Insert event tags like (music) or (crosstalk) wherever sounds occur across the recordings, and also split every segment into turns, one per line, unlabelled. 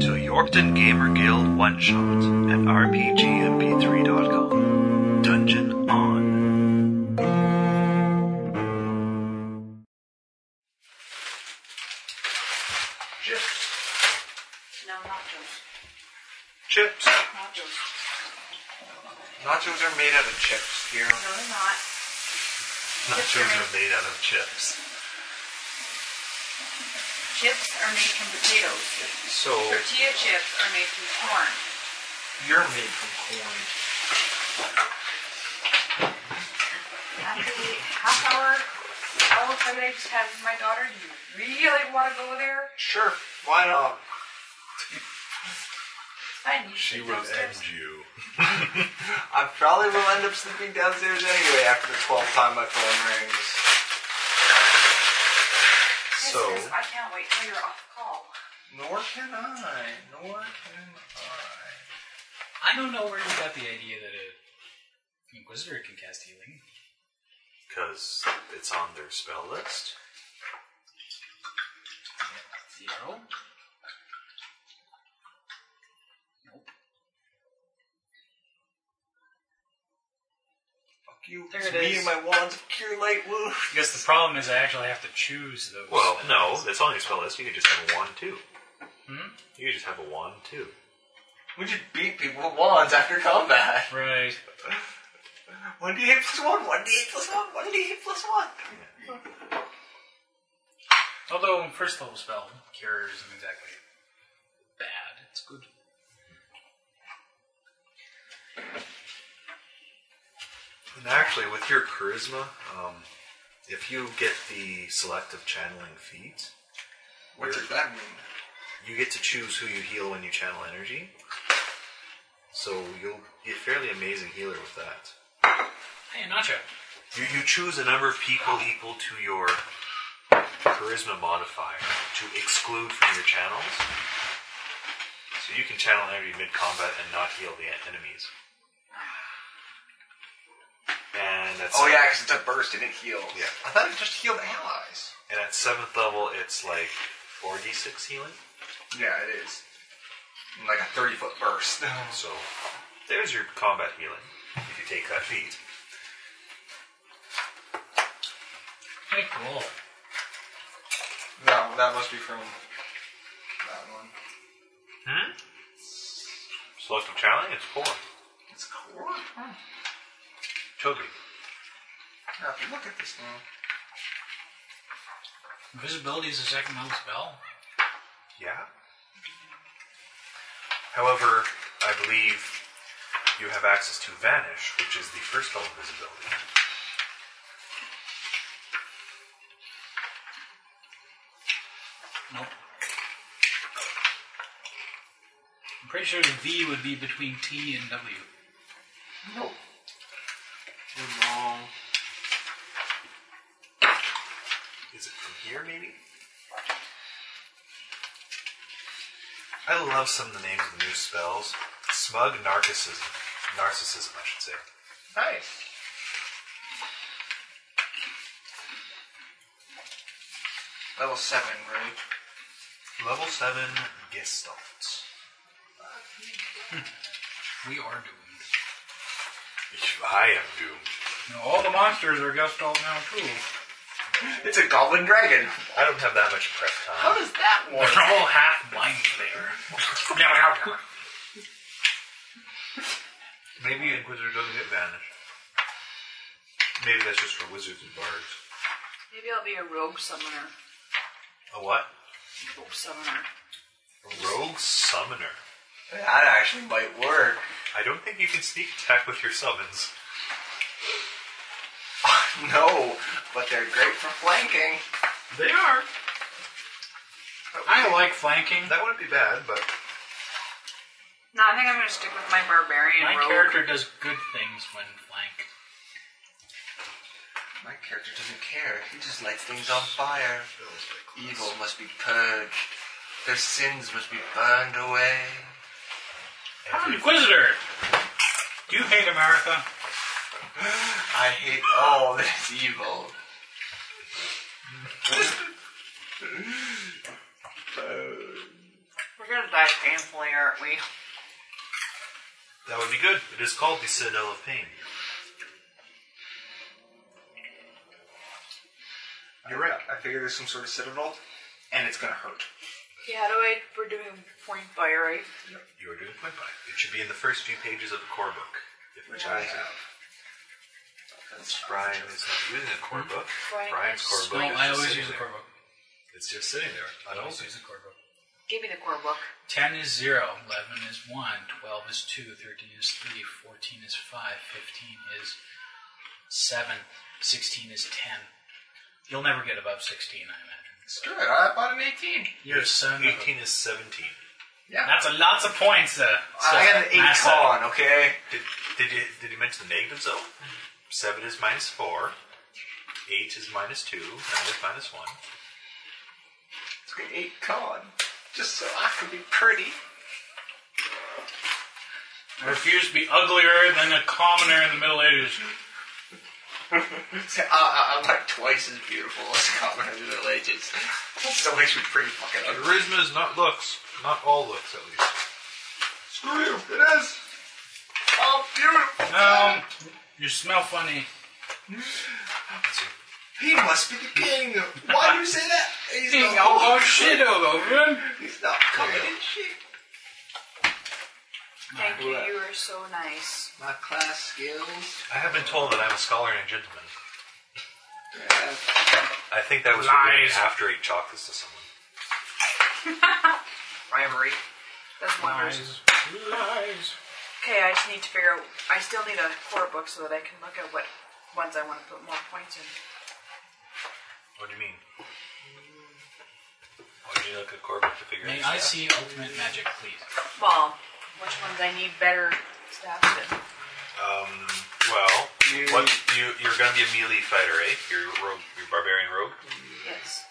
Dungeon Gamer Guild one shots at RPGMP3.com. Dungeon on. Chips.
No, nachos.
Chips.
Nachos.
Nachos are made out of chips here.
No, they're not.
Nachos are made out of chips.
Chips are made from potatoes.
So
Tortilla chips are made from corn.
Oh. you're made from corn.
Actually, half hour, hour for I just had with my daughter. Do you really want to go there?
Sure. Why not?
Fine, you should go upstairs.
you.
Um, I probably will end up sleeping downstairs anyway after the 12th time my phone rings.
This
So
is- I can't wait till you're off call.
Nor can I. Nor can I.
I don't know where you got the idea that a Inquisitor can cast healing.
Because it's on their spell list.
Zero. Nope.
Fuck you.
There
it's
it
me
is.
and my wands of cure light wound.
I guess the problem is I actually have to choose those.
Well, no,
spells.
it's on your spell list. You could just have a one two.
Hmm?
You could just have a one two.
We just beat people with wands after combat.
Right.
1d8 plus 1, 1d8 plus 1, 1d8 plus 1.
Although first level spell cure isn't exactly bad. It's good.
And actually, with your charisma, um, if you get the selective channeling feat,
What does that mean?
you get to choose who you heal when you channel energy. So you'll be a fairly amazing healer with that.
Hey, Nacho.
You, you choose a number of people equal to your charisma modifier to exclude from your channels. So you can channel energy mid combat and not heal the en- enemies. And that's
Oh, yeah, because it's a burst and it heals.
Yeah.
I thought it just healed allies.
And at seventh level, it's like four d six healing.
Yeah, it is. Like a 30 foot (laughs) burst.
So there's your combat healing if you take that feat.
Hey, cool.
No, that must be from that one.
Hmm. Selective channeling is four.
It's cool. Huh.
Chogi.
Now, if you look at this now,
Invisibility is a second level spell.
Yeah. However, I believe you have access to Vanish, which is the first level of visibility.
Nope. I'm pretty sure the V would be between T and W.
you're wrong.
Is it from here, maybe? I love some of the names of the new spells. Smug Narcissism. Narcissism, I should say.
Nice. Level 7, right?
Level 7 Gestalt. (laughs)
We are doomed.
I am doomed.
No, all the monsters are Gestalt now too.
It's a goblin dragon.
I don't have that much prep
How
time.
does that
They're
(laughs)
work?
all half blind there.
Maybe Inquisitor doesn't get Vanish. Maybe that's just for wizards and bards.
Maybe I'll be a rogue summoner.
A what?
Rogue summoner.
Rogue Summoner.
that actually might work. (laughs)
I don't think you can sneak attack with your summons.
No, but they're great for flanking.
They are.
I like flanking.
That wouldn't be bad, but
No, I think I'm going to stick with my barbarian
My
rogue.
character does good things when flanked.
My character doesn't care. He just lights things on fire. Evil must be purged. Their sins must be burned away.
I'm an Inquisitor. Do you hate America?
I hate all (laughs) that is evil.
We're
gonna die painfully, aren't we?
That would be good. It is called the Citadel of Pain.
You're right. I figure there's some sort of citadel, and it's gonna hurt.
Yeah, do I, we're doing point by right.
You are doing point by. It should be in the first few pages of the core book, if which I have. Brian is not using a core book.
Brian
Brian's
is
core book. is
swinging.
I
just
always
sitting
use a
there.
core book.
It's just sitting there. I
I
don't
always
see
use a core book.
Give me the core book.
10 is 0, 11 is 1, 12 is 2, 13 is 3, 14 is 5, 15 is 7, 16 is 10. You'll never get above 16, I imagine. So
Good. I bought an 18.
you're a son of a-
18 is 17.
Yeah.
That's a lots of points. Uh,
I got an 8
Massa.
con, okay?
Did, did, you, did you mention the negative zone? 7 is minus 4. 8 is minus 2. 9 is minus 1.
It's an 8 con. Just so I can be pretty.
I refuse to be uglier than a commoner in the Middle Ages.
(laughs) I, I, I'm like twice as beautiful as (laughs) common in the Middle Ages. So makes me pretty fucking ugly.
Charisma is not looks. Not all looks, at least.
Screw you. It is. Oh, beautiful.
Um, you smell funny.
He must be the king. Why do you say that? He's not,
shit all over him.
he's not covered in shit.
Thank you, you are so nice.
My class skills.
I have been told that I'm a scholar and a gentleman.
Yeah.
I think that was for giving
Lies.
after eight chocolates to someone.
Rivalry. That's wonders.
Lies. Lies.
Okay, I just need to figure out. I still need a core book so that I can look at what ones I want to put more points in.
What do you mean? Why do you look at Corbin to figure
May
this
I
out?
see ultimate magic, please?
Well, which ones I need better stats in.
Um, well,
You-
what you you're gonna be a melee fighter, eh? You're a rogue, you're a barbarian rogue.
Yes.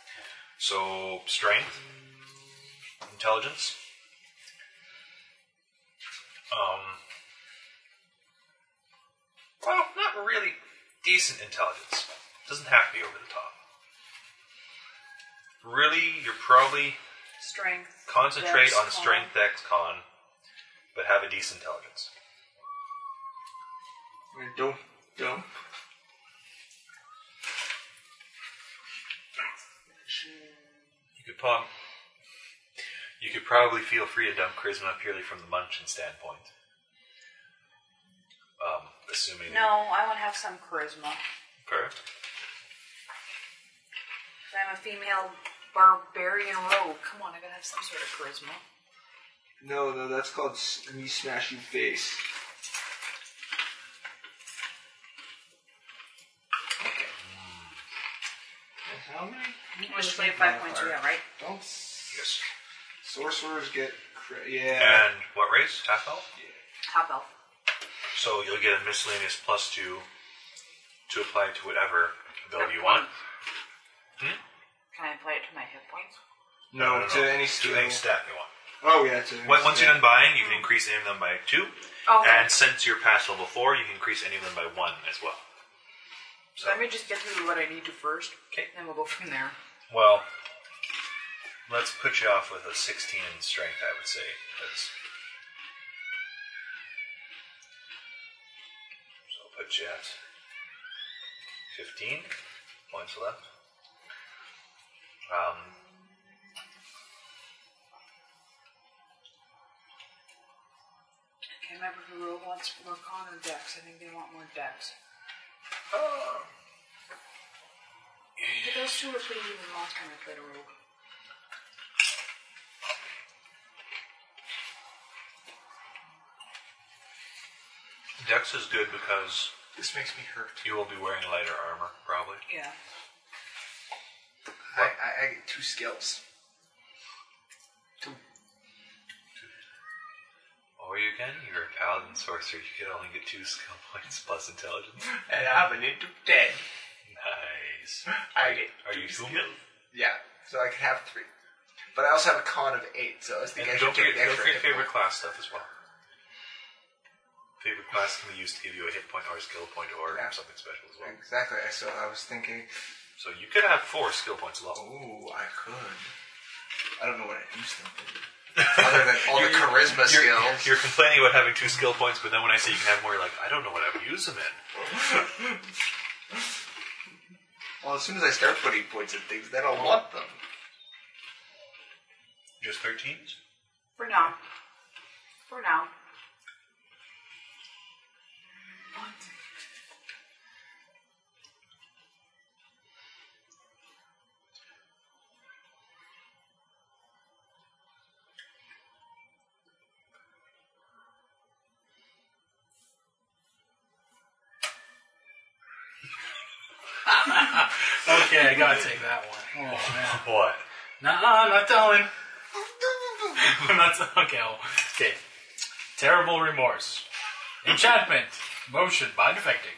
So strength, intelligence. Um. Well, not really decent intelligence. Doesn't have to be over the top. Really, you're probably
Strength.
concentrate
dex,
on
con.
strength, dex, con, but have a decent intelligence.
Don't, don't.
You could pump. You could probably feel free to dump charisma purely from the munchin standpoint. Um, assuming
No, I want to have some charisma.
Okay.
I'm a female barbarian rogue. Come on, I gotta have some sort of charisma.
No, no, that's called s- me smash you face. Okay. And How many?
It was 25 points we got, right?
Don't. s-
Yes.
Sorcerers get. Cra- yeah.
And what race? Half elf.
Top elf.
So you'll get a miscellaneous plus two to apply to whatever ability you want.
Can I apply it to my hit points?
No, to any
to
skill.
any stat you want.
Oh yeah, to any
Once- Once
skill.
you're done buying, you can increase any of them by two.
Oh, Okay.
And since you're past level four, you can increase any of them by one as well.
So let me just get through what I need to first.
'Kay.
Then we'll go from there.
Well, let's put you off with a 16 in strength, I would say. 'cause- So I'll put you at 15 points left. Um,
I can't remember who rogue wants more con or dex. I think they want more dex. But those two were pretty even last time I played a rogue.
Dex is good because
This makes me hurt.
you will be wearing lighter armor, probably.
Yeah.
I, I, I get two skills. Two.
Or you can, you're a paladin sorcerer, you can only get two (laughs) skill points plus intelligence.
And I'm an into dead.
Nice.
I get.
Are you human?
Yeah, so I could have three. But I also have a con of eight, so I was thinking
And
I
don't
should
forget,
take an
don't
extra
forget
hit
favorite class stuff as well. Favorite class can be used to give you a hit point or a skill point or
Yeah.
something special as well.
point. Exactly, so I was thinking,
So you could have four skill points level.
oh, I could. I don't know what I use them for. other than
(laughs)
all the charisma
You're,
skills.
you're complaining about having two skill points, but then when I say you can have more, you're like, I don't know what I would use them in.
well, as soon as I start putting points in things, then
Oh.
I'll want them.
Just 13s?
For now. For now.
Okay, I gotta take that one. Oh, man.
What?
Nah, I'm
(laughs)
not telling. I'm not telling. Okay, well, okay. Terrible remorse. Enchantment. Motion by defecting.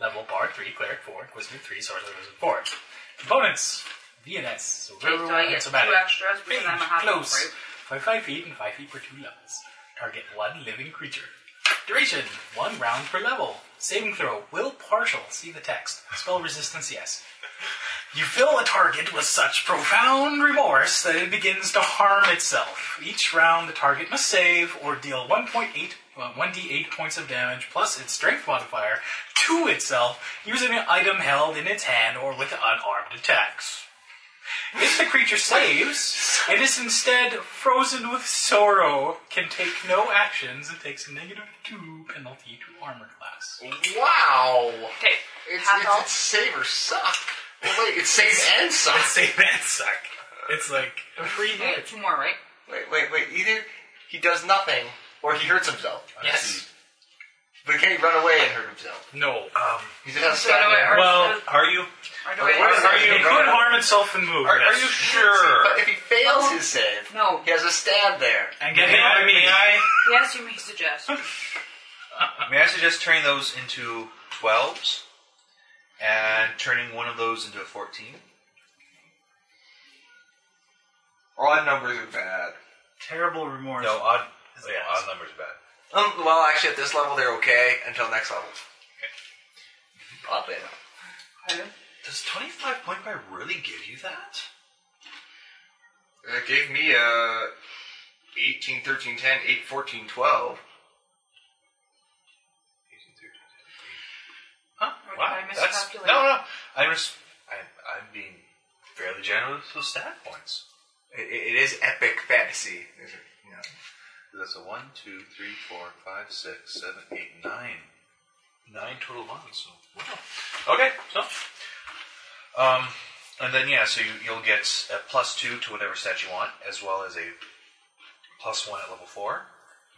Level bar 3, cleric 4, inquisitor 3, sorcerer 4. Components. VNS. So,
Okay, so I get two
somatic.
extras because
Range,
I'm a half
close.
right?
By 5 feet and 5 feet for 2 levels. Target one living creature. Duration, one round per level. Saving throw, will partial. See the text. Spell resistance, yes. You fill a target with such profound remorse that it begins to harm itself. Each round, the target must save or deal 1.8, uh, 1d8 points of damage plus its strength modifier to itself using an item held in its hand or with unarmed attacks. If the creature saves, it is instead frozen with sorrow, can take no actions, and takes a negative 2 penalty to armor class.
Wow!
Okay,
It's,
half
it's,
health.
it's save or suck. Well, wait, it's save and suck.
Save and suck. It's like a free
Okay,
hit.
two more, right?
Wait, wait, wait. Either he does nothing or he hurts himself.
Yes.
But can he run away and hurt himself?
No.
Um,
He's gonna
So do I,
stab
or,
him.
Well,
are you?
or do
Wait, what is
I,
our-
Are you
Okay,
could
go ahead.
harm itself and move?
Are, are
yes.
you sure?
But if he fails his save,
No.
he has a stab there.
And
May
get hit
I,
by
may,
me.
I,
yes, you may suggest.
may I suggest turning those into 12s and turning one of those into a 14?
Odd numbers are bad.
Terrible remorse.
No, odd,
Oh, yeah, odd numbers are bad.
Um, well, actually, at this level, they're okay until next level. Oddly enough.
Does 25 point buy really give you that?
Uh, It gave me uh, a 18, 13, 10, 8, 14, 12.
Huh?
Or did
Wow.
I
That's, no,
miscalculate?
no. I'm, just, I'm, I'm being fairly generous with stat points.
It, it is epic fantasy. Is it? Yeah.
That's a 1, 2, 3, 4, 5, 6, 7, 8, 9. 9 total ones. So, wow. Okay, so. Um, and then, yeah, so you, you'll get a plus 2 to whatever stat you want, as well as a plus 1 at level 4.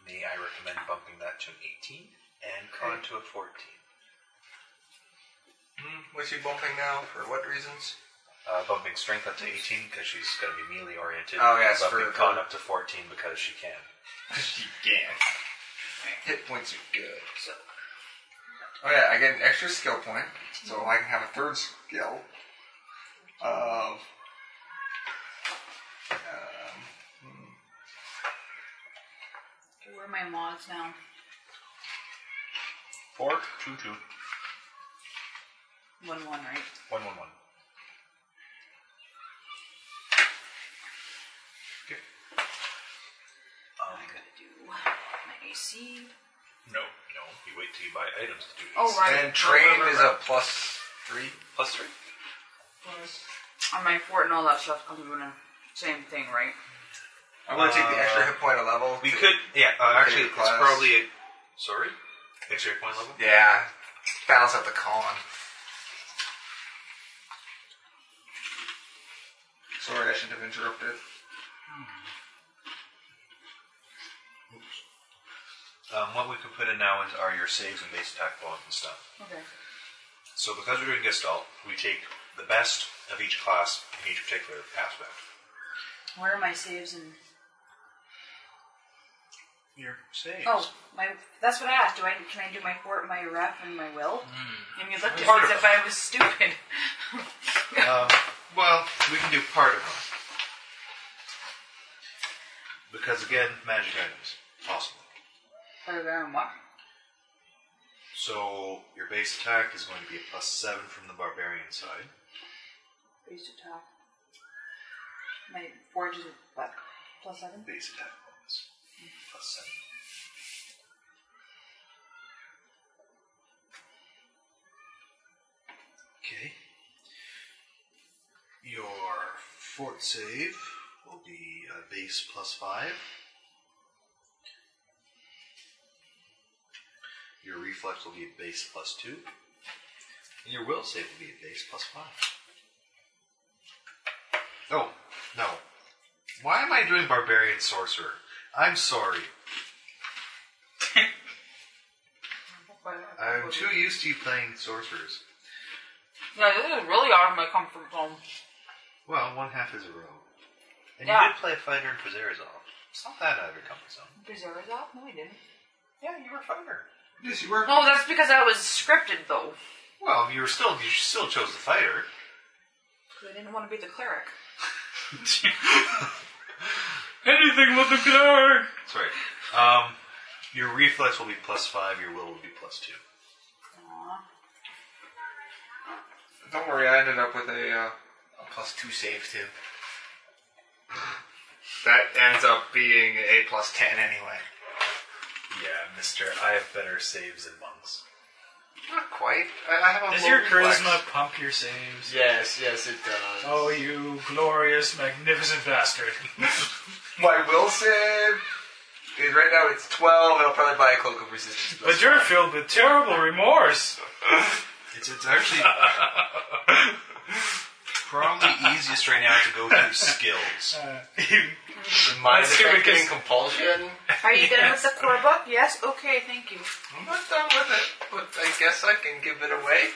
May I recommend bumping that to an 18 and con to a 14.
Hmm, was he bumping now? For what (laughs) reasons?
Uh, bumping strength up to 18 because she's going to be melee oriented.
Oh, yes,
Bumping
for-
con
for-
up to 14 because she can.
Yeah. Hit points are good. So. Oh yeah, I get an extra skill point, so I can have a third skill. Of.
Where are my mods now?
4, 2, 2,
One, one, right?
1, 1, 1. Oh
I gotta do my AC.
No, no. You wait till you buy items to do this.
Oh, right.
And train
Right, right,
is
right.
a plus three.
Plus 3.
On my fort and all that stuff, I'm doing the same thing, right?
I'm gonna take the extra hit point a level.
We
to-
could, yeah. Uh,
Okay,
actually, it's
class.
probably a,
Sorry? Extra hit point level?
Yeah, balance out the con. Sorry, I shouldn't have interrupted.
um, what we could put in now is are your saves and base attack bonus and stuff.
Okay.
So because we're doing Gestalt, we take the best of each class in each particular aspect.
Where are my saves and.
Your saves.
Oh, my. That's what I asked. Do I can I do my fort, my ref, and my will?
Hmm.
I mean, look
Part
as
of
if I was stupid. (laughs)
Um, well, we can do part of them. Because again, magic items, possible.
Program what?
So your base attack is going to be a plus seven from the barbarian side.
I used to talk. My forge is what?
Plus seven.
Base attack bonus. Plus seven. Okay. Your fort save will be uh, base plus five. Your reflex will be at base plus two. And your will save will be at base plus five. Oh, no. Why am I doing barbarian sorcerer? I'm sorry. I'm too used to playing sorcerers.
Yeah, this is really out of my comfort zone.
Well, one half is a rogue. And
Yeah.
you did play a fighter in Berserazov. It's not that out of your comfort zone.
Berserker's off? No, I didn't.
Yeah, you were a fighter.
Yes, you were.
No, that's because I was scripted though.
Well, you were still you still chose the fighter. (laughs)
I didn't want to be the cleric.
Anything with the cleric!
Sorry. Um, your reflex will be plus five. Your will will be plus two.
Don't worry, I ended up with a, uh, a plus two save too. That ends up being a plus ten anyway.
Yeah, Mister. I have better saves than monks.
Not quite. I, I have a
Does
low
your
reflex.
charisma pump your saves?
Yes, yes, it does.
Oh, you glorious, magnificent bastard.
My will save. is- Right now it's twelve. It'll probably buy a cloak of resistance.
but you're filled with terrible remorse. (laughs)
It's, it's actually (laughs) probably easiest right now to go through (laughs) skills.
mind
Let's see if we
affecting
can-
compulsion.
Are you done with the core book? (laughs) Yes? Okay, thank you.
I'm not done with it, but I guess I can give it away.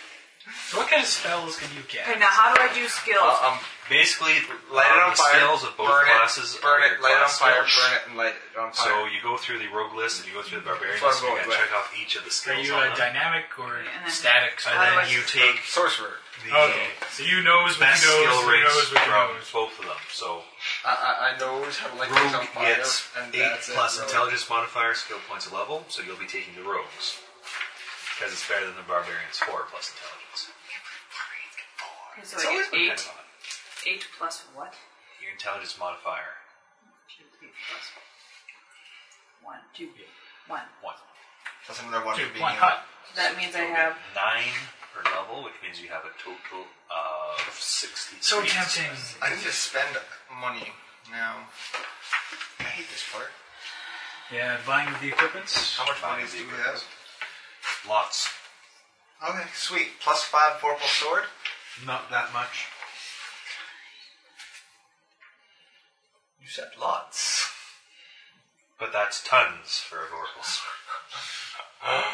So what kind of spells can you get?
Okay, now how do I do skills?
Uh, um,
Basically,
light
uh,
it on
the
fire.
skills of both
burn
classes
It, burn
are
it. Light it on
class
fire.
skills.
Burn it and light it on
So
fire.
you go through the rogue list and you go through the barbarian list.
That's what
and You
I'm going
gotta check off each of the
Are
skills
you
on them.
a dynamic or
And then-
static?
and
spell?
then you take
sorcerer.
the
Okay, so you knows what
best
you knows,
skill
who
rates
knows what you
from
knows.
both of them. So
I, I, I knows how to light things on
rogue
fire.
gets
and
eight
that's
plus
it, really.
intelligence modifier, skill points a level. So you'll be taking the rogues because it's better than the barbarians four plus intelligence.
Okay, so
It's
I
always
get
been kind
eight.
of odd.
Eight plus what?
Your intelligence modifier
Two, three, plus one, two, one.
one.
Plus another one
Two,
for being in.
one hut.
So that means I
You'll
have.
get nine per level, which means you have a total of sixty.
So tempting.
I need to spend money now. I hate this part.
Yeah, buying the equipments.
How much
Buy
money
the
do we
equipment.
have?
Lots.
Okay, sweet. Plus five four plus sword.
Not that much.
You said lots.
But that's tons for a normal sword.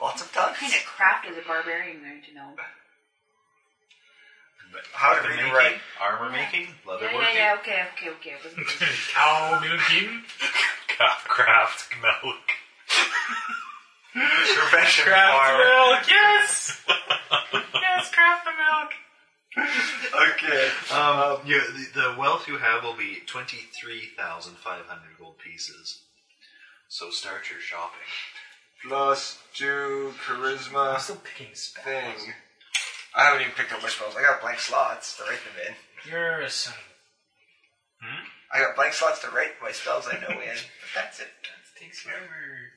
Lots of
What
tons. (laughs)
kind of craft is a barbarian going to know?
How to
Leather
read and
making,
write.
armor making, leather
Yeah, yeah,
working,
yeah, okay, okay, okay. I (laughs) wasn't thinking.
Cow milking.
ca- (laughs) craft, milk.
(laughs)
Profession
Craft
farm.
milk. Yes. yes, craft the milk.
Okay.
Um, you, the, the wealth you have will be 23,500 gold pieces. So start your shopping.
Plus two
Uh, I'm
charisma
still picking spells.
thing. I haven't even picked up my spells. I got blank slots to write them in.
You're a son.
I got blank slots to write my spells I know in. But that's it. That takes
of
forever.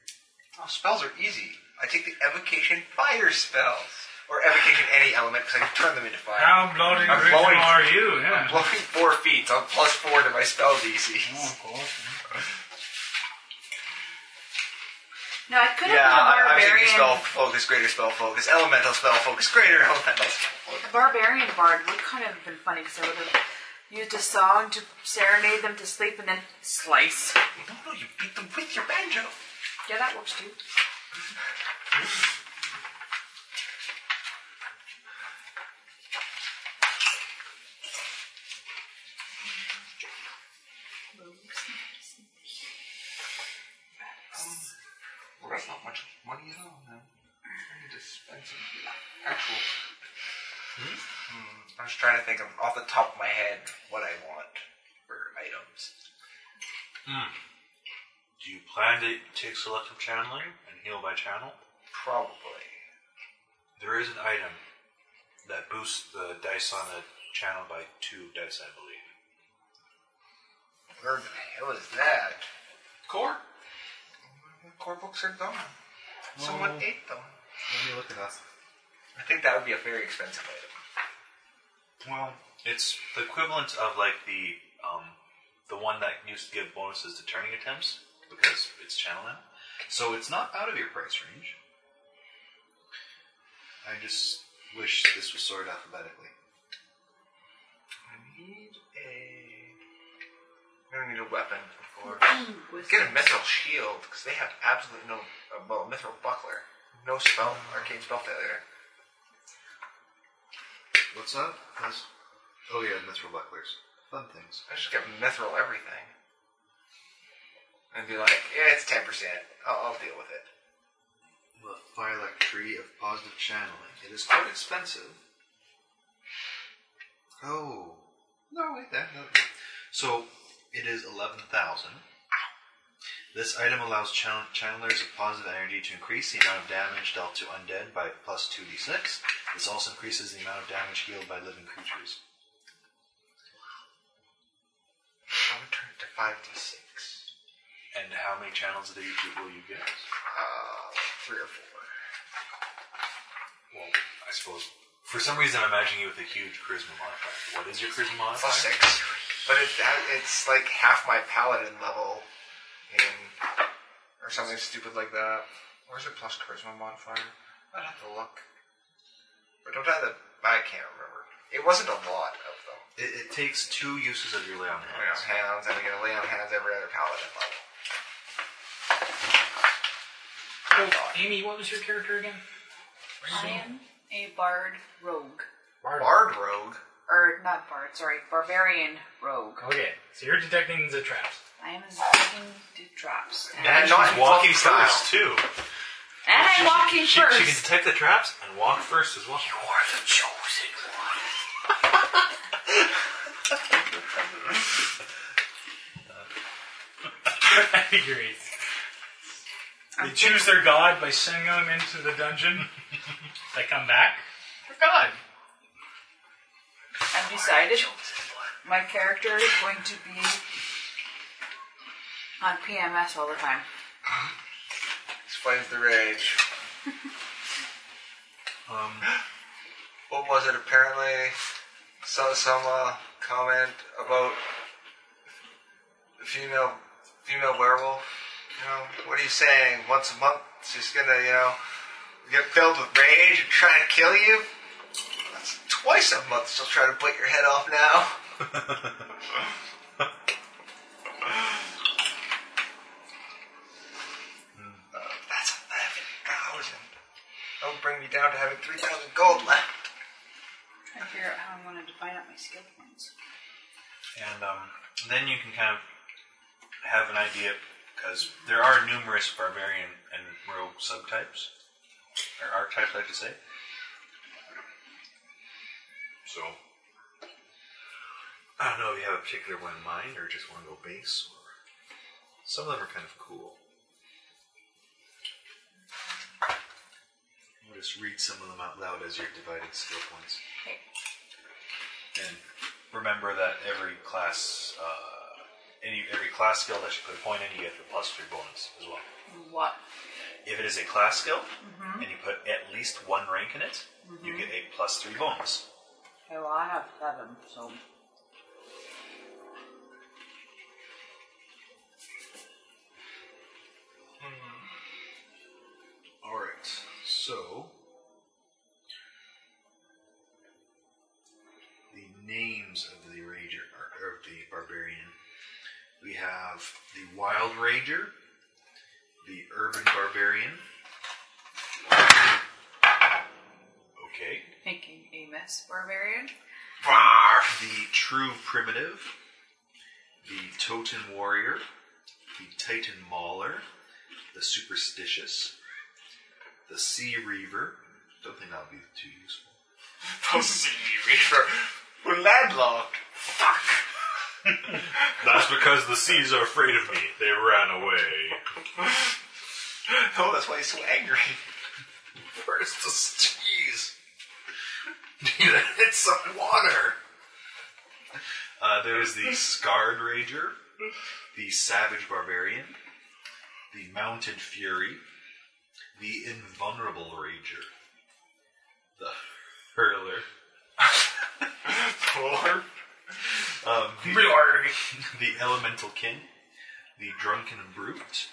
Oh, spells are easy. I take the evocation fire spells. Or evocation any element because I can turn them into fire.
How bloated
I'm
original
blowing-
are you?
I'm
Yeah.
blowing four feet. so I'm plus four to my spell DCs.
Oh, cool.
No, I could have been a
Yeah, I- I'm
barbarian.
taking spell focus, greater spell focus, elemental spell focus, greater (laughs) elemental spell focus.
A barbarian bard would kind of have been funny because I would have used a song to serenade them to sleep and then slice.
No, no, you beat them with your banjo.
Yeah, that works too.
Well, that's not much money at all, man. I need to spend some actual. Hmm, I was trying to think of off the top of my head what I want for items.
Do you plan to take selective channeling and heal by channel?
Probably.
There is an item that boosts the dice on a channel by two dice, I believe.
Where the hell is that?
Core?
Core books are gone. Someone
Oh.
ate them.
Let me look at us.
I think that would be a very expensive item.
Well, it's the equivalent of like the um, the one that used to give bonuses to turning attempts because it's channel now. So it's not out of your price range. I just wish this was sorted alphabetically.
I need a. I'm gonna need a weapon, of course. Get a mithril shield because they have absolutely no. Uh, well, mithril buckler, no spell, arcane spell failure.
What's that? That's, oh yeah, mithril bucklers. Fun things.
I just get mithril everything. And be like, yeah, it's ten percent. I'll, I'll deal with it.
The Phylac Tree of Positive Channeling. It is quite expensive. Oh. No, wait, that. that so, it is 11,000. This item allows chan- channelers of positive energy to increase the amount of damage dealt to undead by plus 2d6. This also increases the amount of damage healed by living creatures.
I'm gonna turn it to five d six.
And how many channels do you, will you get?
Uh, three or four.
Well, I suppose. For some reason, I'm imagining you with a huge charisma modifier. What is your charisma modifier?
Plus six. But it, that, it's like half my paladin level in. or something stupid like that. Or is it plus charisma modifier? I'd have to look. But don't I have the. I can't remember. It wasn't a lot of them.
It, it takes two uses of your lay on
Lay on
hands.
hands, and we gotta lay on hands every other paladin level.
Oh, Amy, what was your character again?
I am a bard rogue.
Bard rogue.
Or, not bard, sorry, barbarian rogue.
Okay, so you're detecting the traps.
I am as fucking drops. And
And
not
she's walking
fucking style.
first, too.
(laughs)
I'm walking
She, she can
first.
detect the traps and walk first as well. You are the chosen one.
I figure eight. They choose their god by sending them into the dungeon. they come back. They're god.
I've decided my character is going to be on PMS all the time.
Explains the rage. um, what was it? Apparently, saw some uh, comment about female female werewolf. You know, what are you saying? Once a month, she's gonna you know get filled with rage and try to kill you. That's twice a month. She'll try to bite your head off now. Uh, That's eleven thousand. That would bring me down to having three thousand gold left.
I figure out how I'm going to define out my skill points.
And um, then you can kind of have an idea because there are numerous barbarian and rogue subtypes, or archetypes, I should say.
So, I don't know if you have a particular one in mind or just want to go base. Or some of them are kind of cool.
I'll just read some of them out loud as you're divided skill points.
And remember that every class, uh, any every class skill that you put a point in, you get the plus three bonus as well.
What?
If it is a class skill and you put at least one rank in it, you get a plus three bonus.
Okay, well, I have seven, so.
Alright, so. The names of the Rager, or, or the Barbarian. We have the Wild Rager, the Urban Barbarian.
Okay.
Thinking Amos Barbarian.
The True Primitive, the Totem Warrior, the Titan Mauler, the Superstitious, the Sea Reaver. Don't think that would be too useful.
pussy reaper. We're landlocked.
That's because the seas are afraid of me. They ran away.
(laughs) Oh, that's why he's so angry.
Where's the steez?
(laughs)
It's some water.
Uh, there's the Scarred Ranger,
the Savage Barbarian, the Mounted Fury, the Invulnerable Rager, the Hurler, um, (laughs) the Elemental King, the Drunken Brute,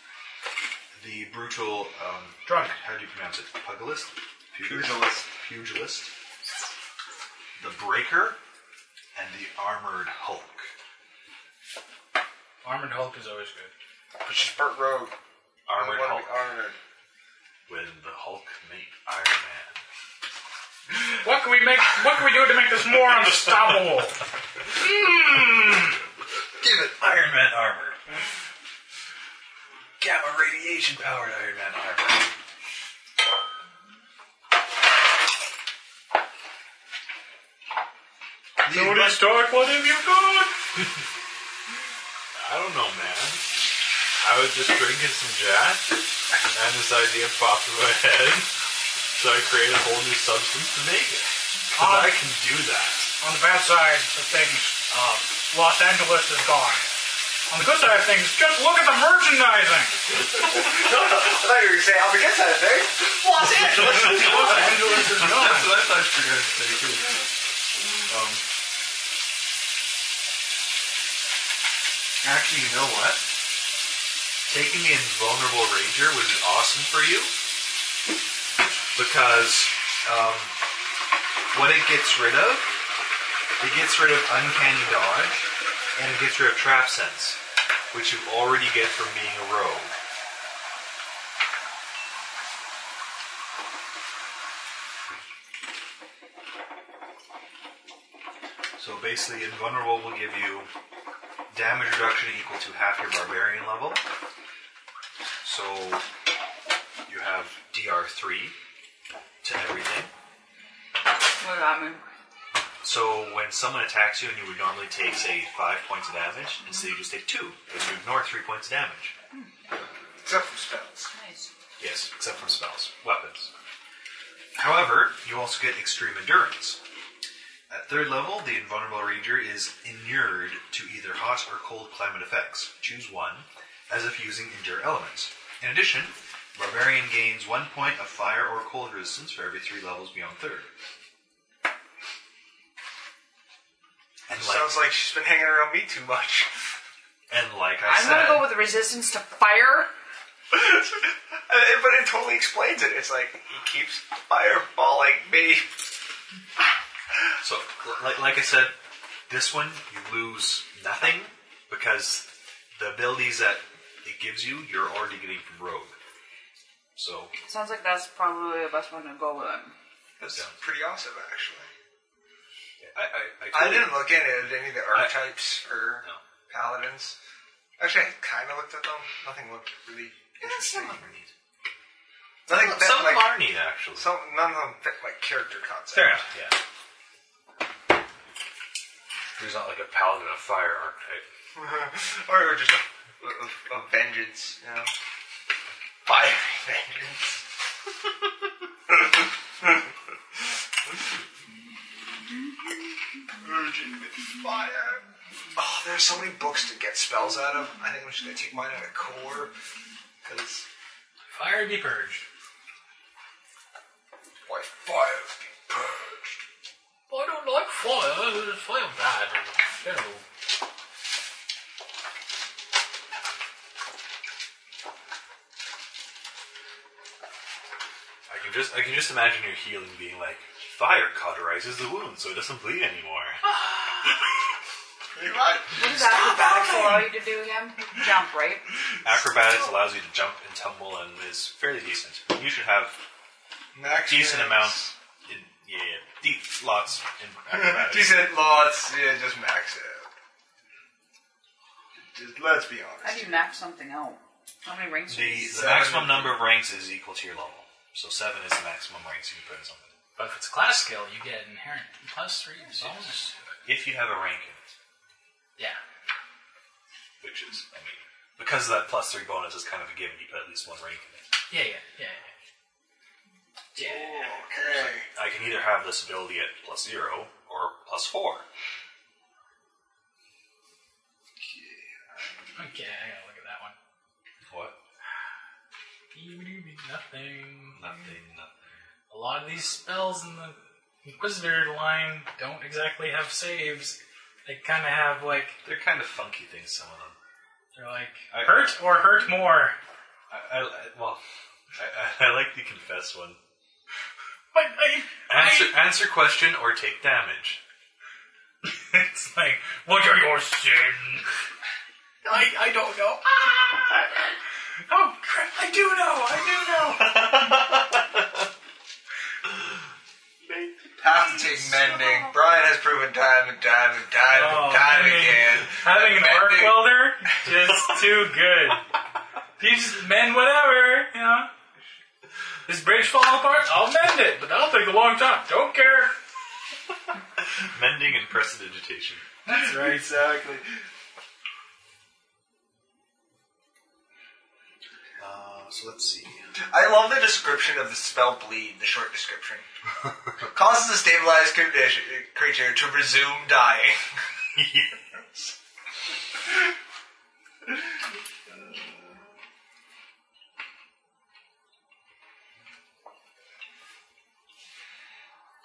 the Brutal um, Drunk. How do you pronounce it? Pugilist? Pugilist. Pugilist. The Breaker, and the Armored Hulk.
Armored Hulk is always good.
But she's part rogue.
Armored
I
Hulk.
want to be armored.
When the Hulk made Iron Man.
What can we make? What can we do to make this more
(laughs)
unstoppable?
Give it.
Iron Man armor. Gamma radiation powered Iron Man armor.
Tony Stark, what have you got?
I don't know, man. I was just drinking some Jack, and this idea popped in my head, so I created a whole new substance to make it. 'Cause I can do that.
On the bad side of things, um, Los Angeles is gone. On the good side of things, just look at the merchandising.
I thought you were going to say, I'll be good at that thing.
Los Angeles is gone. Los Angeles is gone. (laughs)
That's what I thought you were going to say too. Um,
Actually, you know what? Taking the Invulnerable Ranger would be awesome for you. Because um, what it gets rid of, it gets rid of Uncanny Dodge, and it gets rid of Trap Sense, which you already get from being a rogue.
So basically, invulnerable will give you damage reduction equal to half your barbarian level. So you have DR three to everything.
What does that mean?
So when someone attacks you and you would normally take say five points of damage, instead you just take two because you ignore three points of damage.
Except for spells.
Yes, except from spells, weapons. However, you also get extreme endurance. At third level, the invulnerable ranger is inured to either hot or cold climate effects. Choose one, as if using endure elements. In addition, barbarian gains one point of fire or cold resistance for every three levels beyond third. And like,
Sounds like she's been hanging around me too much. (laughs)
and like I
I'm gonna
said,
go with resistance to fire.
Uh, but it totally explains it. It's like, he keeps fireballing me.
So, like, like I said, this one you lose nothing because the abilities that it gives you, you're already getting from Rogue. So,
Sounds like that's probably the best one to go with.
That's
Yeah.
pretty awesome, actually.
I, I, I,
I didn't look into any of the archetypes or
No.
paladins. Actually, I kind of looked at them. Nothing looked really interesting. Nothing fit
Some of
my,
them are neat, actually.
some, none of them fit my character concept.
Fair enough. Yeah.
There's not like a paladin of fire archetype.
(laughs) or just a, a, a vengeance, you know? Fiery vengeance. Urgent with fire. Oh, there's so many books to get spells out of. I think I'm just gonna take mine out of core. Because,
Fire be purged.
why fire be purged?
I don't like fire. Fire bad. Terrible.
I can just I can just imagine your healing being like fire cauterizes the wound so it doesn't bleed anymore.
Oh,
Pretty much.
What does acrobatics allow you to do again? Jump, right?
Acrobatics allows you to jump and tumble and is fairly decent. You should have
Next
decent
is-
amounts in yeah, yeah deep lots in
(laughs)
acrobatics.
Decent lots, yeah, just max it. Just, let's be
How
honest.
do you max something out? How many rings? do you
The, the
Seven.
maximum number of ranks is equal to your level. So seven is the maximum ranks you can put in something.
But if it's a class skill, you get inherent plus three bonus.
If you have a rank in it,
Yeah.
which is, I mean, because of that plus three bonus is kind of a given, you put at least one rank in it.
Yeah, yeah, yeah. Yeah. yeah.
Okay.
I can either have this ability at plus zero or plus four.
Okay, I gotta look at that one.
What?
Nothing.
Nothing, nothing.
A lot of these spells in the Inquisitor line don't exactly have saves. They kind of have like
They're kind of funky things, some of them.
they're like
I-
hurt or hurt
(laughs)
more.
I, I, I- well, I, I, I like the confess one.
But I,
Answer, answer question or take damage.
it's like look at your sin. I, I don't know. Ah! Oh crap! I do know. I do know.
Path to mending. Brian has proven time and time and time and time
having-
again.
Oh, Having an arc
(laughs) Mending.
(laughs)
welder, just too good. You just mend whatever, you know. This bridge falling apart, I'll mend it, but that'll take a long time. Don't care.
Mending and prestidigitation.
That's right.
Exactly. Uh, so let's see.
I love the description of the spell bleed, the short description. Causes a stabilized condition, creature to resume dying.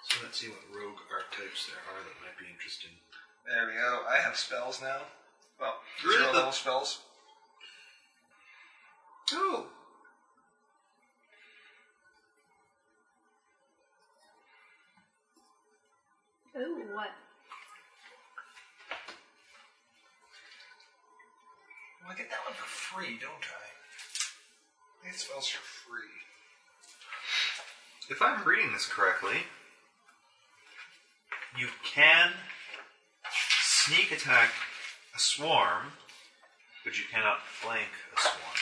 So let's see what rogue archetypes there are that might be interesting.
There we go. I have spells now. Well,
Really?
zero level spells. Ooh.
Ooh, what?
Well, I get that one for free, don't I? These spells are free.
If I'm reading this correctly, you can sneak attack a swarm, but you cannot flank a swarm.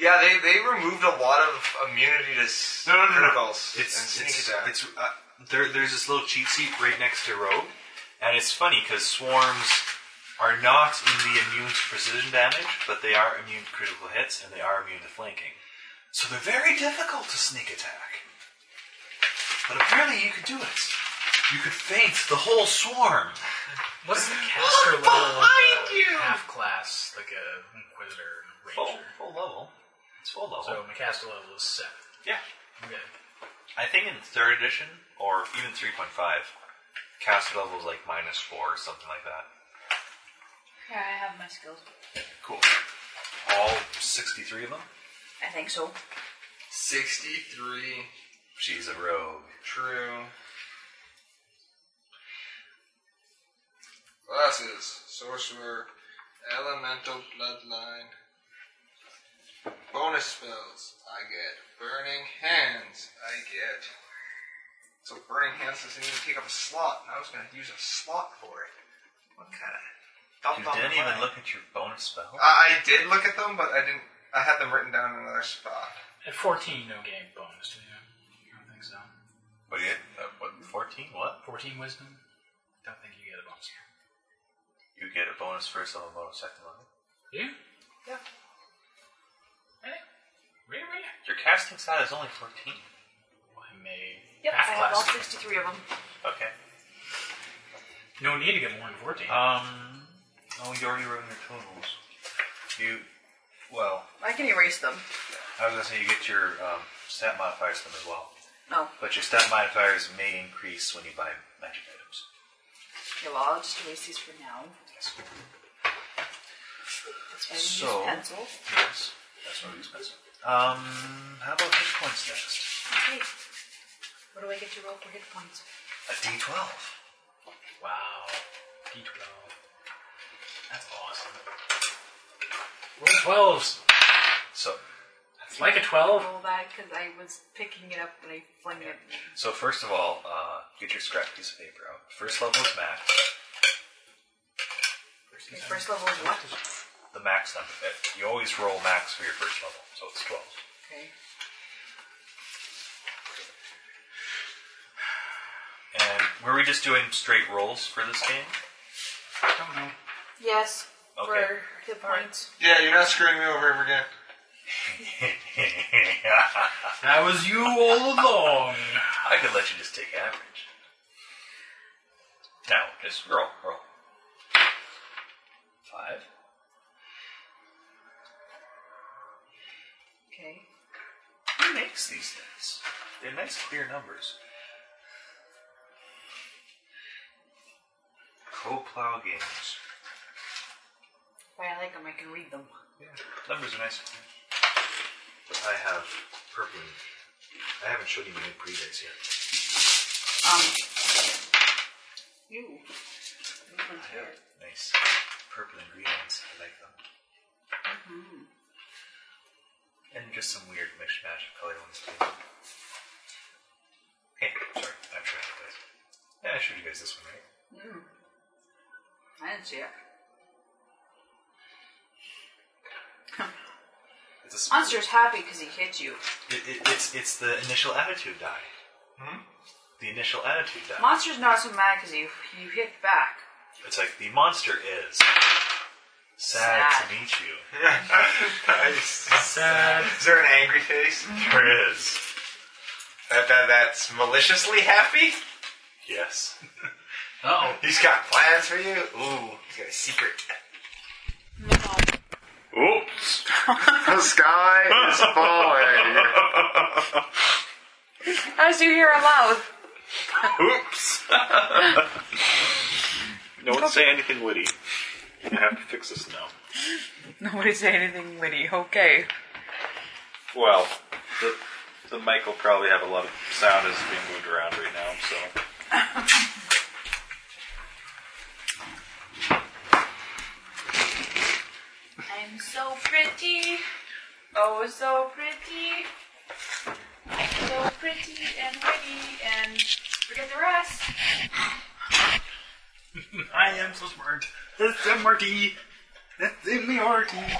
Yeah, they, they removed a lot of immunity to s- criticals and
It's,
sneak
it's,
attack.
it's uh, there, there's this little cheat sheet right next to rogue, and it's funny because swarms are not in the immune to precision damage, but they are immune to critical hits, and they are immune to flanking. So they're very difficult to sneak attack. But apparently you could do it. You could faint the whole swarm.
What's the caster level behind you? Half class, like a inquisitor
Full,
ranger.
full level. It's full
Oh.
level.
So my caster level is seven.
yeah.
Okay.
I think in third edition, or even 3.5, cast level was like minus 4 or something like that.
Yeah, I have my skills.
Cool. All 63 of them?
I think so.
63.
She's a rogue.
True. Classes. Sorcerer. Elemental bloodline. Bonus spells. I get Burning Hands. I get. So Burning Hands doesn't even take up a slot, and I was going to use a slot for it. What kind of. Dumb,
You
dumb
didn't
plan.
even look at your bonus spell.
I, I did look at them, but I didn't. I had them written down in another spot.
At fourteen, no game bonus. Do you? I don't think so.
What do you uh, what, 14? What?
Fourteen wisdom. Don't think you get a bonus.
You get a bonus first level, bonus second level.
Do you? Yeah. Really? Really?
Your casting stat is only 14.
I may
Yep,
half
I
class.
have all 63 of them.
Okay.
No need to get more than 14.
Um. Oh, you already wrote in your totals. You. Well,
I can erase them.
I was gonna say you get your um, stat modifiers from as well,
No.
but your stat modifiers may increase when you buy magic items.
Okay, well, I'll just erase these for now. That's why we
So-
use pencils.
Yes, that's really expensive. Um, how about hit points next?
Okay. What do I get to roll for hit points?
A D12.
Wow. D12. That's awesome. Roll 12s.
So,
It's like a 12.
Roll that because I was picking it up when I flung it.
so first of all, uh, get your scrap piece of paper out. First level is max.
My first level is what?
The max number. You always roll max for your first level, so it's 12.
Okay.
And were we just doing straight rolls for this game? (laughs)
don't know.
Yes.
Okay.
For hit points.
Yeah, you're not screwing me over ever again.
That was you all along.
I could let you just take average. Now, just roll, roll. Five.
Okay.
Who makes these things? They're nice, clear numbers.
Co-plow games.
Why I like them, I can read them.
Yeah. Numbers are nice.
But I have purple. I haven't showed you my predates yet.
Um. You.
Nice purple ingredients. I like them. And just some weird mixed match of color ones too. Hey, sorry, I'm showing you guys. Yeah, I showed you guys this one, right?
Mm. I didn't see it.
It's a sp-
Monster's happy because he hit you.
it, it, it's it's the initial attitude die.
Hmm?
The initial attitude die.
Monster's not so mad because you you hit back.
It's like the monster is sad, to meet you. (laughs)
(laughs) Sad. Is there an angry face?
There is.
That, that, that's maliciously happy?
Yes.
Oh. He's got plans for you? Ooh, he's got a secret.
Oops.
the sky is falling.
As you hear aloud. (laughs)
Oops. (laughs) Don't say anything witty. I have to fix this now.
Nobody say anything witty. Okay.
Well, the, the mic will probably have a lot of sound as it's being moved around right now, so.
I'm so pretty. Oh, so pretty. I'm so pretty and witty and forget the rest.
I am so smart. That's a Marty. That's in me Marty.
Like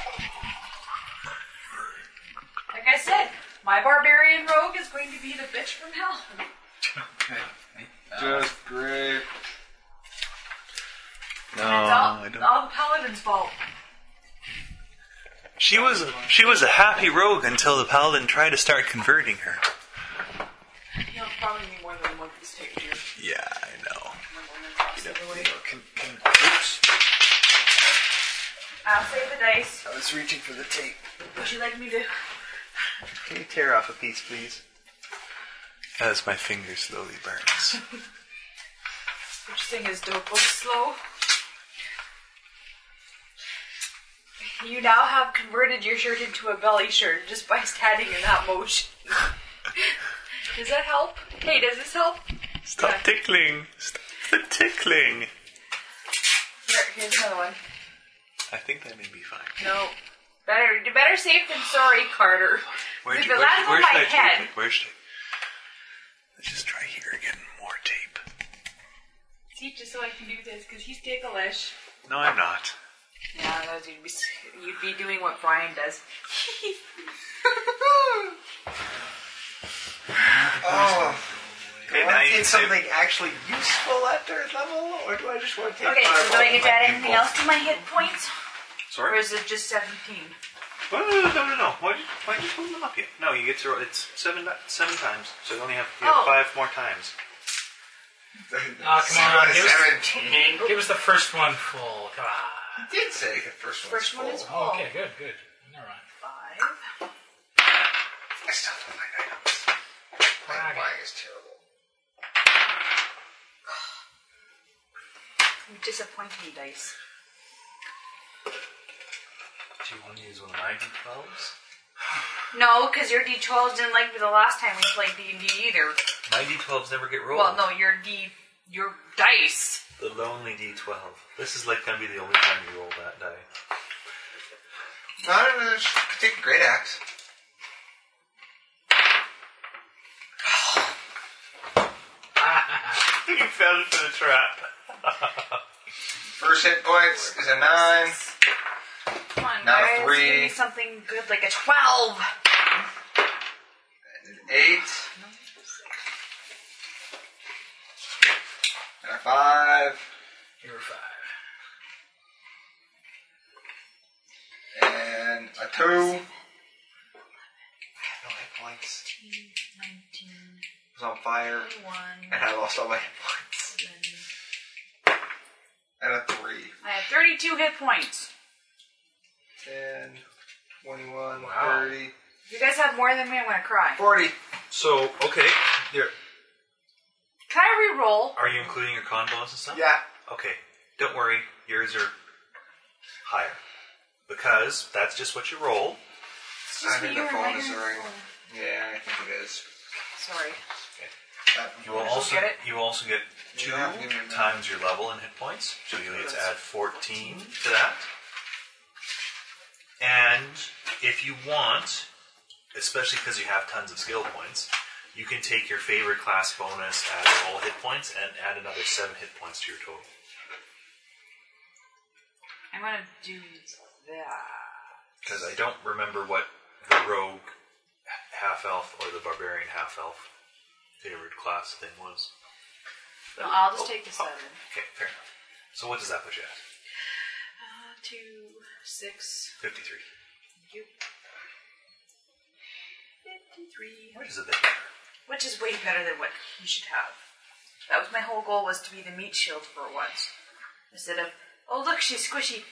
I said, my barbarian rogue is going to be the bitch from hell.
Just great.
No,
it's all, all the paladin's fault.
She was she was a happy rogue until the paladin tried to start converting her.
You'll probably need more than one of these tape here.
Yeah, I know.
I'll save the dice.
I was reaching for the tape.
Would you like me to?
Can you tear off a piece, please?
As my finger slowly burns.
Which thing is dope book slow?
You now have converted your shirt into a belly shirt just by standing in that motion.
Does that help? Hey, does this help?
Stop tickling. Stop the tickling.
Here, here's another one.
I think that may be fine.
No. Better, better safe than sorry, Carter.
Where'd
if
you-
it lands on
where
my
should I tape
head,
it? Where should I? Let's just try here again. More tape.
see, just so I can do this, because he's ticklish.
No, I'm not.
Yeah, that you'd be, you'd be doing what Brian does. (laughs)
Oh. Do
Okay,
I
now
want
you can
to take
save-
something actually useful at third level, or do I just want to take
Okay, so do I get to add anything
(laughs)
else to my
hit points?
Sorry?
Or is it just 17?
No, no, no, no, no. Why, why did you pull them up yet? No, you get to roll. It's seven, di- seven times, so you only have, you have
Oh.
five more times.
Oh,
Ah, come on. Give
Seventeen.
us, give us the first one full. Come
You
on.
did say the first one's
First one
full.
is
Oh.
full. Okay, good, good. Never mind.
Five.
I still have nine items. My buying is terrible.
You disappoint me, dice.
Do you want to use one of my d12s?
No, because your D12s didn't like me the last time we played D&D either.
My d12s never get rolled.
Well, no, your D... your dice.
The lonely d12. This is like gonna be the only time you roll that die.
No, no, no, just take a great axe.
you fell into the trap.
First hit points is a nine.
Come on,
Not a
guys.
three.
Give me something good like a 12.
eight, and a five.
Here are five.
And a two. I have no hit points. I was on fire, and I lost all my hit points. And a three.
I have 32 hit points.
Ten, twenty-one,
Wow.
thirty,
If you guys have more than me, I'm gonna cry.
40.
So, okay. There.
Can I re-roll?
Are you including your con bonus and stuff?
Yeah.
Okay. Don't worry. Yours are higher. Because that's just what you roll.
I think the phone is the right one. Yeah, I think it is.
Sorry.
That
You will
one.
also you will also get two
don't have to give me a
times your level in hit points, so you'll need to add fourteen to that. And if you want, especially because you have tons of skill points, you can take your favorite class bonus as all hit points and add another seven hit points to your total.
I'm gonna do that.
Because I don't remember what the rogue half elf or the barbarian half elf favorite class thing was. Oh,
No, I'll just take the seven.
Okay, fair enough. So what does that put you at?
Uh, two, six.
53.
You.
Fifty-three.
Which is a bit better.
Which is way better than what you should have. That was my whole goal was to be the meat shield for once, instead of oh look she's squishy.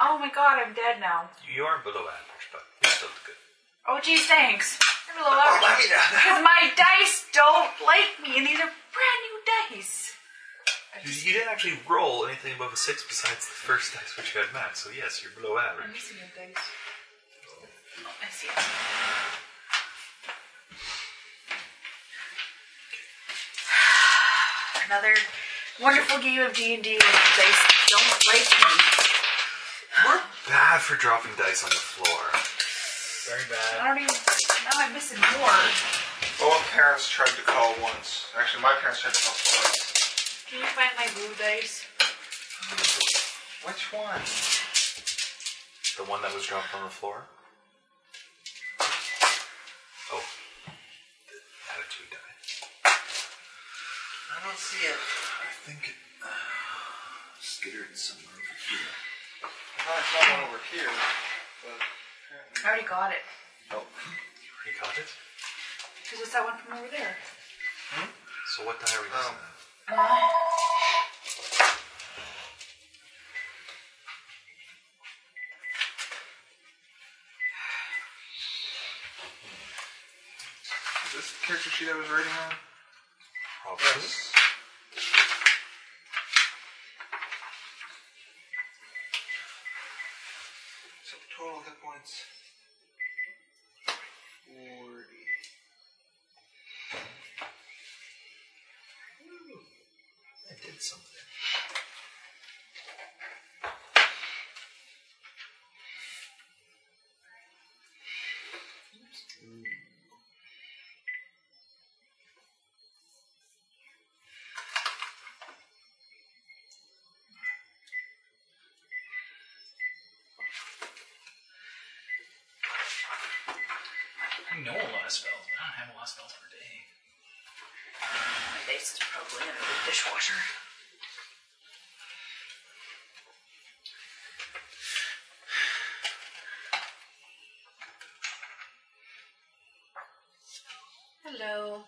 Oh my god, I'm dead now.
You are below average, but you're still good.
Oh geez, thanks. I'm below average because my dice don't like me, and these are brand new dice.
You, you didn't actually roll anything above a six besides the first dice, which you had max. So yes, you're below
I'm
average.
missing a dice.
Oh, I see (sighs) it. Another wonderful game of D and D when the dice don't like me.
Bad for dropping dice on the floor.
Very
I
bad.
don't even. Now I'm missing more.
Well, my parents tried to call once. Actually, my parents tried to call twice.
Can you find my blue dice?
Which one?
The one that was dropped on the floor. Oh, the attitude die.
I don't see it.
I think it uh, skittered somewhere over here.
I thought I saw one over here. But
I already got it
Oh, you caught it.
because it's that one from over there.
So what die are we missing?
is this the character sheet I was writing on?
Probably.
Yes. So total hit points. Forty.
I did something.
I know a lot of spells, but I don't have a lot of spells per day.
My dice is probably under the dishwasher. Hello.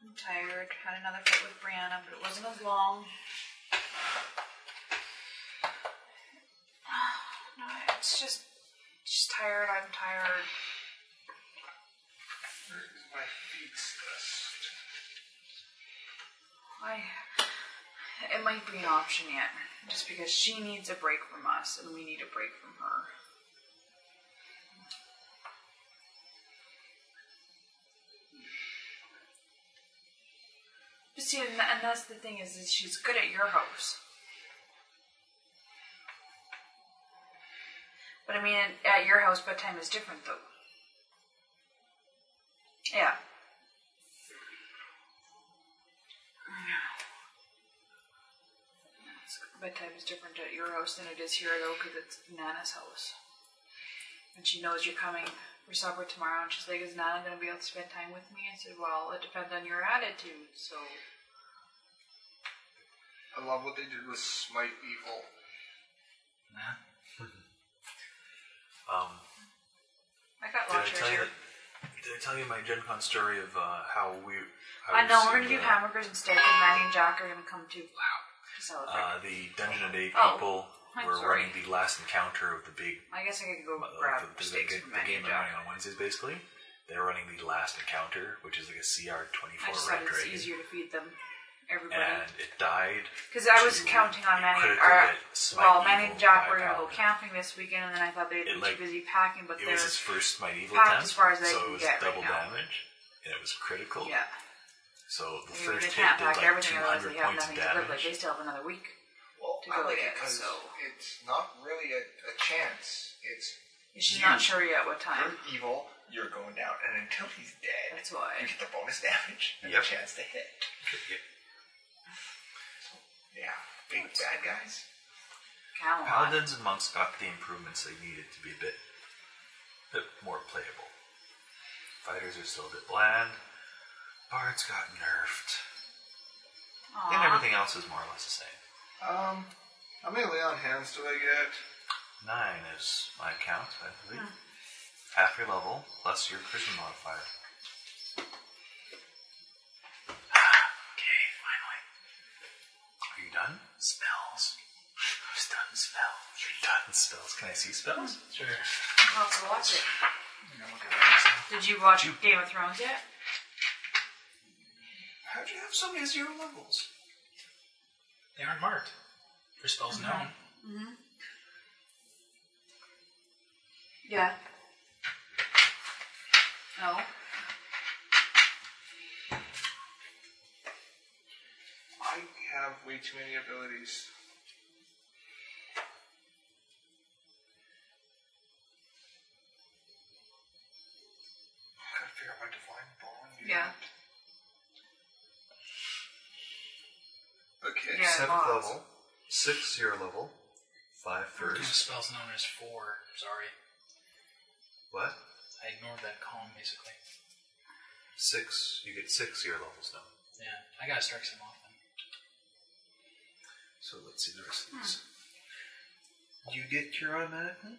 I'm tired. Had another fight with Brianna, but it wasn't as long. (sighs) No, it's just, just tired. I'm tired.
My feet's dust.
I. It might be an option yet, just because she needs a break from us, and we need a break from her. But see, and, and that's the thing is, is she's good at your house. But I mean, at your house, bedtime is different, though. Yeah. It's- Bedtime is different at your house than it is here, though, because it's Nana's house. And she knows you're coming for supper tomorrow, and she's like, Is Nana going to be able to spend time with me? I said, Well, it depends on your attitude, so.
I love what they did with Smite Evil.
Um,
I got
did I
lunch
tell you?
right
Did I tell you my Gen Con story of uh, how we? how
I
we
know, we're
saved uh,
going to do
the-
hamburgers and steak, and Maddie and Jack are going to come too. Wow. To celebrate.
Uh, the Dungeon and Eight
Oh.
people
I'm
we're
sorry.
running the last encounter of the big
I guess I could go
uh,
grab
the, the,
steaks
the-
from
the
Maggie
game
and
they're
Jack.
running on Wednesdays basically. They're running the last encounter, which is like a CR twenty
I
four
just thought
red
it was
dragon,
easier to feed them everybody.
and it died.
Because I was
to
counting on Manny and
critical
or,
hit, smite
well, Manny
evil
and Jack
by
were gonna go
Paladin.
camping this weekend, and then I thought they'd
It,
be
like,
too busy packing, but
It
they're
was his first smite evil
packed
attempt,
as far as I
so
can
it was
get right
double
now.
damage, and it was critical.
Yeah.
So the
I mean,
first
they
hit
can't
did like
pack
two
everything otherwise
hundred
they have
points of
nothing to live
damage.
like. They still have another week to
I
go
like it
get.
because
So
it's not really a, a chance. It's
she's
you.
not sure yet what time.
You're evil. You're going down, and until he's dead,
that's why
you get the bonus damage and the chance to hit. Yeah, big bad guys.
Paladins and monks got the improvements they needed to be a bit, bit more playable. Fighters are still a bit bland. Bards got nerfed. And everything else is more or less the same.
Um, how many lay on hands do I get?
Nine is my count, I believe. Half your level plus your charisma modifier.
Okay, finally.
Are you done?
Spells. I was done spells.
You're done spells. Can I see spells?
Sure.
I'll have to watch it. Did you watch Game of Thrones yet?
How'd you have so many zero levels?
They aren't marked. Your spell's known.
Mm-hmm. Yeah. No.
I have way too many abilities. Gotta figure out my divine bond.
Yeah.
Okay.
Yeah,
Seventh
mods.
level, six zero level, five
Your
first.
spell's known as four. Sorry.
What?
I ignored that column basically.
Six. You get six zero levels now.
Yeah. I gotta strike some off then.
So let's see the rest of these. You get cure automatically.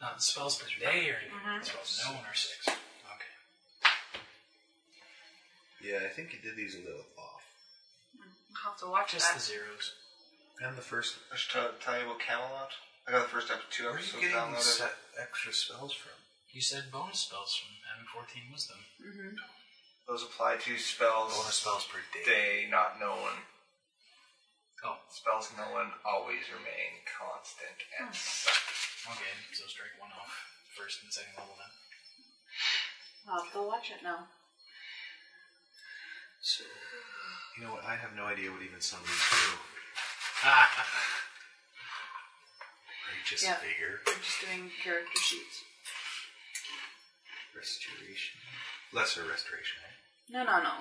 Not the spells per day or anything.
Mm-hmm.
The Spells known are six. Okay.
Yeah, I think you did these a little off.
Hmm, I'll have to watch
Just
that.
the zeros.
And the first.
I should tell, tell you about uh, Camelot. I got the first ep- two
Where are you
episodes
getting
downloaded.
these set extra spells from?
You said bonus spells from having 14 wisdom.
Mm-hmm.
Those apply to spells.
Bonus spells per day.
Day not known.
Oh.
Spells known always remain constant
Hmm.
and
Okay, so strike one off first and second level then.
I'll have to watch it now.
So, you know what? I have no idea what even some of these do. (laughs) Righteous
Yeah.
vigor,
We're just doing character sheets.
restoration, lesser restoration. Right?
No, no, no.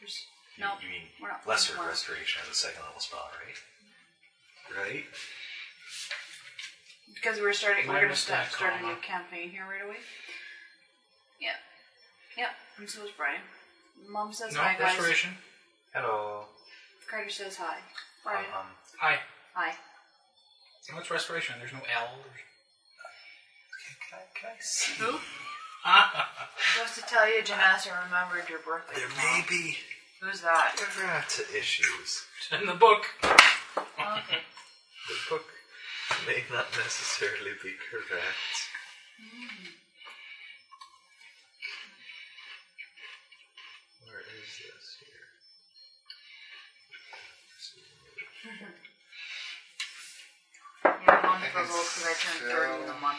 There's,
You,
no,
you mean
we're not playing
lesser
tomorrow.
restoration as a second level spell, right? Right.
Because we're starting,
Where
we're gonna
was
start,
that
start a
comma?
new campaign here right away. Yeah, yeah. And so is Brian. Mom says
no,
hi, guys.
restoration.
Hello.
Carter says hi. Brian,
Uh-huh.
Hi.
hi.
So what's restoration? There's no L.
Can I, can I see?
(laughs) Who?
Ah,
Supposed to tell you, Janessa remembered your birthday.
There
tomorrow.
may be
Who's that?
caveats to issues.
in the book.
Okay.
The book may not necessarily be correct.
Hmm.
Where is this here?
You're a month old because I turned 30 in a month.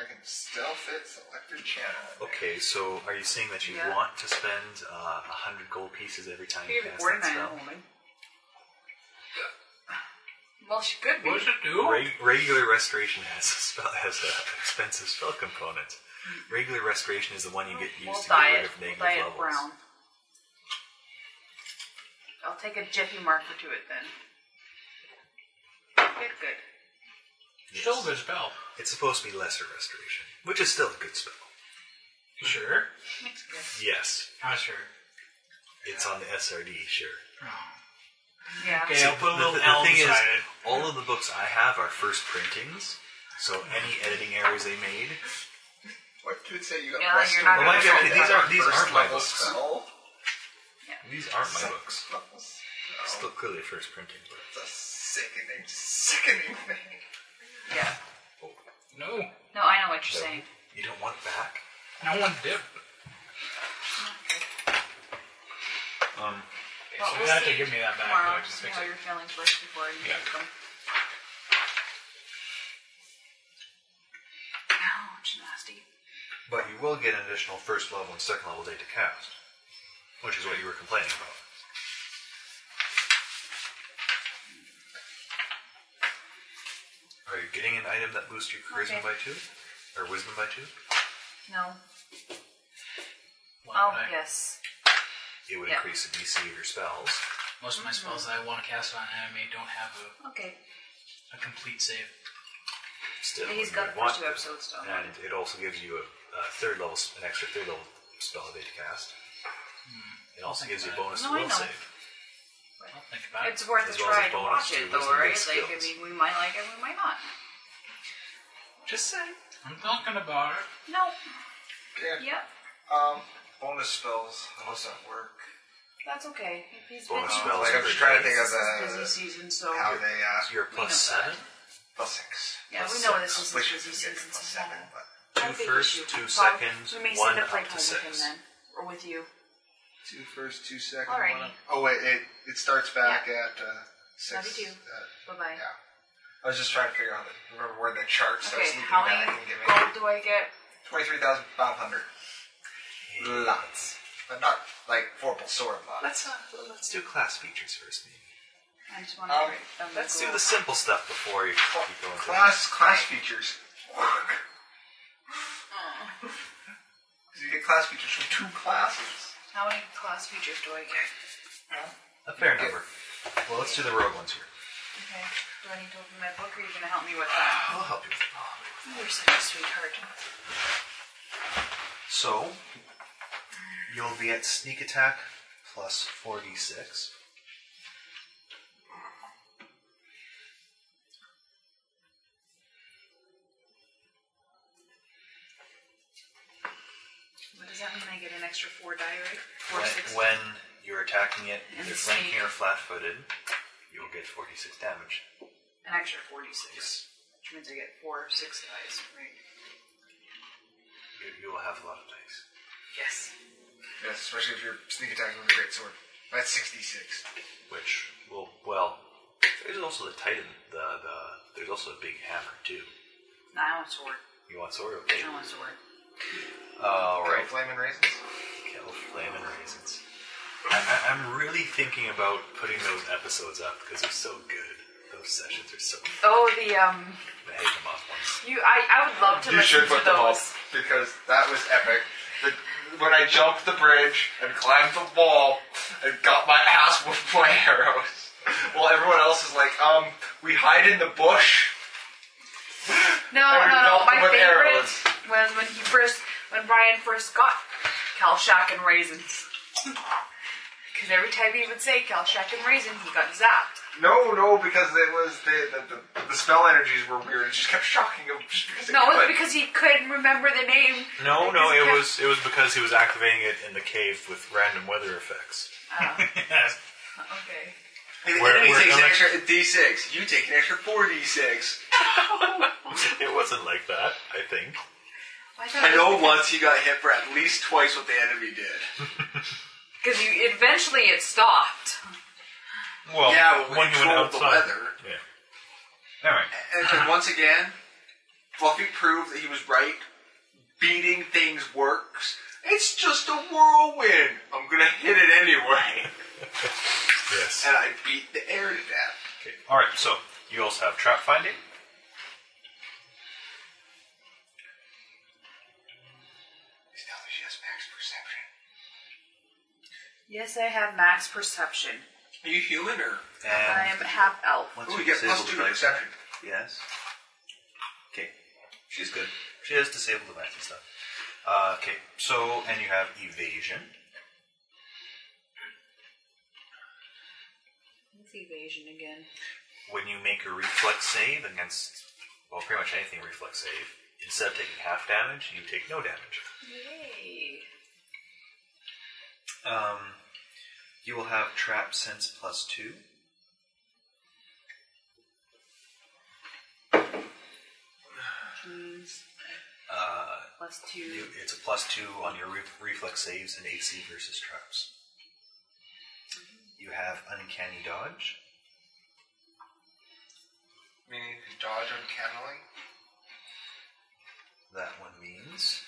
I can still fit selected channel.
Okay, so are you saying that you
Yeah.
want to spend uh, a hundred gold pieces every time you
You're
cast
born
that
man,
spell?
woman. Well, she could be.
What does it do?
Reg- regular restoration has a spell has a expensive spell component. Regular restoration is the one you get used
Mm-hmm. We'll
to
dye
get rid
it.
of
We'll
negative
dye it
levels.
brown. I'll take a Jiffy marker to it then. Good, good.
Still a good spell.
It's supposed to be lesser restoration, which is still a good spell.
You sure?
That's good.
Yes,
Not sure.
it's on the SRD. Sure.
Yeah.
Okay, I'll put a little
the,
L
the thing
beside
is,
it.
all of the books I have are first printings, so any editing errors they made.
What could say you got
Yeah, you're
rested?
not
Well,
gonna
mind you,
say
okay,
that.
these aren't these
First
aren't my
level
books.
spell?
These aren't my books. Still clearly a first printing book.
It's a sickening, sickening thing.
Yeah.
No.
No, I know what you're saying.
You don't want it back?
No one did.
Um,
so
Well,
you
we'll
have to
see
give me that back,
Tomorrow,
though, I can
see
fix
how
it.
your feelings work before you
Yeah.
make them. Ouch, nasty.
But you will get an additional first level and second level date to cast, which is what you were complaining about. Are you getting an item that boosts your charisma by
Okay.
two? Or wisdom by two?
No.
Why
oh,
would I?
yes.
It would
Yeah.
increase the DC of your spells.
Most of my spells that I want to cast on an enemy don't have a,
Okay.
a complete save.
Still,
He's
you
got
would
the
want
first two
to.
episodes done.
And it also gives you a, a third level, s- an extra third level spell ability to cast. It also gives you a bonus
No,
to
I
will
know.
save.
I'll think about
It's worth
As
a
well as
try
a
to
bonus
watch
to
it, though,
wisdom and
right? Like, I
skills.
mean, we might like it, we might not.
Just saying. I'm talking about it.
No.
Okay.
Yep.
Um, bonus spells. How does that work?
That's okay. If he's
Bonus
busy-
spells Like, I'm just every trying to day. think of the-
This is busy season, so
How they uh,
You're
We plus know that. seven?
plus six.
yeah,
Plus
we know
six.
this is
Which
busy season.
plus
so-
seven, but
Not a
Two
big
first,
issue.
two
Well,
second,
We may
one
send a
up
play
to
time with him
six.
then, or with you.
two first, two second.
Alrighty.
one up. Oh wait, it it starts back at uh, six.
Love you too.
uh,
Bye bye.
I was just trying to figure out the, remember where the chart starts
Okay,
looping
how many
back and giving
gold do I get?
twenty-three thousand five hundred. Lots, but not like vorpal sword lots.
Let's, uh, let's do class features first, maybe.
I just want to.
Um,
Let's do the simple stuff before you keep going. to-
Class class features. Because you get class features from two classes.
How many class features do I get?
A fair number. Well, let's do the rogue ones here.
Okay. Do I need to open my book, or are you going to help me with that?
I'll help you.
You're such a sweetheart.
So, you'll be at sneak attack plus 4d6.
What does that mean? I get an extra four die, right? Four
When,
six.
when you're attacking it,
And
either
sneak.
flanking or flat footed, you'll get 46 damage.
An extra forty-six, which means I get four six dice, right?
You, you will have a lot of dice.
Yes.
Yes, especially if you're sneak attacking with a great sword. That's sixty-six.
Which, well, well, there's also the Titan, the, the, there's also a big hammer, too.
No, I want sword.
You want sword? Okay.
I want sword.
Alright.
Flame and raisins.
Kill Flame and Raisins. I, I, I'm really thinking about putting those episodes up because they're so good. Those sessions are so fun.
Oh, the um,
I hate them off once.
you. I I would love to
You
listen
should
to
put them up
those.
because that was epic. The, when I jumped the bridge and climbed the wall and got my ass (laughs) whooped by arrows, while everyone else is like, um, we hide in the bush.
No,
I would
no, no.
melt
My
them with
favorite
arrows.
was when he first, when Brian first got Kalshak and raisins. Because every time he would say Kalshak and raisins, he got zapped.
No, no, because it was the the, the, the spell energies were weird. It just kept shocking him just because.
No,
it
it was
could.
because he couldn't remember the name.
No,
Because
no,
he
it
kept-
was it was because he was activating it in the cave with random weather effects.
Okay.
And the
Where-
enemy
where
takes an
Alex-
extra d6. You take an extra four d6.
it wasn't like that, I think.
I thought
I (laughs) know once he got hit for at least twice what the enemy did.
Because you eventually it stopped.
Well,
yeah, but we
Oh, when you went
controlled the
outside.
weather.
Yeah. All right.
And then once again, Fluffy proved that he was right. Beating things works. It's just a whirlwind. I'm gonna hit it anyway. (laughs)
Yes.
And I beat the air to death.
Okay. All right. So you also have trap finding.
He's telling me she has max perception.
Yes, I have max perception.
Are you human or?
I am half elf.
Once
Ooh,
you
you get
disable
plus
the
two
device-
perception.
Yes. Okay. She's good. She has disabled the and stuff. Uh, okay. So, and you have evasion.
It's evasion again.
When you make a reflex save against, well, pretty much anything reflex save, instead of taking half damage, you take no damage.
Yay.
Um,
You will have trap sense plus two.
Jeez.
Uh,
Plus two.
you- it's a plus two on your re- reflex saves and AC versus traps. You have uncanny dodge.
Meaning you can dodge uncannily.
That one means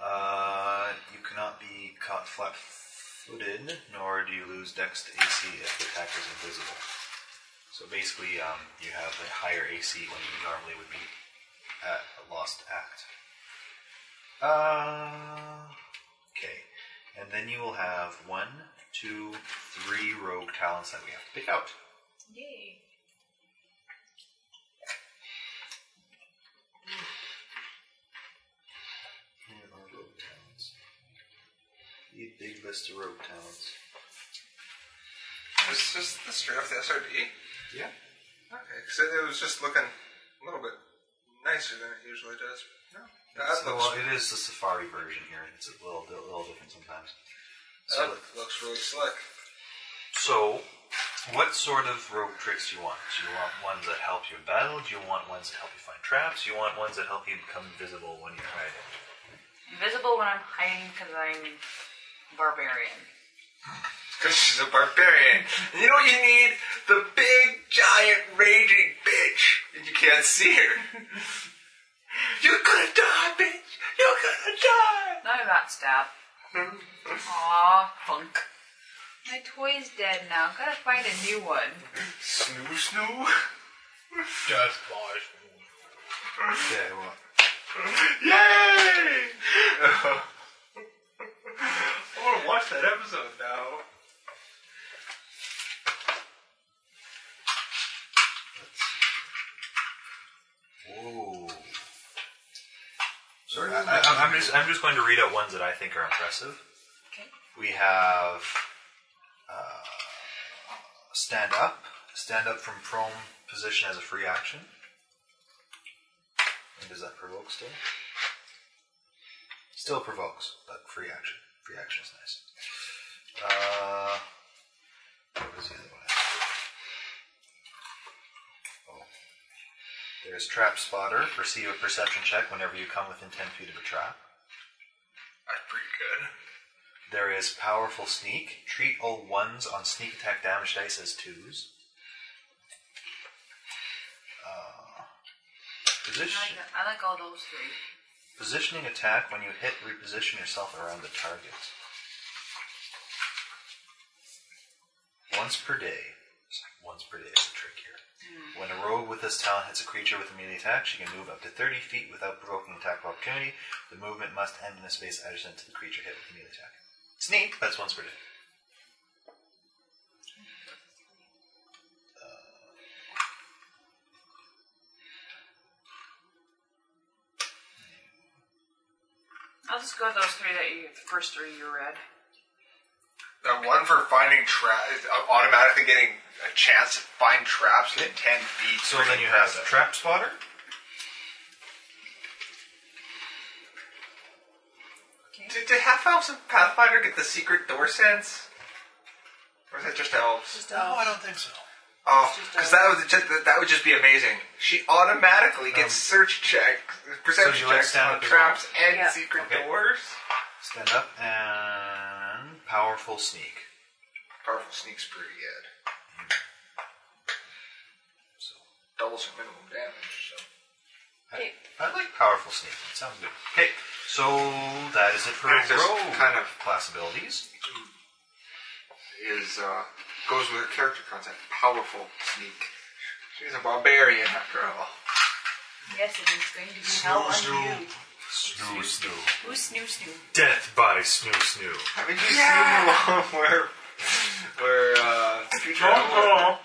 uh, you cannot be caught flat-footed, nor do you lose Dex to AC if the attacker is invisible. So basically, um, you have a higher AC when you normally would be at a lost act. Uh, okay, and then you will have one, two, three rogue talents that we have to pick out.
Yay.
Here are rogue talents. The big list of rogue talents.
This is the straight off the SRD.
Yeah.
Okay, because it was just looking a little bit nicer than it usually does. No, that
It's-
looks
well, it is the Safari version here. It's a little, a little different sometimes.
that
So,
looks really slick.
so, what sort of rogue tricks do you want? Do you want ones that help you in battle? Do you want ones that help you find traps? Do you want ones that help you become visible when you're hiding?
Invisible when I'm hiding because I'm barbarian.
Because she's a barbarian. And you know what you need? The big, giant, raging bitch. And you can't see
(laughs)
her. You're gonna die, bitch. You're gonna die.
No, I'm not
(laughs)
stabbed. Aw, funk.
My toy's dead now. Gotta find a new one.
Snoo snoo.
Death by
Okay, well,
Yay! (laughs) I want to watch that episode now.
Whoa.
Sorry,
I-
I, I, I'm just I'm just going to read out ones that I think are impressive.
Okay.
We have uh, stand up, stand up from prone position as a free action. And does that provoke still? Still provokes, but free action. Free action is nice. Uh, what was the other one? Oh. There's trap spotter. Receive a perception check whenever you come within ten feet of a trap.
That's pretty good.
There is powerful sneak. Treat all ones on sneak attack damage dice as twos. Uh,
I
position,
like, that. I like all those three.
positioning attack when you hit, reposition yourself around the target. Once per day. It's like Once per day is a trick here. When a rogue with this talent hits a creature with immediate attack, she can move up to 30 feet without provoking attack of opportunity. The movement must end in a space adjacent to the creature hit with immediate attack. Sneak. That's once per day.
I'll just go with those three that you, the first three you read.
That one for finding traps, automatically getting a chance to find traps in 10 feet.
So then you have trap spotter.
Did, did half elves and Pathfinder get the secret door sense? Or is that just elves?
Just
uh,
elves. No, I
don't think so.
Oh, because that would just, that would just be amazing. She automatically gets search check, perception
you like
checks
stand
on
up and
traps
roll?
and
Yeah.
secret
Okay.
doors.
Stand up and powerful sneak.
Powerful sneak's pretty good.
So
doubles her minimum damage. So.
I, I like powerful sneak. It sounds good. Okay, so that is it for
There's this
rogue
kind of
class abilities.
Is uh, goes with her character concept. Powerful sneak. She's a barbarian after all.
Yes, and it's going to be hell on you.
Snoo snoo.
Who's snoo snoo?
Death by snoo snoo.
Haven't you seen the one (laughs) where where uh, Future Outlaw-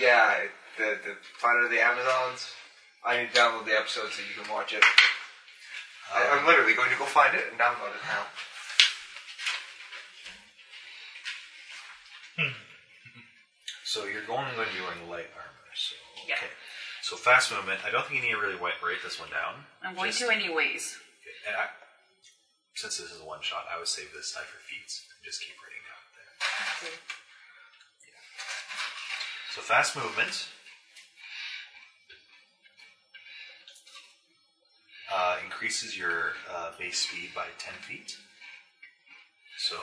yeah, the the Planet of the Amazons. I need to download the episode so you can watch it. I,
Uh-huh.
I'm literally going to go find it and download it now.
So you're only going to be wearing light armor. So
Yeah.
okay. So fast movement. I don't think you need to really wa- write this one down.
I'm going
Just-
to anyways.
And I, since this is a one shot, I would save this side for feats and just keep writing down there. So fast movement. Uh, increases your uh, base speed by 10 feet. So,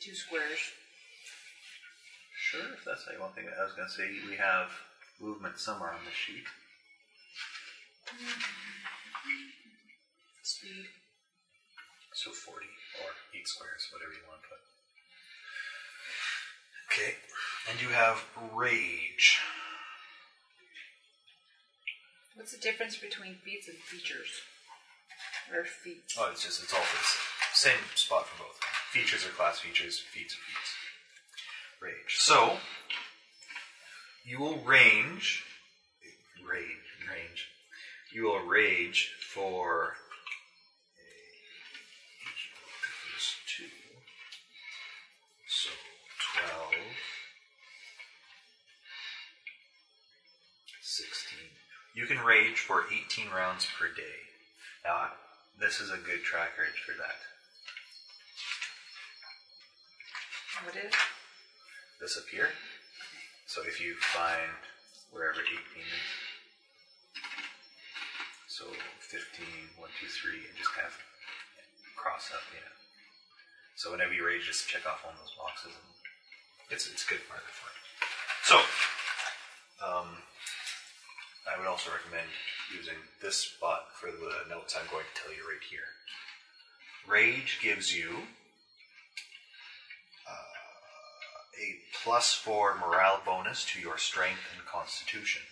Two squares.
Sure, if that's how you want to think of it. I was going to say we have movement somewhere on the sheet.
Speed.
so 40 or 8 squares, whatever you want to put. Okay. And you have rage.
What's the difference between feats and features? Or feet?
Oh, it's just, it's all for the s- same spot for both. Features are class features, feats are feats. Rage. So, you will range. Rage. Range. You will rage for. There's two. So, 12. 16. You can rage for 18 rounds per day. Now,
This is a good tracker for that.
What is?
This up here. So if you find wherever 18 is, so 15, 1, 2, 3, and just kind of cross up, you know. So whenever you rage, just check off one of those boxes. And it's, it's good marker for it.
So, um, I would also recommend using this spot for the notes I'm going to tell you right here. Rage gives you uh, a plus four morale bonus to your strength and constitution.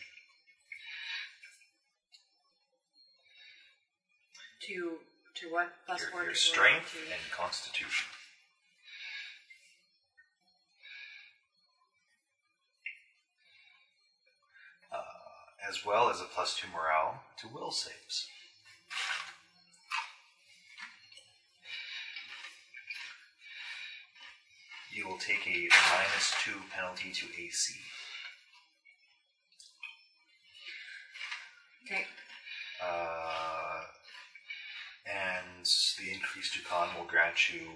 To to what? Plus
Your,
four
your
to
strength
royalty.
and constitution. Uh, as well as a plus two morale to will saves. You will take a minus two penalty to AC.
Okay.
Uh, and the increased Dukan will grant you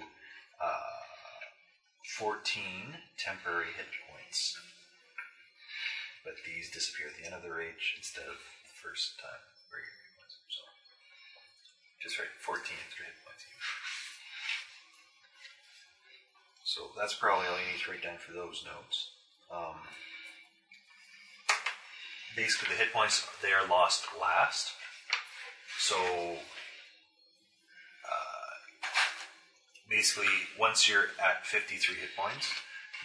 uh, 14 temporary hit points. But these disappear at the end of the rage instead of the first time where your hit points. So just right, 14 extra hit points. you. So that's probably all you need to write down for those notes. Um, basically, the hit points they are lost last. So uh, basically, once you're at 53 hit points,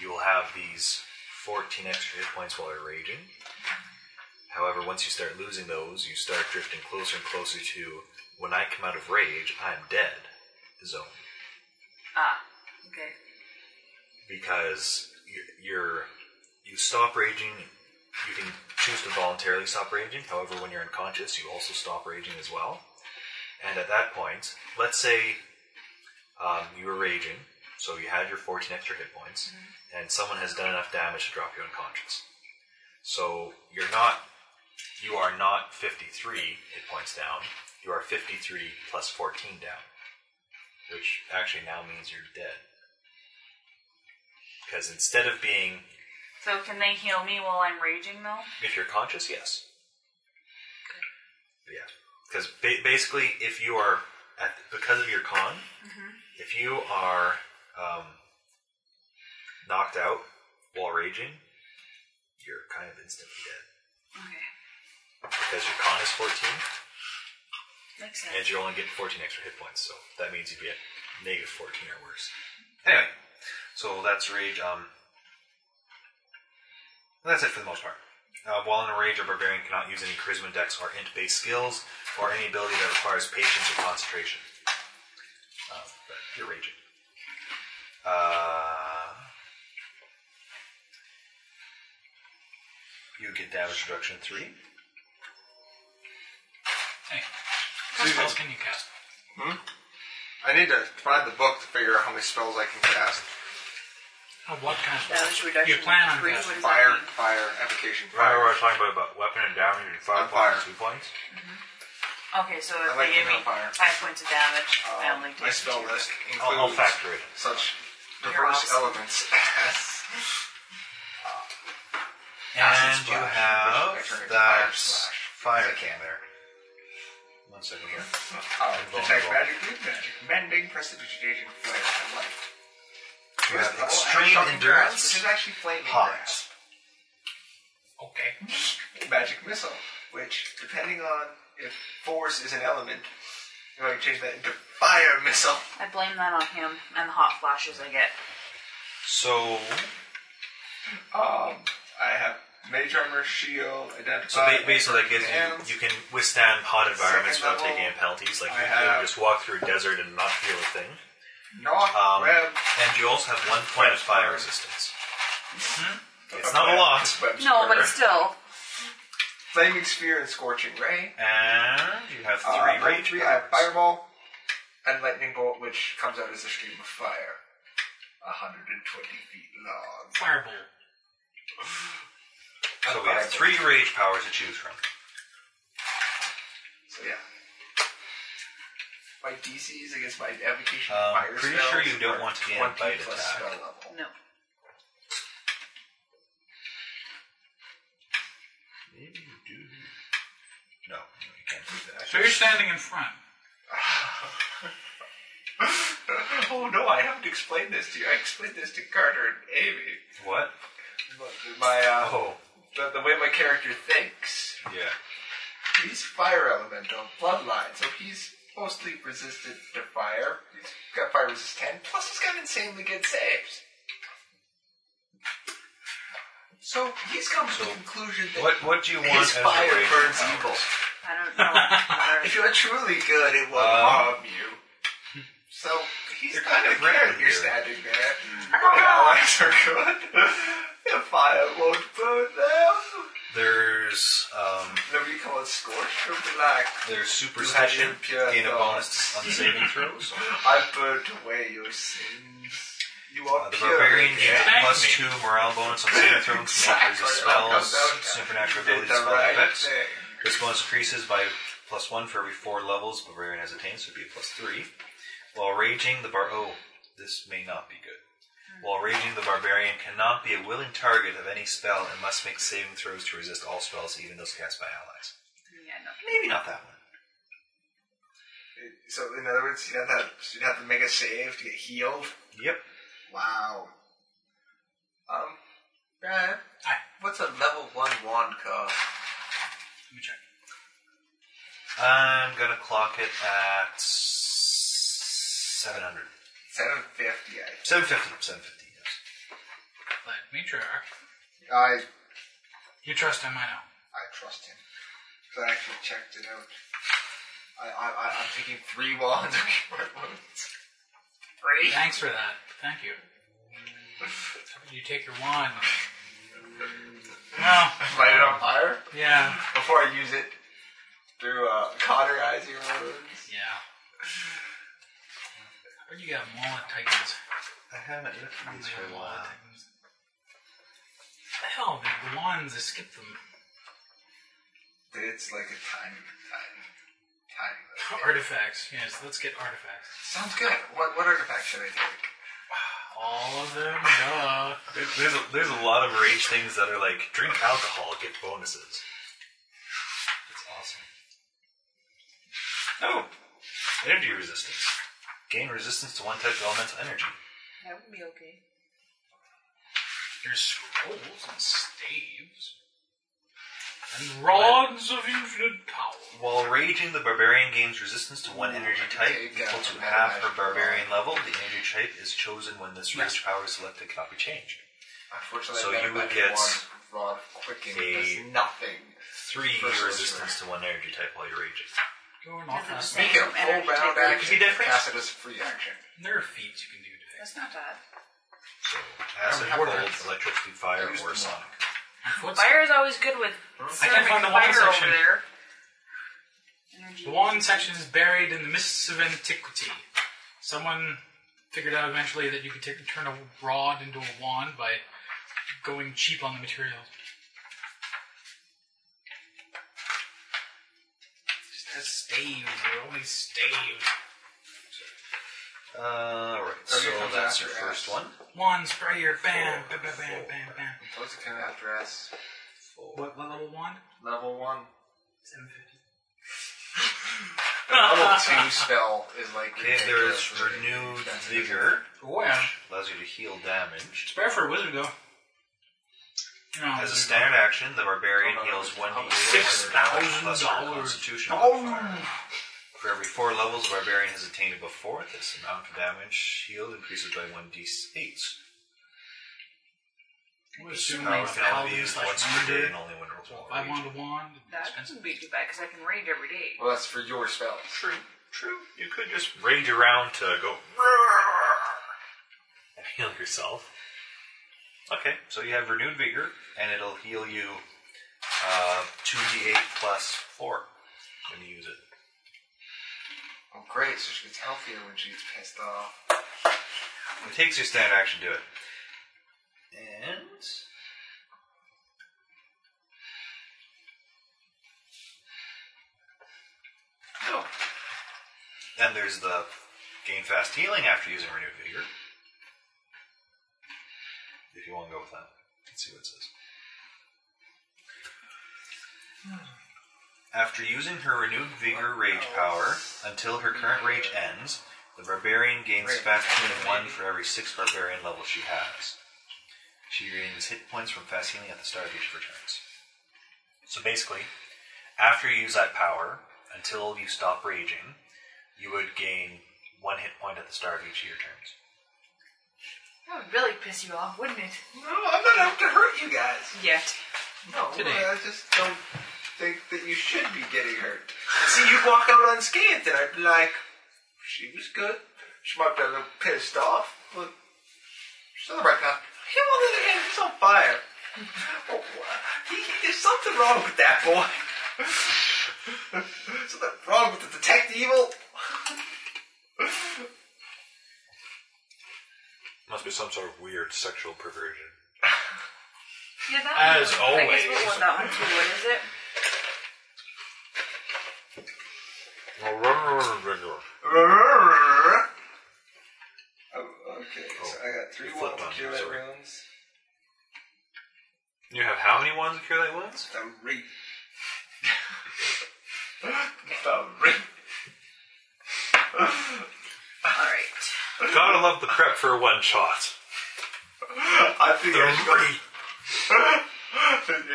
you will have these 14 extra hit points while you're raging. However, once you start losing those, you start drifting closer and closer to when I come out of rage, I'm dead zone.
Ah, okay.
Because you- you're you stop raging, you can choose to voluntarily stop raging. However, when you're unconscious, you also stop raging as well. And at that point, let's say um, you were raging, so you had your 14 extra hit points, and someone has done enough damage to drop you unconscious. So you're not, you are not 53 hit points down. You are 53 plus 14 down, which actually now means you're dead. Because instead of being,
So can they heal me while I'm raging though?
if you're conscious, yes. Yeah, because ba- basically, if you are at because of your con, if you are um, knocked out while raging, you're kind of instantly dead
Okay.
because your con is 14
Makes
and
sense.
you only get 14 extra hit points. So that means you'd be at negative 14 or worse. Anyway, so that's rage. Um, that's it for the most part. Uh, while in a rage, a barbarian cannot use any charisma dex or int-based skills or any ability that requires patience or concentration. Uh, but you're raging. Uh, you get damage reduction three.
Hey, what spells can you cast?
Hmm? I need to find the book to figure out how many spells I can cast.
Oh, what kind of spells?
Damage reduction
you plan on
three,
casting?
what is that?
Fire, fire, evocation,
Remember
fire.
what I was talking about, about weapon and damage and five
Fire.
points, two points?
Okay, so if
I like
they give
the
me
fire.
five points of damage, I only
Um, My
take
spell
two.
list
I'll, I'll
includes
factor it in.
such diverse elements. (laughs)
And you have that fire
can there.
One second here.
Oh, detect
Invulnerable.
magic, leap magic, mending, prestidigitation, flame, and light.
You have
Oh, and
extreme
shocking grasp,
endurance.
Which is actually flaming
Hot.
grasp. Okay. magic missile, which, depending on if force is an element, you want to change that into fire missile.
I blame that on him and the hot flashes I get.
So,
Um, I have mage armor, shield, identify.
So
uh,
ba- basically, like, is
and
you, you can withstand hot environments
Second
without
level,
taking any penalties. Like,
I
you can
have-
just walk through a desert and not feel a thing.
Not
Um,
web.
and you also have one point of fire resistance. It's not a
Web-
lot.
web
No, but
square.
still.
Flaming Sphere and Scorching Ray.
And you have
Uh,
three
I have
rage
three, I have
powers.
Fireball and Lightning Bolt, which comes out as a stream of fire. 120 feet long.
Fireball.
So we have three rage powers to choose from.
So, yeah. My DCs against my evocation
Um,
fire
pretty
spells
sure you don't
are
want to gain a
20
bite
plus
attack.
spell level.
No.
No, you can't do that.
So you're standing in front.
(laughs) oh no, I haven't explained this to you. I explained this to Carter and Amy.
What?
My uh,
Oh.
the, the way my character thinks.
Yeah.
He's fire elemental bloodline, so he's mostly resistant to fire. He's got fire resist ten. Plus, he's got insanely good saves. So he's come to the conclusion that
What What do you want
his
as
fire
a rage
burns
power?
evil.
I don't know.
if you're truly good, it will
Um,
harm you. So he's
They're
kind
kind
of
of random
good.
here.
You're standing (laughs) there. The allies are good. (laughs) the fire won't burn them.
There's um,
Nobody call it scorch or black.
there's superstition. Gain a bonus on
(laughs)
saving throws. Uh,
I burnt away your sins. You are
Uh, the
pure.
barbarian gains a
again.
plus two morale bonus on saving
(laughs)
throws,
Exactly.
makers of spells,
Oh, no, no.
supernatural
You did
abilities,
the
spell
right
effects.
thing.
This bonus increases by plus one for every four levels barbarian has attained, so it'd be a plus three. While raging, the bar oh, this may not be good. While raging, the barbarian cannot be a willing target of any spell and must make saving throws to resist all spells, even those cast by allies.
Yeah, no.
Maybe not that one.
So in other words, you'd have to you'd have to make a save to get healed.
Yep.
Wow. Um, Brad, what's a level one wand cost?
Let me check.
I'm gonna clock it at seven hundred.
Seven fifty. I think.
Seven fifty. Seven fifty. Yes.
But Matriarch,
I
you trust him, I know.
I trust him. So I actually checked it out. I I I- I'm thinking three wands. (laughs) Three.
Thanks for that. Thank you. How about you take your wand? No.
Light it on fire
Yeah.
before I use it to uh, cauterize your wounds.
Yeah. How about you got Maul of Titans?
I haven't looked at these for a while.
The hell, the, the wands, I skipped them.
It's like a tiny, tiny, tiny. little (laughs) thing.
Artifacts. Yes, let's get artifacts.
Sounds good. What what artifact should I take?
All of them, duh.
There- There's a, there's a lot of rage things that are like drink alcohol, get bonuses.
That's awesome.
Oh, energy resistance.
Gain resistance to one type of elemental energy.
That would be okay.
There's scrolls and staves. And rods of infinite power.
While raging, the barbarian gains resistance to one energy type equal to half her barbarian level. The energy type is chosen when this rage power is selected, cannot be changed.
Unfortunately,
So
I've got
you would
about
get
one rod of quickening.
a
Does nothing.
Three
First
resistance to one energy type while you're raging.
Going off
Doesn't
fast.
Make it a full round
Any
action.
difference?
Cast it as a free action.
There are feats you can do to fix
That's not bad.
So acid,
How
cold,
many words?
electricity, fire, or sonic.
What's-
Fire is always good with
I can't find the
ceramic
wand
fire
section.
over there.
The wand section is buried in the mists of antiquity. Someone figured out eventually that you could take, turn a rod into a wand by going cheap on the materials. Just have staves. They're only staves.
Uh, all right, so
Everything comes
that's
after
your first
S.
one.
One, spray your bam, bam, bam, bam, bam, bam.
Those are kind of after us.
What, what level one?
Level one.
(laughs)
Seven fifty.
The level two spell is like.
Okay, there is
ridiculous.
renewed vigor,
Oh, yeah.
which allows you to heal damage.
Spare for a wizard go. No,
As a
wizard
standard action, the barbarian heals one d8
Six
damage
thousand
plus her
dollars.
constitution.
Oh.
For every four levels the barbarian has attained before, this amount of damage healed increases by one d8.
go. We're
This
assuming
power can only be
Paladin's
used
like
once
one
per day
day.
and only when rolls
So
one
if I
rage.
want a wand,
That wouldn't be too bad because I can rage every day.
Well, that's for your spells.
True. True. You could just rage around to go and heal yourself.
Okay, so you have renewed vigor, and it'll heal you uh, 2d8 plus 4 when you use it.
Oh, great. So she gets healthier when she gets pissed off.
It takes your standard action to do it. And. Oh. Then there's the gain fast healing after using renewed vigor. If you want to go with that, let's see what it says. After using her renewed vigor rage power until her current rage ends, the barbarian gains fast healing one for every six barbarian level she has. She regains hit points from fast healing at the start of each of her turns. So basically, after you use that power until you stop raging, you would gain one hit point at the start of each of your turns.
That would really piss you off, wouldn't it?
No, I'm not out to hurt you guys.
Yet.
No,
Today.
I just don't think that you should be getting hurt. See, you walk out unscathed, and I'd be like, she was good. She might be a little pissed off, but she's on the right path. Him on the other hand, he's on fire. (laughs) Oh, wow. he, there's something wrong with that boy. (laughs) something wrong with the detect evil. (laughs)
Must be some sort of weird sexual perversion.
Yeah, that
As
one, I guess
always.
we'll want that one too. What is it?
Oh, okay, so I got three
you flipped
one
on me,
cure light
sorry.
rounds.
You have how many ones of cure light wounds?
Three. Three.
Alright.
(clears throat) Gotta love the prep for a one shot.
I think I should go.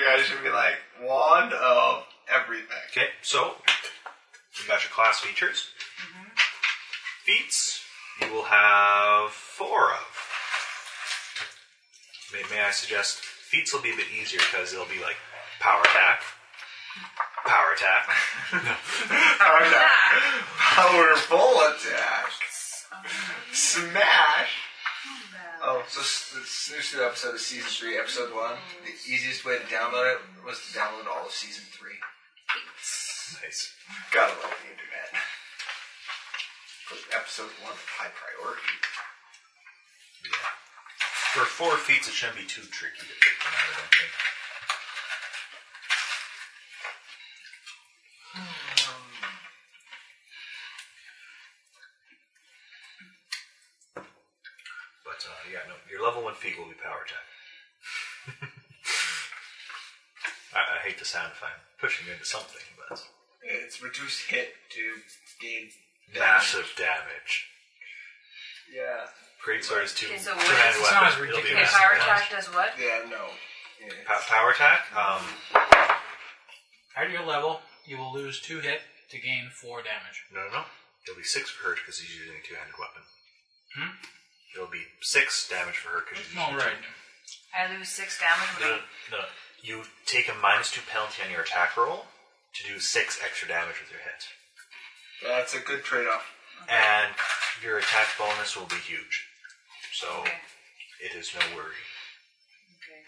I should be like wand of everything.
Okay, so you got your class features. Mm-hmm. Feats, you will have four of. May, may I suggest feats will be a bit easier because they'll be like power attack, power attack. (laughs)
Power attack. Powerful attack. Smash. Oh, so s- the s- new student episode of season three, episode one. The easiest way to download it was to download all of season three.
nice.
Gotta love the internet. Put episode one at high priority.
For four feats, it shouldn't be too tricky to pick them out, I don't think.
Hmm. But uh, yeah, no, your level one feat will be power attack. (laughs) I, I hate the sound if I'm pushing you into something, but
It's reduced hit to gain
massive damage.
Yeah.
Great sword is two.
Okay, so what
two-handed
is-
weapon.
sounds
It'll be
Okay,
ridiculous.
massive
power
damage.
attack does what?
Yeah, no. Yeah.
Pa- power attack. Um,
At your level, you will lose two hit to gain four damage.
no, no, no. It'll be six for her because he's using a two-handed weapon.
Hmm?
It'll be six damage for her because she's
All
using
right.
I lose six damage.
two.
but I-
No, no, no. You take a minus two penalty on your attack roll to do six extra damage with your hit,
That's a good trade off.
and your attack bonus will be huge. So
Okay.
it is no worry.
Okay.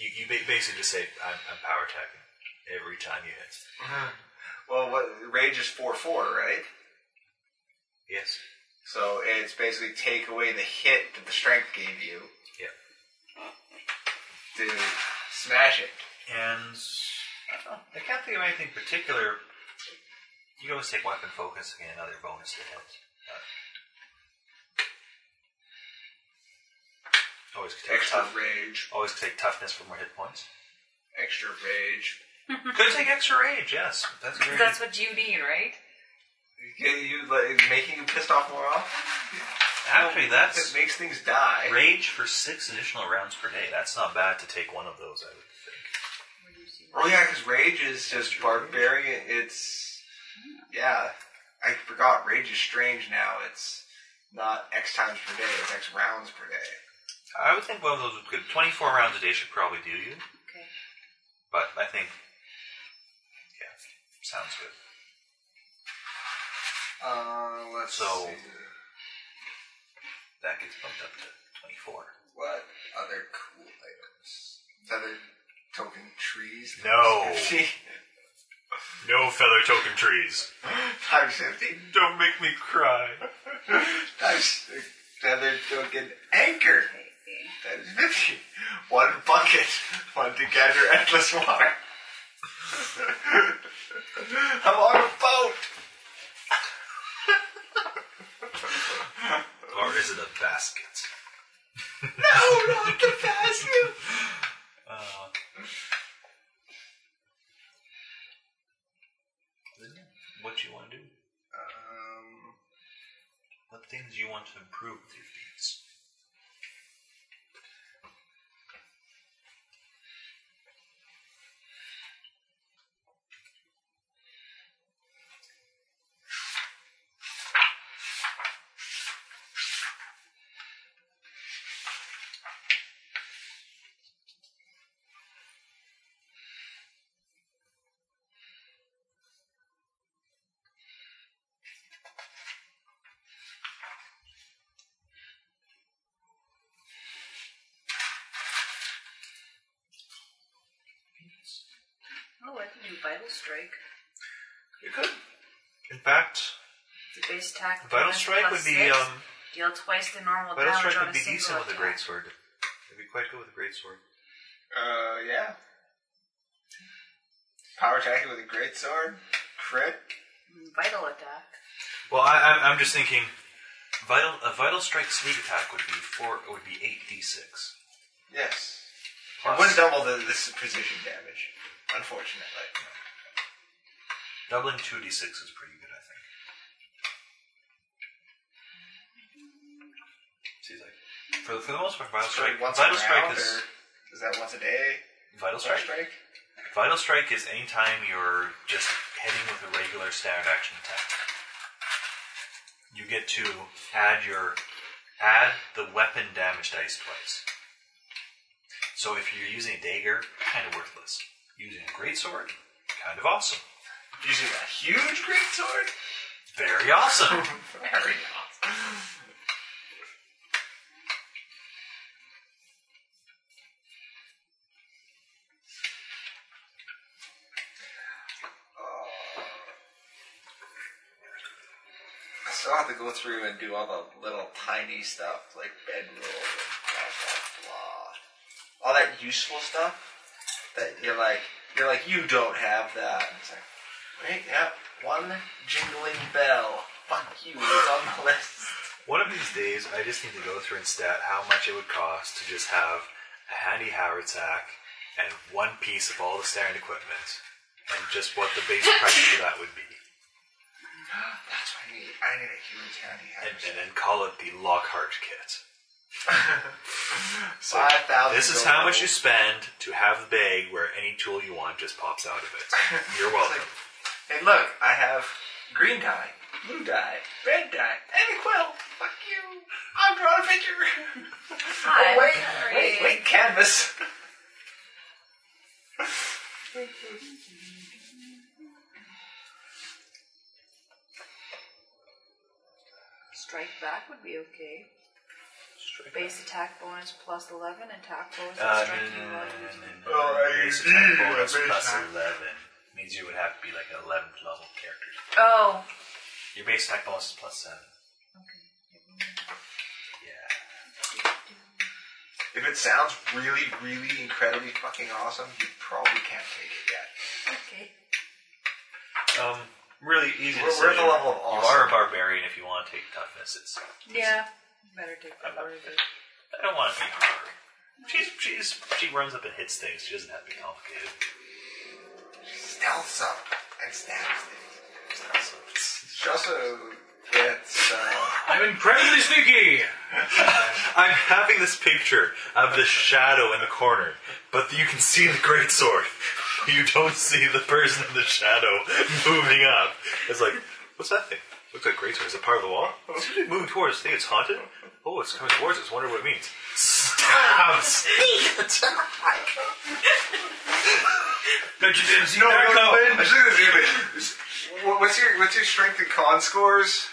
You, you ba- basically just say, "I'm, I'm power attacking." Every time you hit.
Well, what rage is four four, right?
Yes.
So it's basically take away the hit that the strength gave you
Yeah.
to smash it.
And I don't know, I can't think of anything particular. You can always take weapon focus and get another bonus to hit. Uh, Always could take
Extra
tough-
rage.
Always could take toughness for more hit
(laughs)
points.
Extra rage.
could take extra rage. Yes, that's very.
That's what you need, right?
Yeah, you like making you pissed off more off.
Actually, that's
it makes things die.
Rage for six additional rounds per day. That's not bad to take one of those. I would.
Oh yeah, because rage is just barbarian. It's yeah. I forgot. Rage is strange now. It's not X times per day. It's X rounds per day.
I would think one of those would good. Twenty-four rounds a day should probably do you.
Okay.
But I think, yeah, sounds good.
Uh, let's
So
see.
that gets bumped up to twenty-four.
What other cool items? Feather token trees.
No.
Fifty. (laughs)
No feather token trees.
times fifty. (laughs)
Don't make me cry. (laughs)
times feather token anchor. Times fifty. (laughs) One bucket. One to gather endless water. (laughs) I'm on a boat.
Or is it a basket?
No, not the basket.
Uh, what you want to do?
Um,
what things you want to improve with your feats?
Oh, I can do Vital Strike.
You could. In fact,
It's a base attack.
Vital
bonus
Strike
plus
would be,
six.
um,
Deal twice the normal
Vital
damage
Strike
on
would
a
be
single
decent with a
attack.
greatsword. It'd be quite good with a greatsword.
Uh, yeah. Power attacking with a great sword. Crit.
Vital attack.
Well, I, I'm, I'm just thinking, vital a vital strike sneak attack would be four. Would be eight d six.
Yes.
Plus-
It would double the, this precision damage, unfortunately.
Doubling two d six is pretty good, I think. See, like for the, for the most part, vital
So,
strike.
once
Vital
a
strike
round,
is
or is that once a day?
vital
Strike?
strike. Vital strike is anytime you're just hitting with a regular standard action attack. You get to add your add the weapon damage dice twice. So if you're using a dagger, kind of worthless. Using a greatsword, kind of awesome.
Using a huge greatsword,
very awesome.
Very awesome. I still have to go through and do all the little tiny stuff like bedroll, blah blah blah, all that useful stuff that you're like, you're like, you don't have that. It's like, wait, yeah, one jingling bell. Fuck you, it's on the list.
One of these days, I just need to go through and stat how much it would cost to just have a handy haversack and one piece of all the standard equipment, and just what the base price for that would be,
That's what I need. I need a huge handy
and,
hammer.
and then call it the Lockhart kit. So
Five thousand.
this is how much you spend to have the bag where any tool you want just pops out of
(laughs)
it. You're welcome.
Hey, look, I have green dye, blue dye, red dye, and a quill. Fuck you. I'm drawing a picture.
I'm
oh, wait,
sorry.
wait, wait, canvas.
Strike back would be okay. Base attack bonus plus 11, attack bonus
Uh,
and striking
no, no,
while
no,
using.
no, no,
oh,
no, no, uh, base attack bonus plus eleven means you would have to be like an eleventh level character.
Oh,
Your base attack bonus is plus seven.
If it sounds really, really incredibly fucking awesome, you probably can't take it yet.
okay.
Um, really easy
We're-
to say.
we're at the level of
You are
awesome.
a barbarian if you want to take toughness. It's
Yeah, better take that word.
I don't want to be her. She's, she's, she runs up and hits things. She doesn't have to be complicated.
Stealths up and stabs things. She also gets. Uh,
I'm incredibly sneaky.
I'm having this picture of the shadow in the corner, but you can see the greatsword. You don't see the person in the shadow moving up. It's like, what's that thing? Looks like greatsword. Is it part of the wall? What's it moving towards? Think it's haunted? Oh, it's coming towards us. Wonder what it means. Stabs.
That you didn't see no, that coming. I just look at this image. What- What's your what's your strength and con scores?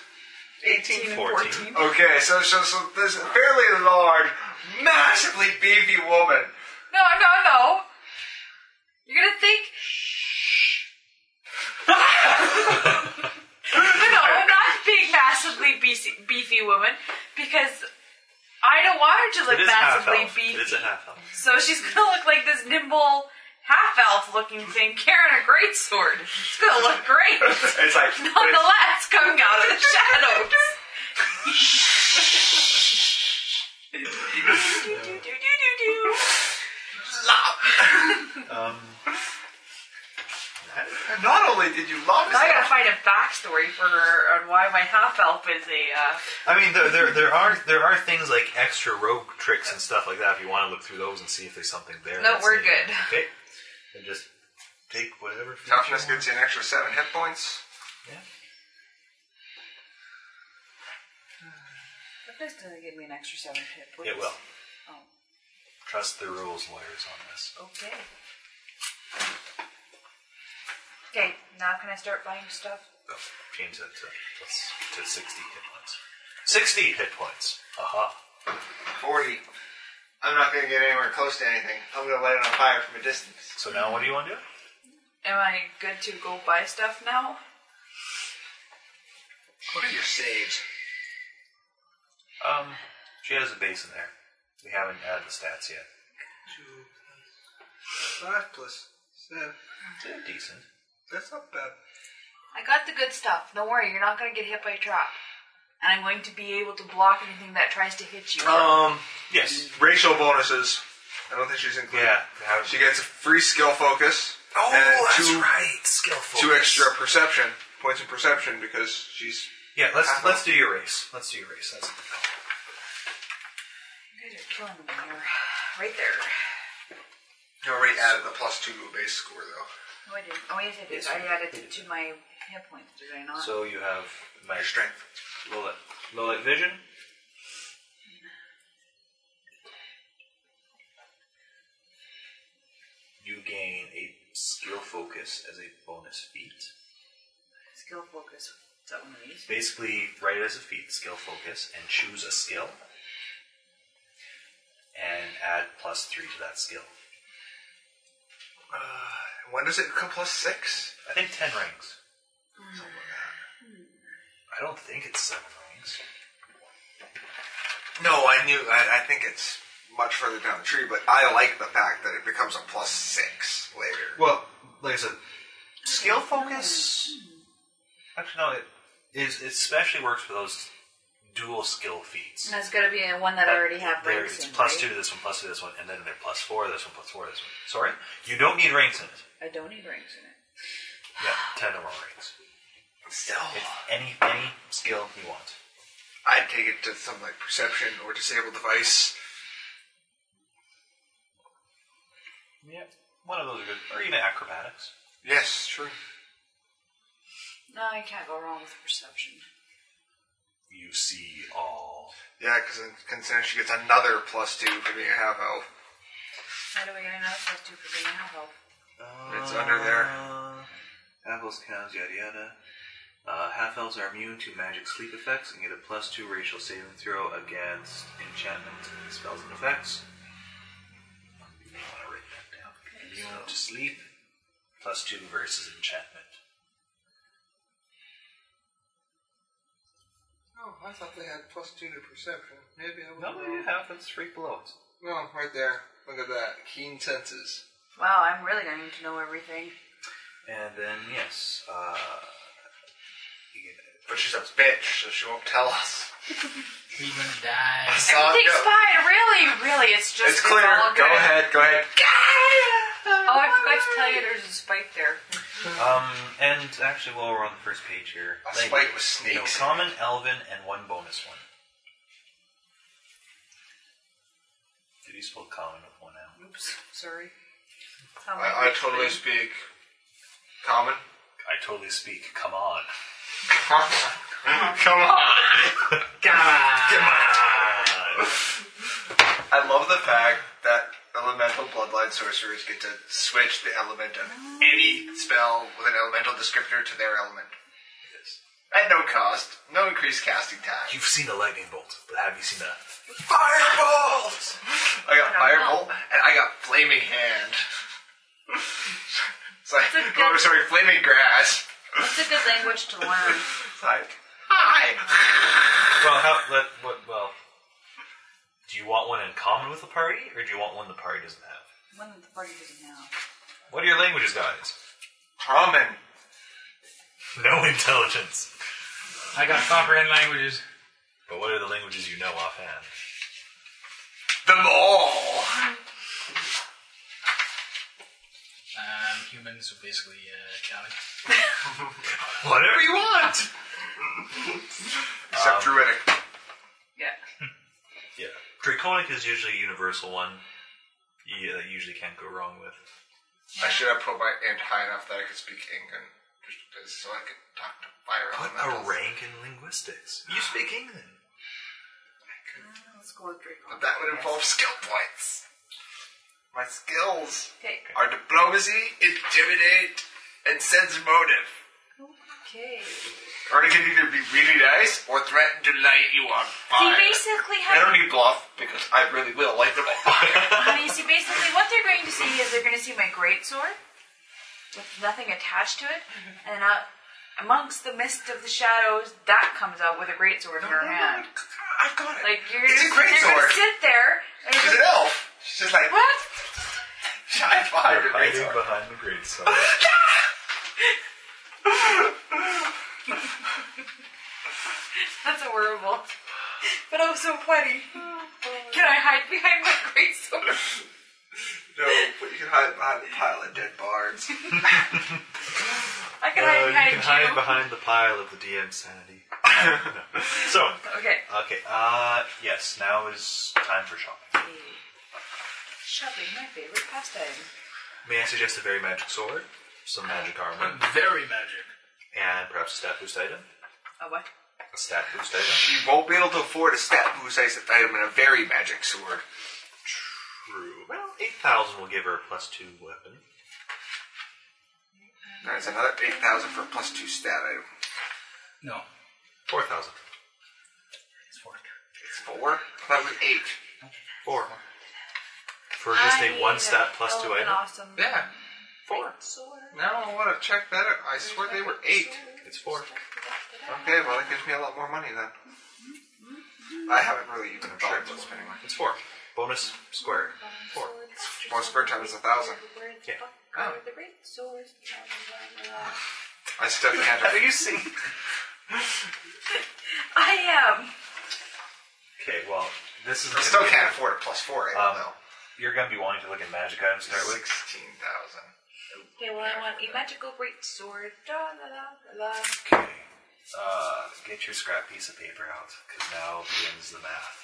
18, 14.
Okay, so so so this fairly large, massively beefy woman.
No, no, no. You're gonna think.
(laughs) no, not big, massively beefy, beefy woman, because I don't want her to look
It is half
massively
elf.
beefy.
It is a half elf.
So she's (laughs) gonna look like this nimble half elf looking thing carrying a great sword. It's gonna look great.
(laughs) It's like
Nonetheless, coming out of the shadows.
Um,
Not only did you love
I gotta find a backstory for her on why my half elf is a. Uh,
I mean, there, there, there are there are things like extra rogue tricks and stuff like that. If you want to look through those and see if there's something there.
No,
that's
we're
needed.
good.
Okay, and just take whatever. feat you
Toughness
want.
gets you an extra seven hit points.
But this doesn't give me an extra seven hit points.
It will.
Oh,
Trust the rules lawyers on this.
okay.
okay, now can I start buying stuff?
Oh, change that to plus- to sixty hit points. Sixty hit points. Uh-huh. Aha.
Forty. I'm not gonna get anywhere close to anything. I'm gonna light it on fire from a distance.
So now, what do you want to do?
Am I good to go buy stuff now?
What are your saves?
Um, she has a base in there. We haven't added the stats yet.
Five plus seven.
They're decent.
That's not bad.
I got the good stuff. Don't worry, you're not going to get hit by a trap. And I'm going to be able to block anything that tries to hit you.
Oh.
Um. Yes. Racial bonuses. I don't think she's included. Yeah. She gets a free skill focus.
Oh,
and then
that's
two,
right. Skillful.
Two extra perception points in perception because she's.
Yeah, let's
half
let's
elf.
do your race. Let's do your race. That's
You guys are killing me here. Right there.
You already added the plus two to a base score though.
No, I didn't. Oh, yes, I did.
Yes,
I
you
added it to my hit points, did I not?
So you have my your strength, low light, low light vision. You gain a skill focus as a bonus feat.
Skill focus. Is that one of these?
Basically, write it as a feat, skill focus, and choose a skill, and add plus three to that skill.
Uh, when does it become plus six?
I think ten rings. I don't think it's seven rings.
No, I knew. I, I think it's much further down the tree, but I like the fact that it becomes a plus six later.
Well, like I said, skill focus.
Actually, no. It is it especially works for those dual skill feats.
That's got to be one that I already have
There,
ranks
it's
in,
plus
right?
two to this one, plus two to this one, and then they're plus four to this one, plus four to this one. Sorry, you don't need ranks in it.
I don't need ranks in it.
Yeah, ten or more ranks.
Still,
any any skill you want.
I'd take it to something like perception or disable device.
Yeah, one of those are good, or even acrobatics.
Yes, true.
No, I can't go wrong with perception.
You see all.
Yeah, because considering she gets another plus two for being a half elf,
How do I get another plus two for being half elf?
it's under there.
Uh, Apples, cows, yada yada. Uh, half elves are immune to magic sleep effects and get a plus two racial saving throw against enchantment spells and effects.
You may want to write that down. Immune to sleep, plus two versus enchantment.
Oh, I thought they had plus two to perception. Maybe I was
No, you have. That's three below it.
No, right there. Look at that. Keen senses.
Wow, I'm really going to need to know everything.
And then yes, uh, you get
(laughs) But she's a bitch, so she won't tell us.
Are you gonna die?
Everything's fine, really, really. It's just
Uh, It's clear.
all
Go
good.
ahead. Go ahead.
Oh, I forgot to tell you, there's a spike there.
Um, and actually, while we're on the first page here,
A
like,
spike with
you know,
snakes.
common, elven, and one bonus one. Did you spell common with one L?
Oops, sorry.
I, I totally speak common.
I totally speak. Come on.
Come on. Come on. Come on. I love the fact that elemental bloodline sorcerers get to switch the element of any spell with an elemental descriptor to their element. At no cost, no increased casting time.
You've seen a lightning bolt, but have you seen a
Firebolt! I got Firebolt, and I got Flaming Hand. it's like, oh, sorry, Flaming Grass.
It's a good language to learn.
It's like, hi!
Well, how, let, what, well, do you want one in common with the party, or do you want one the party doesn't have?
One that the party doesn't know.
What are your languages, guys? (laughs)
Common.
No intelligence.
I got comprehend languages.
But what are the languages you know offhand?
Them all!
Um, humans are basically uh, counted.
Whatever you want!
Except Druidic.
Yeah.
Yeah. Draconic is usually a universal one you, that you usually can't go wrong with.
I should have put my int high enough that I could speak Incan, just because- so I could talk to fire
Put a
elementals.
rank in linguistics. You speak England.
Let's go with Draco.
But that would involve skill points. My skills
Okay.
are diplomacy, intimidate, and sense motive.
Okay.
Or it can either be really nice or threaten to light you on
See,
fire.
basically,
I
how,
don't need bluff because I really will light them on fire.
Honey, see, basically, what they're going to see is they're going to see my great sword with nothing attached to it,
Mm-hmm.
and out amongst the mist of the shadows, that comes out with a great sword in her hand.
I've got it.
Like you're,
It's a
just,
great
you're
sword.
gonna sit there. And
(laughs)
She's an elf. She's just like,
what?
I fired
You're
a great
hiding
sword.
behind the great sword.
That's horrible. But I'm so funny. Can I hide behind my great sword?
No, but you can hide behind the pile of dead bards.
I can
Uh, you
hide behind
can hide behind the pile of the DM sanity. (laughs) No. So,
Okay.
okay, uh, yes, now is time for shopping.
Shopping, my favorite pastime.
May I suggest a very magic sword, some magic armor,
Very magic.
and perhaps a stat boost item?
Oh, what?
A stat boost item?
She won't be able to afford a stat boost item and a very magic sword.
True. Well, 8,000 will give her a plus 2 weapon.
There's another 8,000 for a plus 2 stat item.
No,
4,000.
it's four.
It's 4? That was 8.
4. For just a 1 stat plus 2 item?
Awesome.
Yeah. 4. Now I want to check that out. I swear they were 8.
It's 4.
Okay, well, that gives me a lot more money then. I haven't really even thought about spending money.
It's 4. Bonus squared. 4.
One square time is a 1,000.
Yeah.
Oh.
the great swords.
I still
(laughs)
can't. How do you see?
I am.
Okay, well, this is.
I still can't afford a plus 4 item,
Um,
though.
You're going to be wanting to look at magic items to start with.
16,000.
Okay, well, I want a magical great sword. Da, da, da, da, da.
Okay. Uh, get your scrap piece of paper out, because now begins the math.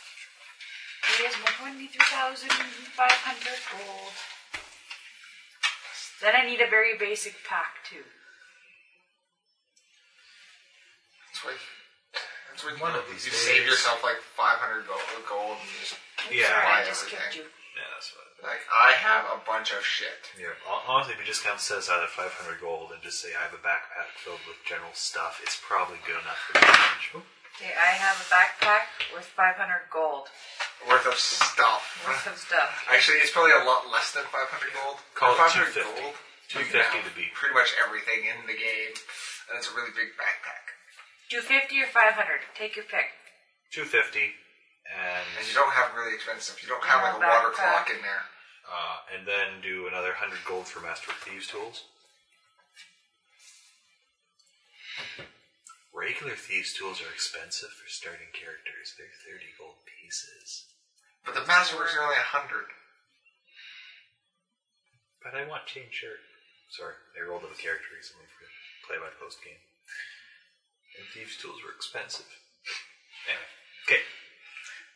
It is 123,500 gold. Then I need a very basic pack, too.
That's why. That's why
One
you,
of these
you
days.
save yourself like 500 gold, gold and you just
Yeah.
Sorry,
buy
I just
everything.
killed you.
Yeah, that's what.
Like I have a bunch of shit.
Yeah, hon- honestly, if you just kind of set aside that 500 gold and just say, I have a backpack filled with general stuff, it's probably good enough for the range.
Okay, I have a backpack worth 500 gold
worth of stuff.
worth of stuff.
Actually, it's probably a lot less than 500 gold.
Call it
500
250.
gold.
250
you can
to beat.
have Pretty much everything in the game, and it's a really big backpack.
250 or 500? Take your pick.
250, and
And you don't have really expensive. You don't have like a
No
water
backpack.
clock in there.
uh, and then do another 100 gold for Master of Thieves tools. Rake Regular thieves' tools are expensive for starting characters. They're 30 gold pieces.
But the masterworks are only a hundred.
But I want change shirt. Sorry, I rolled up a character recently for play by post game. And thieves' tools were expensive. Anyway, okay.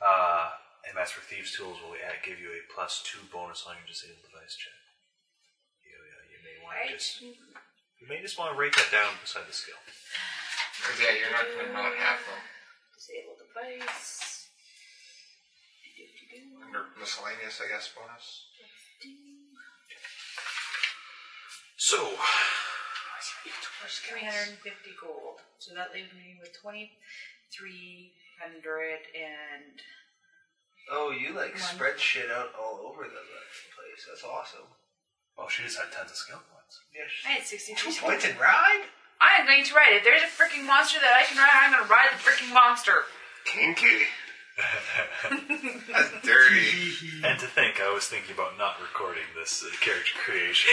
Uh, and Master Thieves' tools will add, give you a plus two bonus on your disabled device check. You, uh, you may want to just. You may just want to write that down beside the skill.
Yeah, you're not going to not have them.
Disable device.
Under miscellaneous, I guess, bonus.
So,
350 gold. So that leaves me with 2,300 and.
Oh, you like
One.
spread shit out all over the the place. That's awesome.
Well, she just had tons of skill (laughs) points.
Yeah,
I had 63
Two
gold.
points in ride?
I am going to ride. If there's a freaking monster that I can ride, I'm going to ride the freaking monster.
Kinky.
That's
(laughs)
dirty. and to think, I was thinking about not recording this uh, character creation.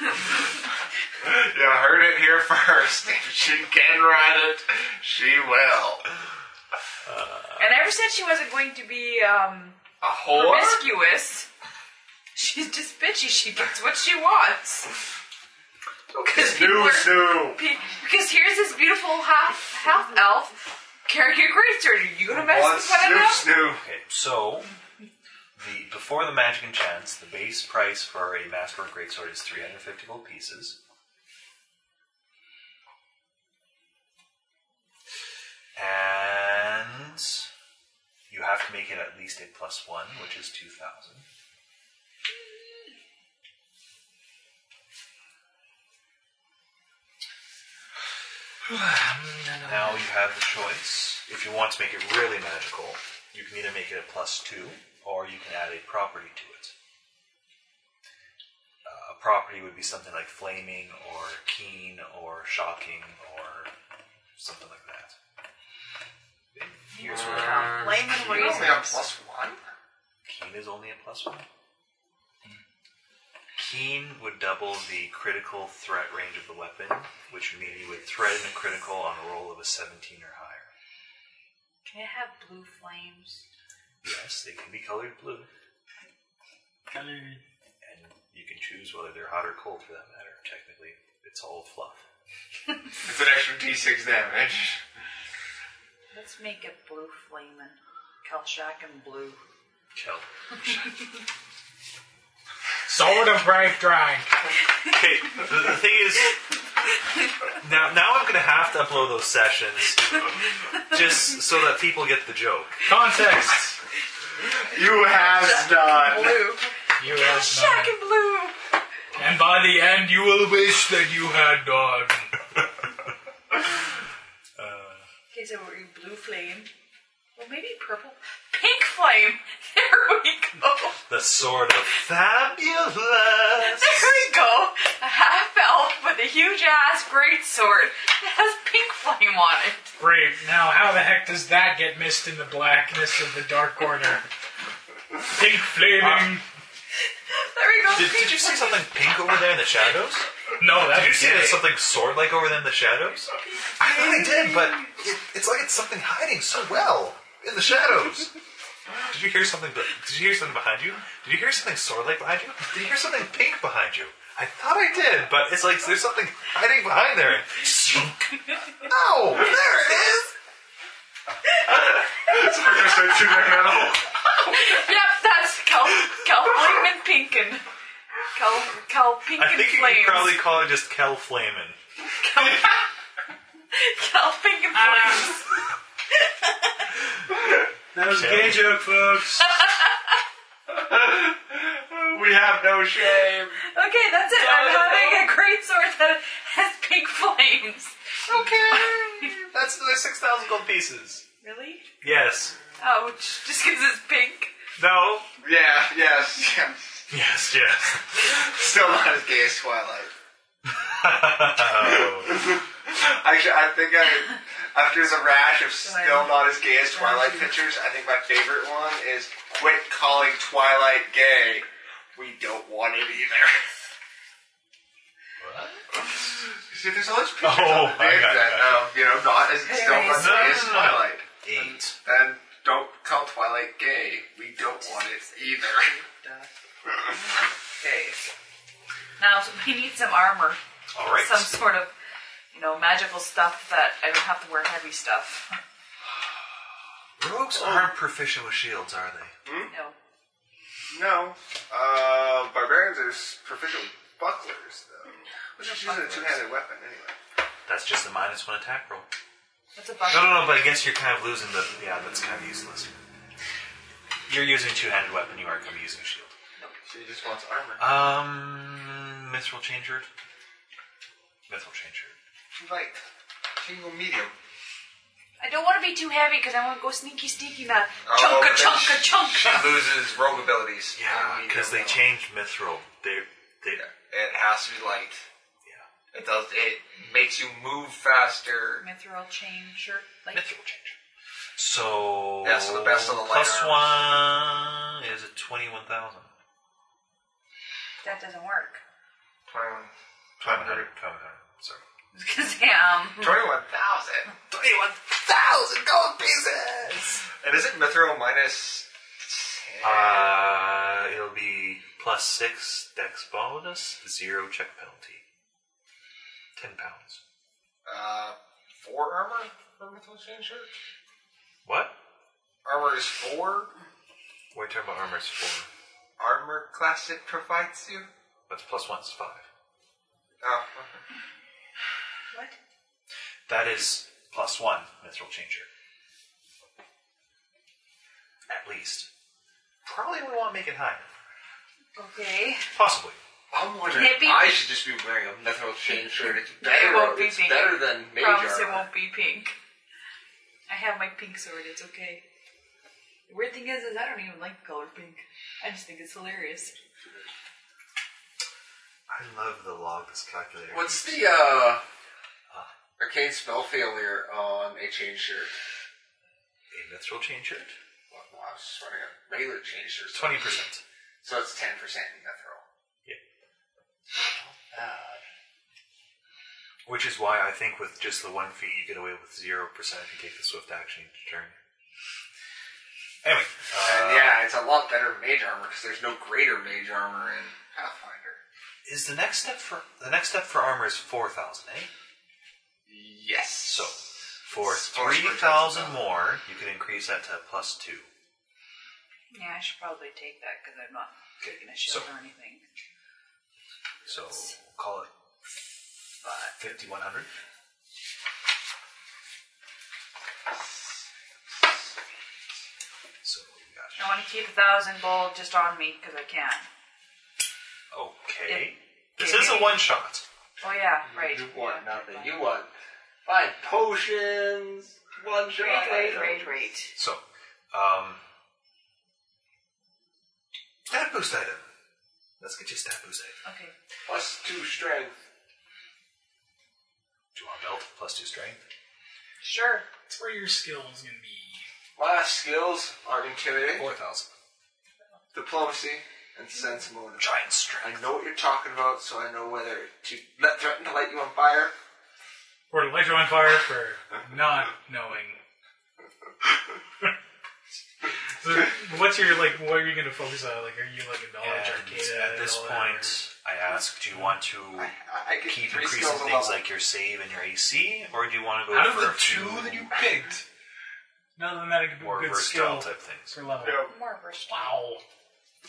You heard it here (laughs) first. If she can ride it, she will.
And ever since she wasn't going to be um,
A whore?
promiscuous, she's just bitchy. She gets what she wants. Because people
New
are-
Sue.
Pe- Because here's this beautiful half half elf carrying a great sword. Are you gonna mess with one of them?
Okay, so the before the magic enchants, the base price for a masterwork greatsword is 350 gold pieces. And you have to make it at least a plus one, which is 2,000. Now you have the choice. If you want to make it really magical, you can either make it a plus two, or you can add a property to it. Uh, a property would be something like flaming, or keen, or shocking, or something like that. And here's where
Flaming
You're only a plus one?
Keen is only a plus one. Keen would double the critical threat range of the weapon, which would mean you would threaten a critical on a roll of a 17 or higher.
Can it have blue flames?
Yes, they can be colored blue.
Colored.
And you can choose whether they're hot or cold for that matter. Technically, it's all fluff.
It's an extra d6 damage.
Let's make it blue flaming. Kalshak and blue.
Kel.
Sword of brave drank.
(laughs) Okay, the, the thing is, now, now I'm going to have to upload those sessions just so that people get the joke.
Context.
You have done.
You have done.
and blue.
And by the end, you will wish that you had done.
Okay, so we're in blue flame. Well, maybe purple. Pink flame. (laughs) There we go.
The sword of fabulous.
There we go. A half elf with a huge ass great sword that has pink flame on it.
Great. Now, how the heck does that get missed in the blackness of the dark corner? Pink
Uh,
flaming.
There we go.
Did, did you see something pink over there in the shadows?
No,
Did
that's
you see
gay.
that something sword-like over there in the shadows? I really did, but it, it's like it's something hiding so well in the shadows. did you hear something? be- Did you hear something behind you? Did you hear something sword-like behind you? Did you hear something pink behind you? I thought I did, but it's like there's something hiding behind there. Oh, there it is.
so we're gonna start shooting that metal.
yep, that's Cal Cal Flame and Pinkin. Cal Cal Pink
I
and
think you
Flames.
could probably call it just Kel Flamin.
(laughs) Cal Pink and Flames.
That was a gay joke, folks.
(laughs) we have no shame.
okay, that's it. I'm having a great sword that has pink flames.
Okay. That's the six thousand gold pieces.
(laughs) Really?
Yes.
Ouch. Just because it's pink.
No.
Yeah, yes, yes.
Yes, yes.
Still not as gay as Twilight.
Oh,
Actually, I think I, after the rash of still not as gay as Twilight pictures, I think my favorite one is quit calling Twilight gay. We don't want it either. See, there's all these pictures
Oh,
on the
I
big
got
that
that.
of You know, not as it's still
Anyways.
not as Twilight.
Eight.
And don't call Twilight gay. We don't want it either.
Okay. Now we need some armor.
All right.
Some sort of, you know, magical stuff that I don't have to wear heavy stuff.
Rogues aren't proficient with shields, are they?
No.
No. Uh, barbarians are s- proficient with bucklers, though. Which is usually a two handed weapon, anyway.
That's just a minus one attack roll.
That's a
No, no, no, but I guess you're kind of losing the. Yeah, that's kind of useless. You're using a two handed weapon, you aren't going to be using a shield.
She just wants armor.
Um. Mithril Changer? Mithril Changer.
Light. She can go medium.
I don't want to be too heavy because I want to go sneaky sneaky now.
Oh,
Chunka
but then
chunka chunk.
She (laughs) loses rogue abilities.
Yeah, because they changed Mithril. They. they
It has to be light. Yeah. It does. It makes you move faster.
Mithril changer. Like,
Mithril changer. So.
Yeah, so the best of the light
plus
armors.
one is a 21,000.
That doesn't work. (laughs)
21.
2100. 2100. Sorry.
Because um.
21,000. 21,000 gold pieces! And is it Mithril minus.
Uh, it'll be plus six dex bonus, zero check penalty. Ten pounds.
Uh, four armor for Mithril Changer?
What?
Armor is four?
What are you talking about armor is four?
Armor class it provides you?
That's plus one, it's five.
Oh,
What?
That is plus one mithril changer. At least. Probably we want to make it higher.
Okay.
Possibly.
I'm
wondering Can it be- I should
just be wearing a mithril chain shirt. It's
it won't be pink. Promise it
armor.
won't be pink. I have my pink sword. It's okay. The weird thing is, is I don't even like the color pink. I just think it's hilarious.
I love the log this calculator.
What's the uh, arcane spell failure on a chain shirt?
A mithril chain shirt?
Well, well, I was just running a regular chain shirt. so-
20%.
So it's 10% in mithril.
Which is why I think with just the one feat you get away with zero percent if you take the swift action each turn. Anyway.
and
uh,
yeah, it's a lot better mage armor because there's no greater mage armor in Pathfinder.
Is the next step for the next step for armor is four thousand, eh?
Yes.
So for
Sports
three thousand more, you can increase that to plus two.
Yeah, I should probably take that because I'm not taking a
so-
shield or anything.
So call it fifty one hundred. So we got
I want to keep a thousand gold just on me because I can.
okay. This is a one shot.
Oh yeah, right.
You want nothing. You want five potions, one shot.
Right, right,
items.
right, right.
So, um, stat boost item. Let's get your stat boost item.
Okay.
Plus two strength.
Do you want belt plus two strength?
Sure.
That's where your skill is going to be.
My skills are intimidating,
Four thousand.
diplomacy, and sense motive.
Giant strength.
I know what you're talking about, so I know whether to let, threaten to light you on fire.
Or to light you on fire for not knowing. so what's your like? What are you going to focus on? Like, are you like a knowledge arcana?
at
and
this
all that, or-
point, I ask, do you want to
I get
keep
three
increasing
skills a
things
level.
like your save and your AC, or do you want to go
Out of
for
the
a few
two that you picked, none of them had a good,
more
good
versatile
skill
type things?
for level.
More versatile.
Wow.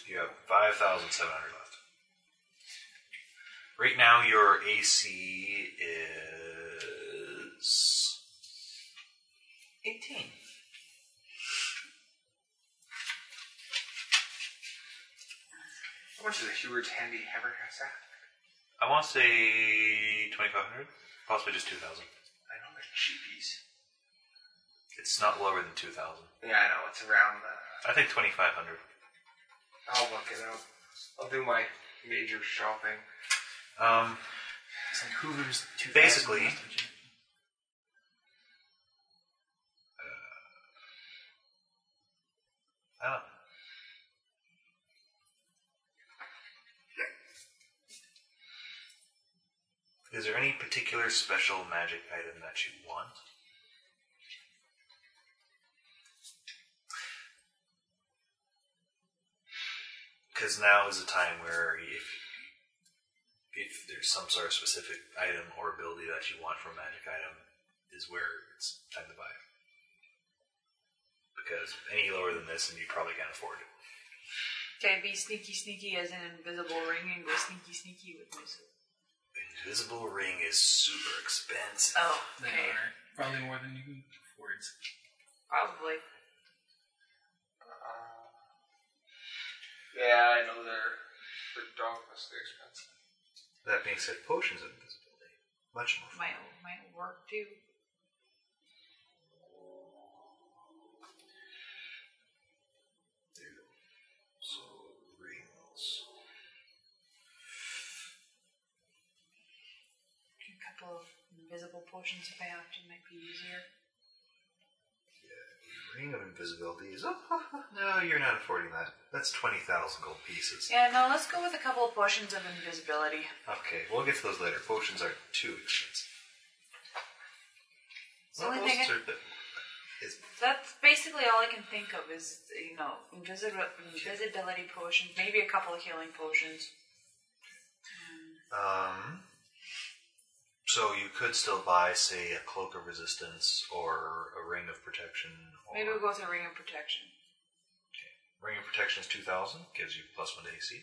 You have five thousand seven hundred left. Right now, your AC is eighteen.
How much is a Heward's handy hammer sack?
I want to say twenty five hundred, possibly just two thousand.
I know they're cheapies.
It's not lower than two thousand.
Yeah, I know. It's around. Uh,
I think twenty five hundred.
I'll look it up. I'll do my major shopping.
Um,
It's like Hoover's. 2000
Basically-
last digit.
I don't. Is there any particular special magic item that you want. Because now is a time where if if there's some sort of specific item or ability that you want from a magic item, is where it's time to buy. it. Because any lower than this, and you probably can't afford it.
Can I be sneaky, sneaky as an invisible ring and go sneaky, sneaky with my sword?
Invisible ring is super expensive.
Oh,
They
okay.
are probably more than you can afford.
Probably.
Uh,
Yeah, I know they're they're dogmatically expensive.
That being said, potions of invisibility much more.
Might, might work too.
So rings.
A couple of invisible potions if I have to might be easier.
Ring of invisibility is. Oh, (laughs) no, you're not affording that. That's twenty thousand gold pieces.
Yeah, no, let's go with a couple of potions of invisibility.
Okay, we'll get to those later. Potions are too expensive.
It's the only thing I-
are the- is-
That's basically all I can think of is, you know, invisibil- invisibility potions, maybe a couple of healing potions.
um, so you could still buy, say, a cloak of resistance or a ring of protection. Or
Maybe we'll go with a ring of protection.
Ring of protection is two thousand, gives you plus one to AC.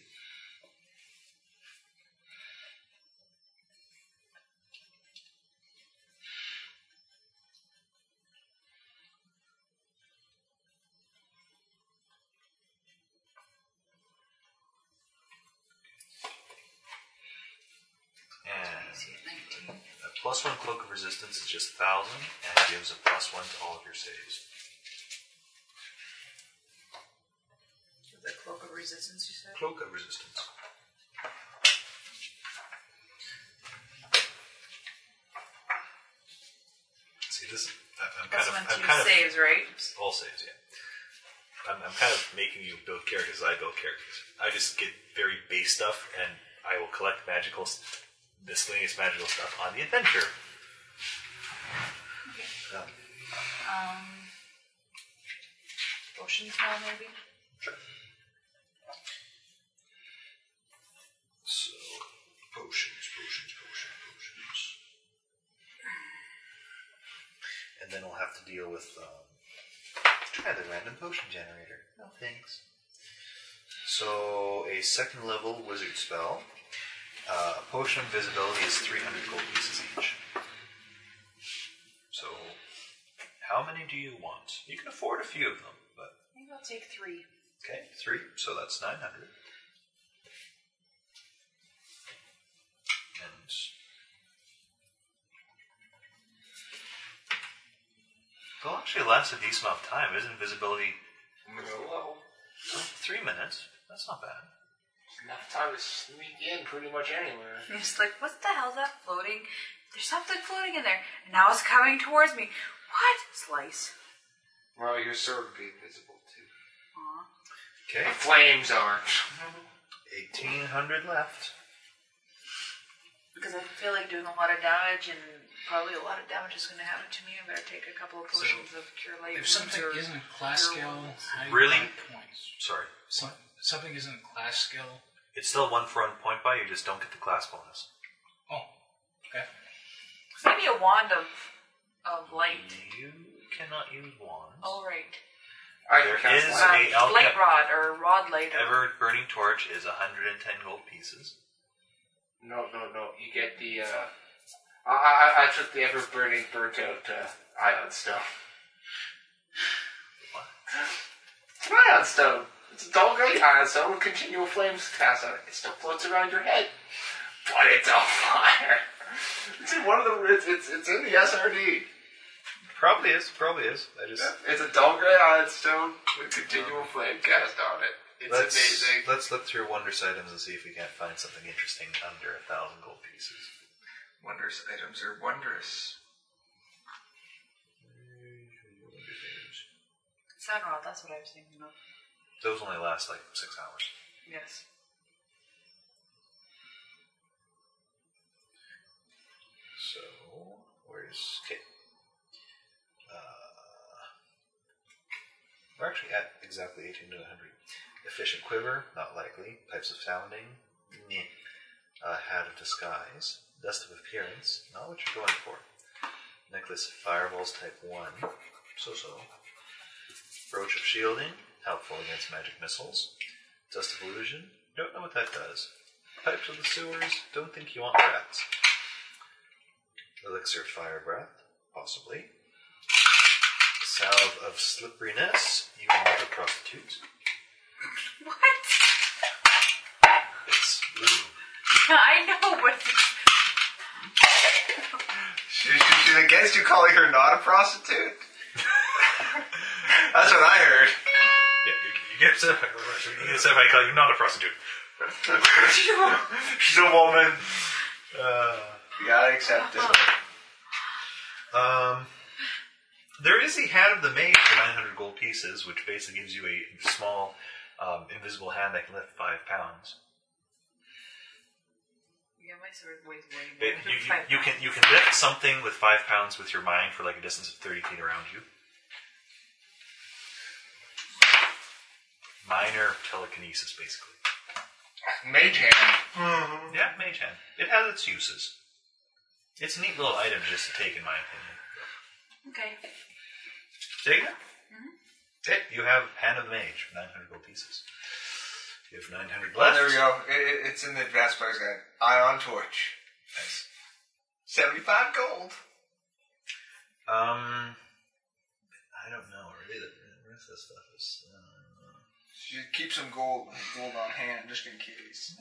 And a plus one cloak of resistance is just thousand, and it gives a plus one to all of your saves.
The cloak of resistance, you said?
Cloak of resistance. See this? I- I'm
That's
kind
one
of. I'm
two
kind of-
saves, right?
All saves, yeah. I'm, I'm kind of making you build characters. I build characters. I just get very base stuff, and I will collect magical, s- miscellaneous magical stuff on the adventure. Um,
Um, potions now, maybe?
So, potions, potions, potions, potions. And then we'll have to deal with. Um, try the random potion generator. No thanks. So, a second level wizard spell. Uh, a potion of invisibility is 300 gold pieces each. So, how many do you want? You can afford a few of them, but.
Maybe I'll take three. (laughs)
Okay, three, so that's 900. And. They'll actually last a decent amount of time. Isn't invisibility
Hello.
three minutes? That's not bad.
Enough time to sneak in pretty much anywhere.
And it's like, what the hell's that floating? There's something floating in there. And now it's coming towards me. What? Slice.
Well, your sword would be invisible too.
Aw.
Okay.
Flames are.
1800 left.
Because I feel like doing a lot of damage, and probably a lot of damage is going to happen to me. I better take a couple of potions of cure light
If
wounds
something
or
isn't class
cure
skill,
wounds.
how do you
Really?
buy points?
Sorry.
Some, something isn't class skill.
It's still one for one point by, you just don't get the class bonus.
Oh,
Okay.
Maybe a wand of of light. Oh,
You cannot use wands.
All right. Uh,
I
There
can cast
is
light.
a alchemy.
light rod or rod light. Or,
Ever burning torch is 110 gold pieces.
No, no, no. You get the. Uh, I, I, I took the ever burning burnt out uh, ion stone. It's an ion stone. It's a dull gray ion stone with continual flames cast on it. It still floats around your head, but it's on fire. It's in one of the. It's, it's, it's in the SRD.
Probably is, probably is. I just.
It's a dull gray ion stone with continual flame cast on it. It's
let's,
amazing.
Let's look through wondrous items and see if we can't find something interesting under a thousand gold pieces.
Wondrous items are wondrous.
Sun rod. That's what I was thinking of.
Those only last like six hours.
Yes. (laughs)
where's okay? Uh, we're actually at exactly eighteen to one hundred. Efficient quiver, not likely. Types of sounding, meh. Uh, hat of disguise, dust of appearance, not what you're going for. Necklace of fireballs, type one, so so. Brooch of shielding, helpful against magic missiles. Dust of illusion, don't know what that does. Pipes of the sewers, don't think you want rats. Elixir of fire breath, possibly. Salve of slipperiness, you are not a prostitute.
What?
(laughs)
It's blue.
I know, but
She, she, she's against you calling her not a prostitute? (laughs) That's what I heard.
Yeah, you, you get upset if I you get upset if I call you not a prostitute.
(laughs) She's a woman.
Uh,
you gotta accept it.
Um, there is the hat of the maid for 900 gold pieces, which basically gives you a small, um, invisible hand that can lift five pounds.
Yeah, my sword weighs way more.
It,
than
you, you,
five
you can
pounds.
you can lift something with five pounds with your mind for like a distance of 30 feet around you. Minor telekinesis, basically. Mm-hmm.
Mage hand.
Yeah, mage hand. It has its uses. It's a neat little item just to take, in my opinion.
Okay.
Take it. Okay, you have hand of the mage, 900 gold pieces. You have 900
Well,
left.
there we go. It, it, it's in the advanced player's guide. Ion torch.
Nice.
75 gold.
Um, I don't know really the the rest of this stuff is. Uh,
She keep some gold gold on hand just in case.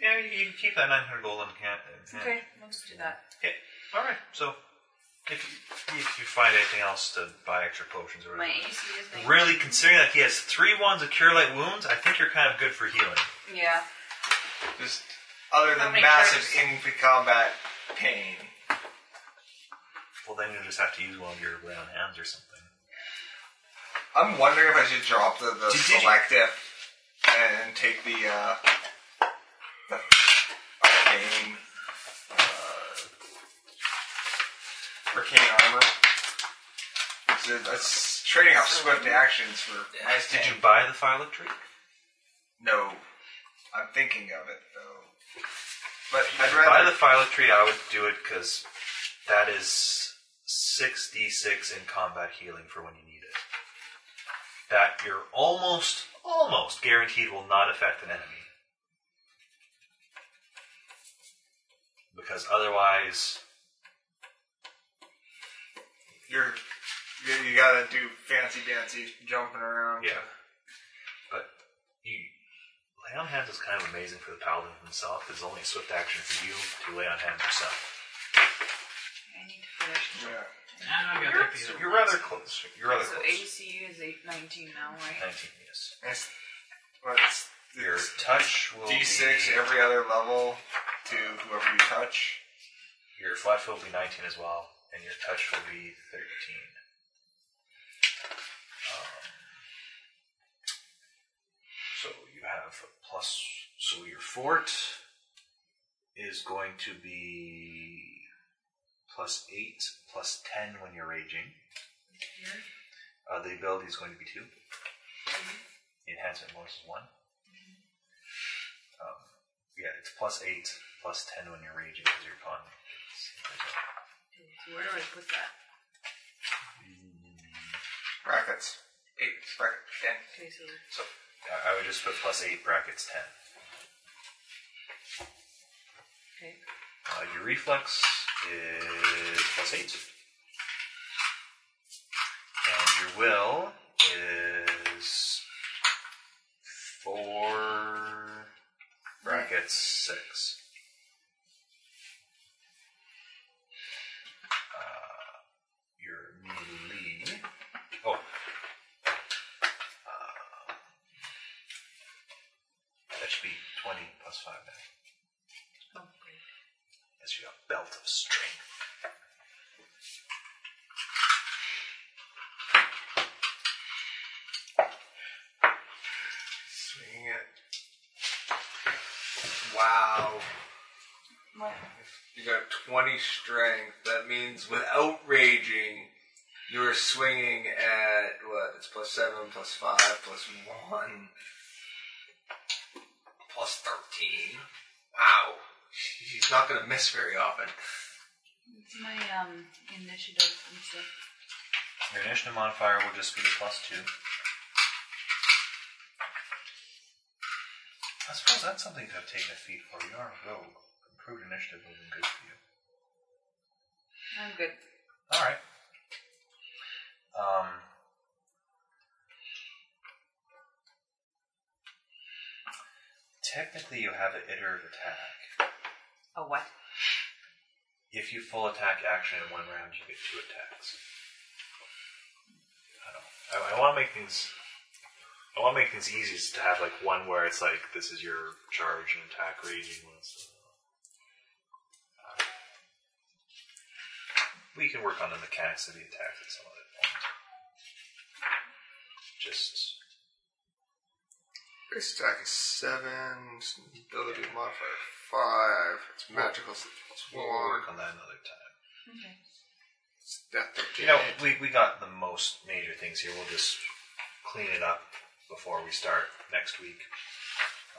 yeah, you, you can keep that 900 gold on hand. in hand.
Okay, let's do that.
Okay. All right.
So, if you, if you find anything else to buy extra potions or
My
whatever.
AC is making
Really, considering that he has three wands of Cure Light Wounds, I think you're kind of good for healing.
Yeah.
Just other
How
than
many
massive in combat pain.
Well, then you'll just have to use one of your lay on hands or something.
I'm wondering if I should drop the, the
Did- did you-
selective and take the uh, the arcane uh, arcane armor. It's, it's trading off swift actions for. Nice
Did you buy the Phylic tree?
No, I'm thinking of it though. But
If
I'd
you buy
rather
the Phylic tree, I would do it because that is 6d6 in combat healing for when you need it. That you're almost, almost guaranteed will not affect an enemy. Because otherwise,
you're you, you gotta do fancy dancy jumping around.
Yeah. But you, lay on hands is kind of amazing for the paladin himself. 'cause It's only a swift action for you to lay on hands yourself.
I need to finish.
Yeah.
Nah, I got
You're-
that piece of
You're rather close. You're rather
so
close.
AC is eight, 19 now, right?
19, yes.
It's, but it's,
Your touch will
D6
be...
every other level to whoever you touch.
Your flat foot will be 19 as well, and your touch will be 13. Um, so you have a plus. So your fort is going to be plus 8, plus 10 when you're raging. Uh, the ability is going to be 2. The enhancement bonus is 1. Um, yeah, it's plus 8, plus 10 when you're raging because you're con.
So where do I put that?
Brackets. Eight. Bracket. Ten.
Okay, so
So I- I would just put plus 8 brackets 10.
okay.
Uh, your reflex is plus 8. And your will is 4 brackets 6. Uh, your melee. Oh. Uh, that should be 20 plus 5 now.
Oh, great.
As you got belt of strength.
Swing it. Wow.
What?
You You got 20 strength. That means without raging, you're swinging at what? It's plus 7, plus 5, plus 1, plus 13. Wow. (laughs) He's not going to miss very often.
It's my um initiative and stuff.
Your initiative modifier will just be plus two. I suppose that's something to have taken a feat for. You are a rogue. Improved initiative would have been good for you.
I'm good.
All right. Um, technically, you have an iterative attack.
A what?
If you full attack action in one round, you get two attacks. I don't. I, I want to make things. I want to make things easy is to have like one where it's like this is your charge and attack raging. One, so, uh, we can work on the mechanics of the attacks at some other point. Just
Base attack is 7, ability modifier 5, it's magical, so it's
we'll
1.
work on that another time.
Okay.
It's death of
You know,
giant.
we, we got the most major things here. We'll just clean it up before we start next week.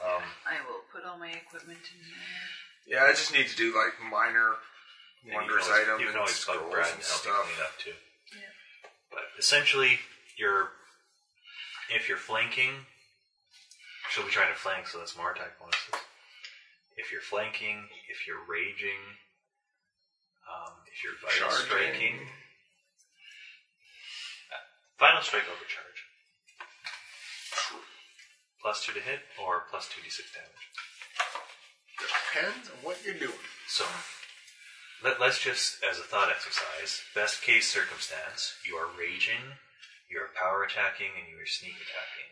Um,
I will put all my equipment in there.
Yeah, I just need to do like minor
and you can
wonders
always-
item
You
and
can always bug
scrolls
Brad
and
and help you
stuff.
clean up too.
Yeah.
But essentially, you're if you're flanking, she'll be trying to flank, so that's more attack bonuses. If you're flanking, if you're raging, um, if you're vital
Charging.
striking, Uh, final strike overcharge, plus two to hit or plus two d six damage.
Depends on what you're doing.
So, let, let's just, as a thought exercise, best case circumstance, you are raging, you are power attacking, and you are sneak attacking.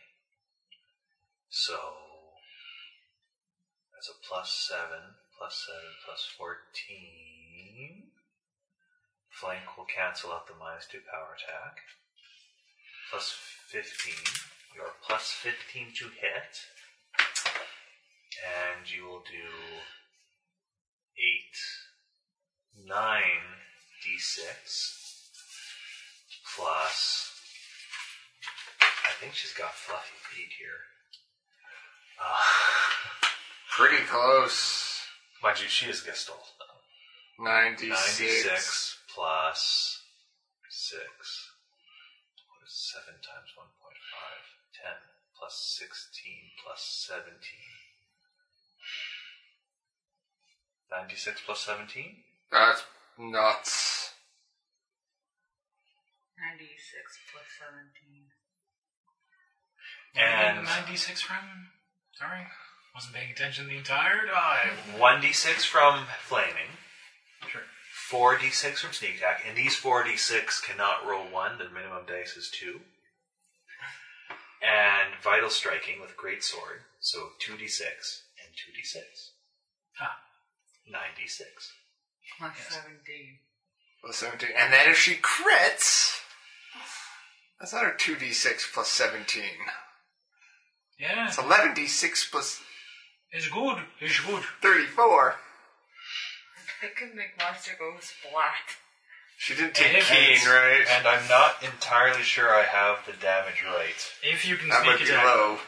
So, that's a plus 7, plus 7, plus 14. Flank will cancel out the minus 2 power attack. Plus 15. You are plus 15 to hit. And you will do eight, nine d6 plus. I think she's got fluffy feet here. Uh, (laughs)
Pretty close.
mind you, she is Gestalt.
96.
96 plus 6. What is 7 times 1.5? 10 plus 16 plus 17. 96 plus 17?
That's nuts.
96 plus 17.
And-
96 from. Sorry. Wasn't paying attention the entire time.
1d6 from flaming,
Sure.
4d6 from sneak attack, and these 4d6 cannot roll 1, the minimum dice is 2. And vital striking with great sword, so 2d6 and 2d6.
Ah.
9d6.
Plus 17.
Plus 17. And then if she crits, that's not her 2d6 plus 17.
Yeah.
It's 11d6 plus
It's good. It's good.
34.
I can make monster go splat.
She didn't
And-
take keen,
and-
right?
And I'm not entirely sure I have the damage right.
If you can
That
sneak
would be
attack.
low.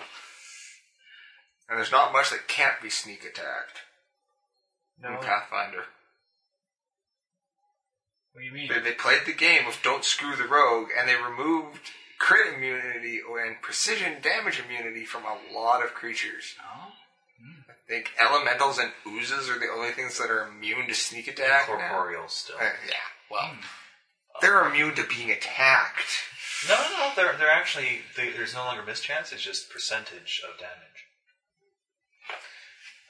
And there's not much that can't be sneak attacked.
No.
In Pathfinder.
What do you mean?
They, they played the game of don't screw the rogue, and they removed crit immunity and precision damage immunity from a lot of creatures.
Oh.
I think elementals and oozes are the only things that are immune to sneak attack. now.
Corporeal still.
Uh, yeah, well,
Hmm. (laughs)
they're immune to being attacked.
No, no, no. They're, they're actually, they, there's no longer mischance, it's just percentage of damage.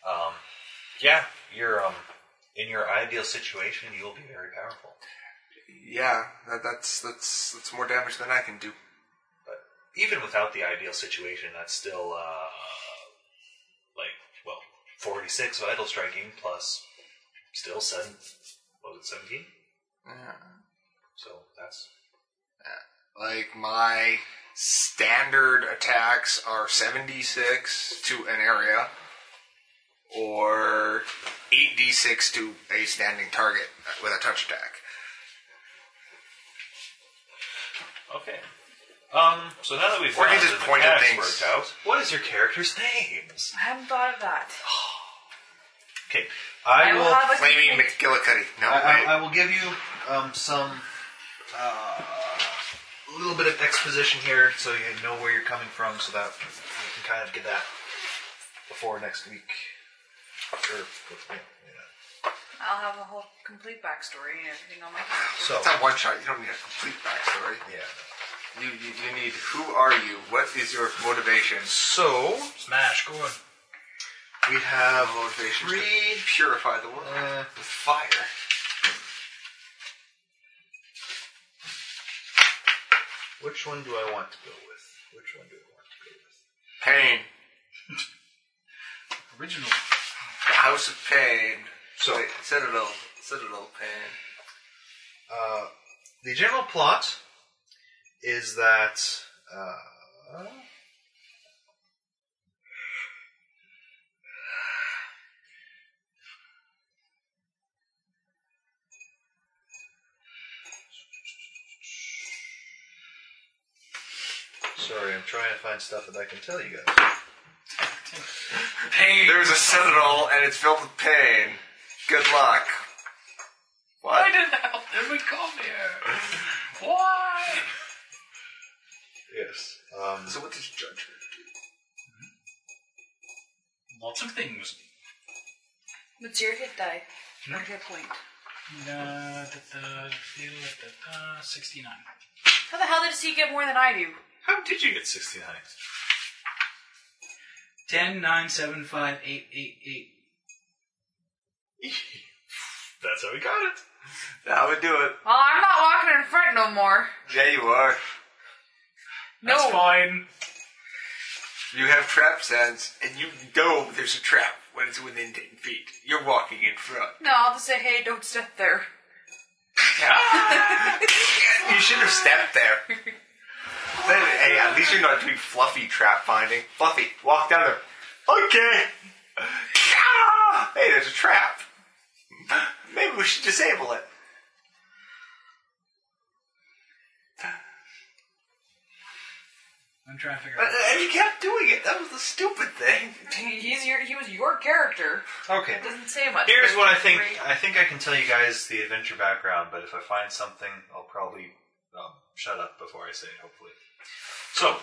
Um, yeah, you're, um, in your ideal situation, you will be very powerful.
Yeah, that, that's that's that's more damage than I can do.
But even without the ideal situation, that's still, uh, like, well, 46 vital striking plus still 7, what was it, 17?
Yeah.
So that's
Like my standard attacks are 76 to an area or 8d6 to a standing target with a touch attack.
Okay. Um, so now that we've
Or you
found
just
that the
point at
mechanics
things.
worked out, what is your character's name?
I haven't thought of that.
Okay,
I will have a
Flaming McGillicuddy. No,
I,
wait.
I, I will give you um, some uh, little bit of exposition here, so you know where you're coming from, so that you can kind of get that before next week. Or, yeah, yeah.
I'll have a whole complete backstory and everything on my character.
So
It's a one shot. You don't need a complete backstory.
Yeah.
You, you, you need who are you? What is your motivation?
So
Smash, go on.
we have
Motivation
three.
to purify the world
Uh,
with fire.
Which one do I want to go with? Which one do I want to go with?
Pain.
Original.
The House of Pain.
So-
Wait, Citadel. Citadel Pain.
Uh, the general plot is that uh, sorry, I'm trying to find stuff that I can tell you guys.
Pain. There's a Citadel and it's filled with pain. Good luck.
Why
What?
did the hell did we come here? Why?
Yes. Um,
so what does judgment do?
Hmm? Lots of things.
Matsir hit die. Or hit point.
Da, da, da, da, da, da, 69.
How the hell does he get more than I do?
How did you get 69?
10, 9, 7, 5, 8, 8, 8.
That's how we got it.
That would do it.
Well, I'm not walking in front no more.
Yeah, you are.
No.
That's fine.
You have trap sense, and you know there's a trap when it's within 10 feet. You're walking in front.
No, I'll just say, hey, don't step there.
you should have stepped there. Then, hey, at least you're not doing fluffy trap finding. Fluffy, walk down there. Okay. Ah! Hey, there's a trap. Maybe we should disable it.
I'm trying to figure
And
out.
and you kept doing it. That was the stupid thing.
He's your, he was your character.
Okay.
It doesn't say much.
Here's
but
what I
it's
think.
great.
I think I can tell you guys the adventure background, but if I find something, I'll probably um, shut up before I say it, hopefully. So,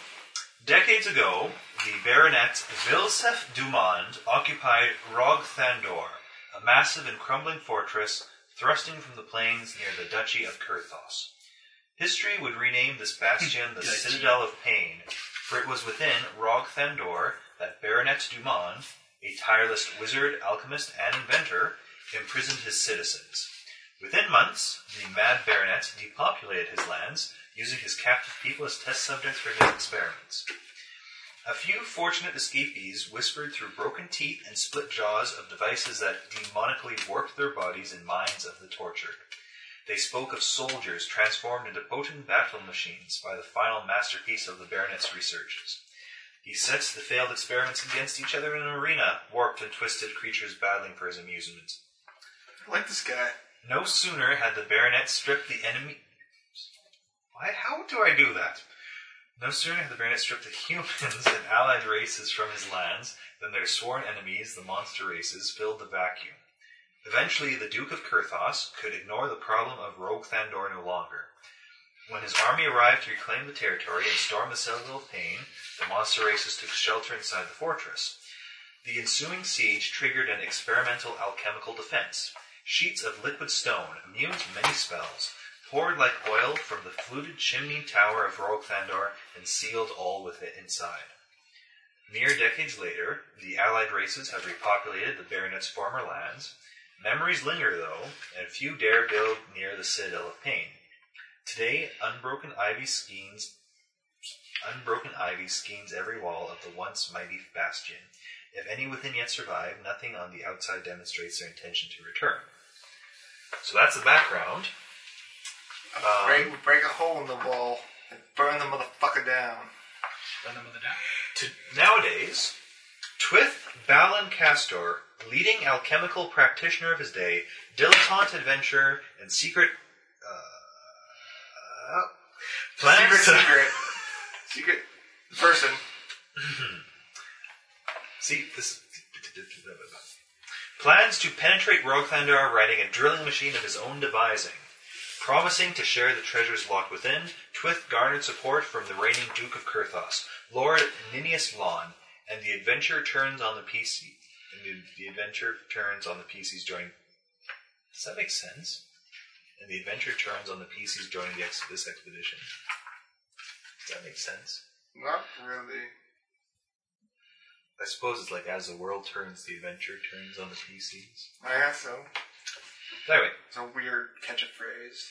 decades ago, the Baronet Vilsef Dumond occupied Rog Thandor, a massive and crumbling fortress thrusting from the plains near the Duchy of Kurthos. History would rename this bastion the
Duchy.
Citadel of Pain, for it was within Rog Thandor that Baronet Dumond, a tireless wizard, alchemist, and inventor, imprisoned his citizens. Within months, the mad baronet depopulated his lands, using his captive people as test subjects for his experiments. A few fortunate escapees whispered through broken teeth and split jaws of devices that demonically warped their bodies and minds of the tortured. They spoke of soldiers transformed into potent battle machines by the final masterpiece of the baronet's researches. He sets the failed experiments against each other in an arena, warped and twisted creatures battling for his amusement.
I like this guy.
No sooner had the baronet stripped the enemy. Why? How do I do that? No sooner had the baronet stripped the humans and allied races from his lands than their sworn enemies, the monster races, filled the vacuum. Eventually, the Duke of Kurthos could ignore the problem of Rogue Thandor no longer. When his army arrived to reclaim the territory and storm the Citadel of Pain, the monster races took shelter inside the fortress. The ensuing siege triggered an experimental alchemical defense. Sheets of liquid stone, immune to many spells, poured like oil from the fluted chimney tower of Rogthandor and sealed all with it inside. Mere decades later, the allied races have repopulated the baronet's former lands. Memories linger, though, and few dare build near the Citadel of Pain. Today, unbroken ivy skeins unbroken ivy skeins every wall of the once mighty bastion. If any within yet survive, nothing on the outside demonstrates their intention to return. So that's the background. Um,
break, break a hole in the wall and burn the motherfucker down.
Run them with the down.
to, nowadays, Twith Balin Castor, leading alchemical practitioner of his day, dilettante adventurer, and secret. Uh, uh, plans
Secret,
to- (laughs)
secret. secret person.
See, this. Plans to penetrate Roklandar, riding a drilling machine of his own devising. Promising to share the treasures locked within, Twith garnered support from the reigning Duke of Kurthos, Lord Ninius Lon, and the adventure turns on the PC. And the, the adventure turns on the PCs joining. Does that make sense? And the adventure turns on the PCs joining the ex- this expedition. Does that make sense?
Not really.
I suppose it's like as the world turns, the adventure turns on the PCs.
I guess so.
Anyway,
It's a weird catch a phrase.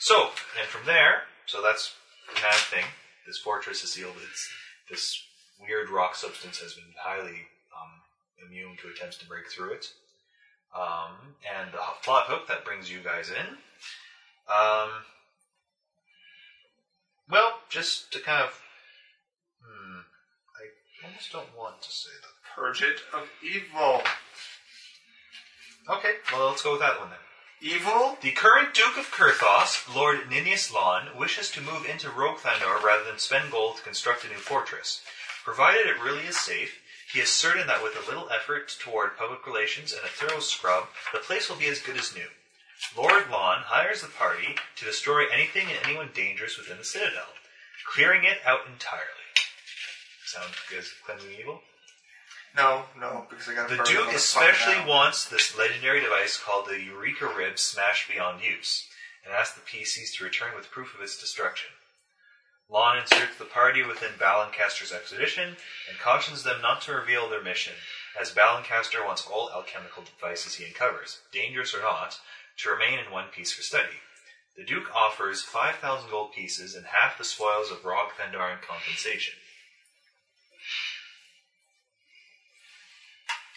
so and from there, so that's kind of thing. This fortress is sealed. It's this weird rock substance has been highly um, immune to attempts to break through it. Um, and the plot hook that brings you guys in. Um, well, just to kind of, hmm, I almost don't want to say that.
Purge it of evil.
Okay, well, let's go with that one then.
Evil?
The current Duke of Kurthos, Lord Ninius Lon, wishes to move into Rogue Thandor rather than spend gold to construct a new fortress. Provided it really is safe, he is certain that with a little effort toward public relations and a thorough scrub, the place will be as good as new. Lord Lon hires the party to destroy anything and anyone dangerous within the citadel, clearing it out entirely. Sound good as cleansing evil?
No, no, because I got
The Duke especially wants this legendary device called the Eureka Rib smashed beyond use, and asks the PCs to return with proof of its destruction. Lon inserts the party within Ballancaster's expedition and cautions them not to reveal their mission, as Ballancaster wants all alchemical devices he uncovers, dangerous or not, to remain in one piece for study. The Duke offers 5,000 gold pieces and half the spoils of Rog Thandar in compensation.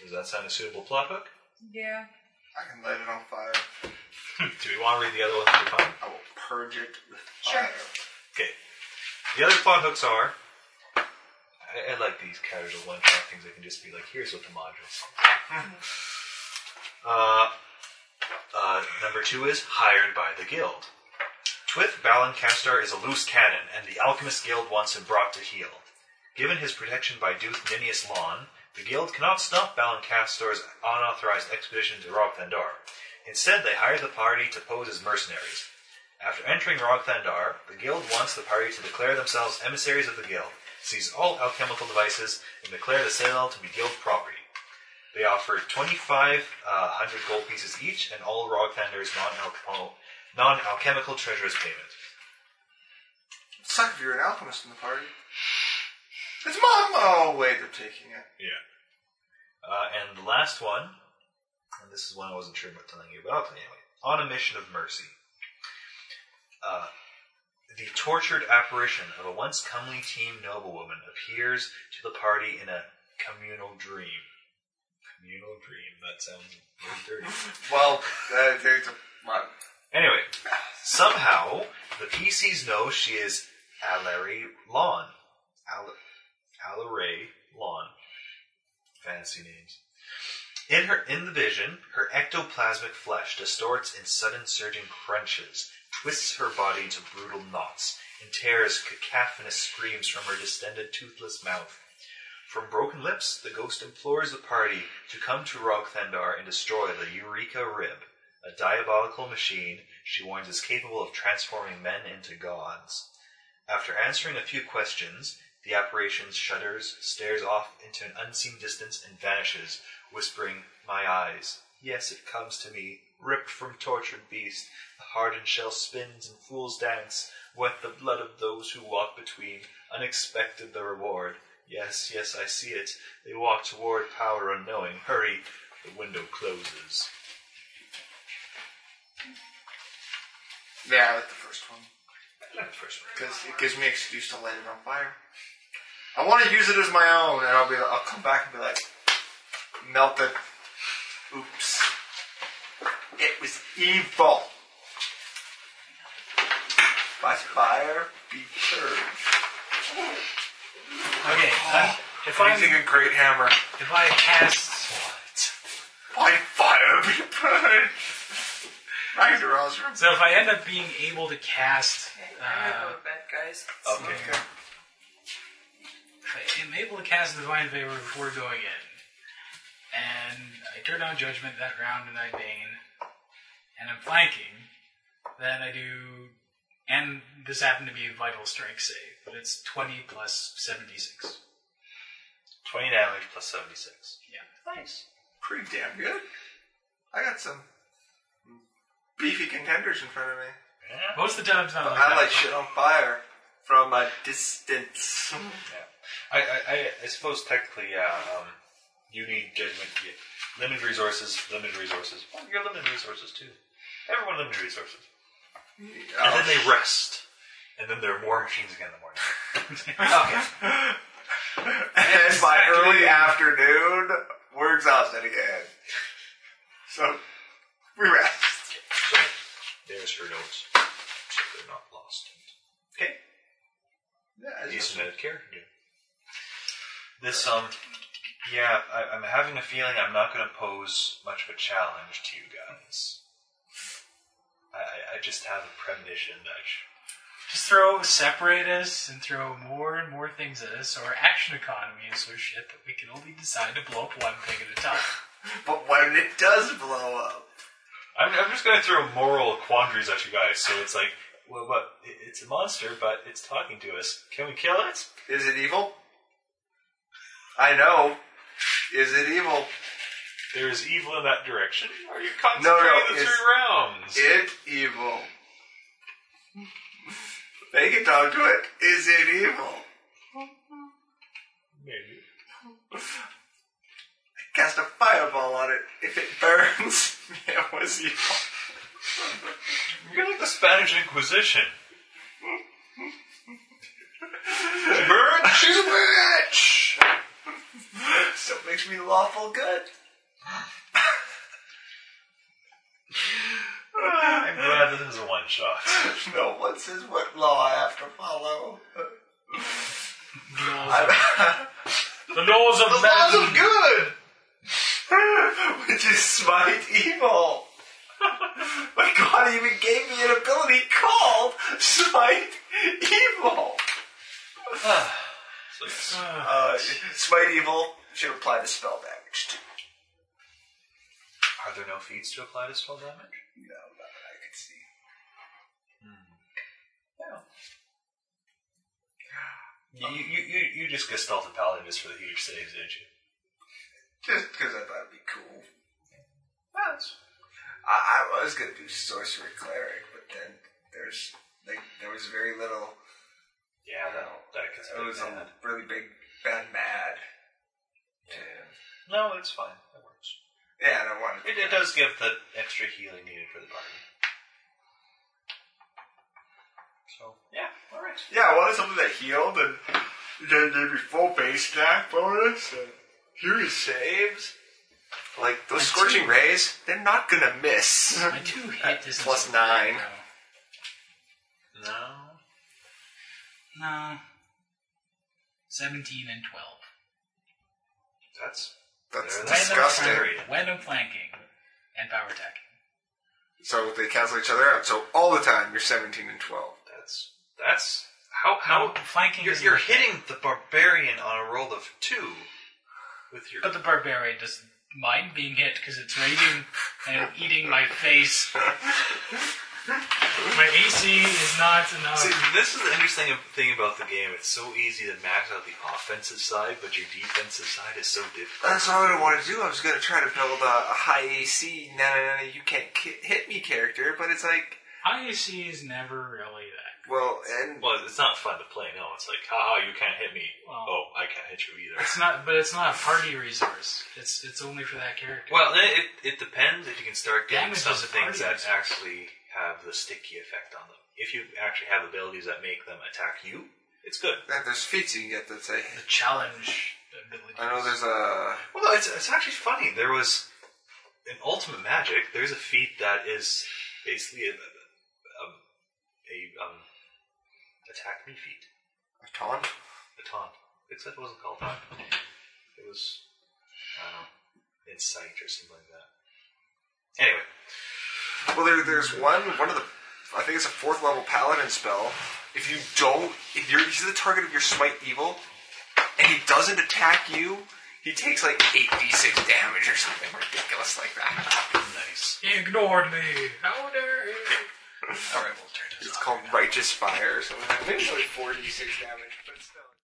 Does that sound a suitable plot hook? (laughs)
Yeah. I can light it on fire.
Do we want to read the other ones at a time?
I will purge it with
Sure.
fire.
Okay. The other plot hooks are. I, I like these casual one shot things that can just be like, here's what the modules. uh, uh, number two is hired by the guild. Twith Ballancaster is a loose cannon, and the Alchemist Guild wants him brought to heel. Given his protection by Duke Ninius Lon, the Guild cannot stop Ballancaster's unauthorized expedition to Rob Thandar. Instead, they hire the party to pose as mercenaries. After entering Rog Thandar, the Guild wants the party to declare themselves emissaries of the Guild, seize all alchemical devices, and declare the Citadel to be Guild property. They offer 2,500 gold pieces each, and all Rog Thandar's non-alchemical, non-alchemical treasure as payment.
Suck if you're an alchemist in the party. It's my oh way of taking it.
Yeah. Uh, and the last one, and this is one I wasn't sure about telling you about, but anyway, on a mission of mercy. Uh, the tortured apparition of a once comely teen noblewoman appears to the party in a communal dream. Communal dream. That sounds really dirty.
Well, uh, there's a lot.
Anyway, somehow the PCs know she is Allery Lawn. Al- Allery Lawn. Fancy names. In her in the vision, her ectoplasmic flesh distorts in sudden surging crunches, twists her body into brutal knots, and tears cacophonous screams from her distended toothless mouth. From broken lips, the ghost implores the party to come to Rog Thandar and destroy the Eureka Rib, a diabolical machine she warns is capable of transforming men into gods. After answering a few questions, the apparition shudders, stares off into an unseen distance, and vanishes, whispering, My eyes. Yes, it comes to me, ripped from tortured beast. The hardened shell spins and fools dance, wet the blood of those who walk between. Unexpected the reward. Yes, yes, I see it. They walk toward power unknowing. Hurry, the window closes.
Yeah, I like the first one.
I like the first one.
Because it gives me an excuse to light it on fire. I want to use it as my own, and I'll be like, I'll come back and be like, melt it. Oops. It was evil. By fire, be purged.
Okay, uh, if
If I
I
think a great hammer.
if I cast
by fire be burned. Ragnaros,
So if I end up being able to cast. Uh,
go to bed, guys.
okay. If I am able to cast Divine Favor before going in, and I turn down Judgment that round and I Bane, and I'm flanking, then I do. And this happened to be a Vital Strength save, but it's 20 plus 76.
20 damage plus 76.
Yeah. Nice.
Pretty damn good. I got some beefy contenders in front of me.
Most of the time, it's not like
I
that.
like shit on fire from a distance.
I, I, I, I suppose technically, yeah. Um, you need judgment. to get Limited resources. Limited resources. Well, you're limited resources too. Everyone limited resources. And then they rest. And then there are more machines again in the morning.
and by early afternoon, we're exhausted again. So we rest.
So there's her notes. So they're not lost. Okay.
Yeah,
Decent at character.
This um, yeah, I, I'm having a feeling I'm not going to pose much of a challenge to you guys. I- I, I just have a premonition that I sh-
Just throw separate us and throw more and more things at us, so our action economy is so shit that we can only decide to blow up one thing at a time.
(laughs) but when it does blow up,
I'm, I'm just going to throw moral quandaries at you guys. So it's like, well, but it- it's a monster, but it's talking to us. Can we kill it?
Is it evil? I know. Is it evil?
There is evil in that direction. Are you
No,
concentrating
no,
the
it's-
three rounds?
It evil. They can talk to it. Is it evil?
Maybe.
Cast a fireball on it. If it burns, (laughs) it was evil.
You're like the Spanish Inquisition. Bird, she's a witch.
So it makes me lawful good.
I'm glad that this is a one shot.
No one says what law I have to follow.
the laws of
the laws of good, which is smite evil. My God even gave me an ability called smite evil. uh, smite evil should apply to spell damage too.
Are there no feats to apply to spell damage?
No, not that I could see.
You, you, you, you just gestalted paladin just for the huge saves, didn't you?
Just because I thought it'd be cool.
That's
I, I was gonna do sorcerer cleric, but then there's like there was very little.
Yeah,
you know,
that gets a
it
bit
was
mad.
a really big bad mad.
No, it's fine. That works.
Yeah, and I wanted.
It, it does give the extra healing needed for the party. So yeah, all right.
Yeah, I wanted something that healed and then gave me full base stack bonus and huge saves. Like those scorching rays, they're not gonna
(laughs)
miss.
My two hit
At
is
plus nine.
No. No. 17 and 12.
That's
That's
When I'm
disgusting.
flanking- When I'm flanking and power attacking.
So they cancel each other out. So all the time you're 17 and 12.
That's that's how how
No, flanking
You're,
is
you're
like-
hitting the barbarian on a roll of two with your.
But the barbarian doesn't mind being hit because it's raging and eating my
(laughs)
face. my AC is not enough.
See, this is the interesting thing about the game. It's so easy to max out the offensive side, but your defensive side is so difficult.
That's what I wanted to do. I was gonna try to build a, a high AC, nah, nah, nah, you can't ki- hit me character, but it's like,
IAC is never really that.
well, and
Well, it's not fun to play. No, it's like, haha, you can't hit me.
Well-
oh, I can't hit you
(laughs)
either.
It's not, but it's not a party resource. It's it's only for that character.
Well, it, it, it depends if you can start getting
Damage
some
is
things that
parties.
actually have the sticky effect on them. If you actually have abilities that make them attack you, it's good.
and there's feats you can get that say,
the challenge ability.
I know there's a.
Well, no, it's, it's actually funny. There was in Ultimate Magic. There's a feat that is basically a, a, a um, attack me feat.
A taunt?
A taunt. Except it wasn't called taunt. It was I don't know, insight or something like that. Anyway.
Well, there, there's one. One of the, I think it's a fourth level paladin spell. If you don't, if you're he's the target of your smite evil, and he doesn't attack you, he takes like eight d six damage or something ridiculous like that.
Nice.
He ignored me. How dare you?
All right, we'll turn this. It's called righteous fire or something. Maybe it's like four d six damage, but still.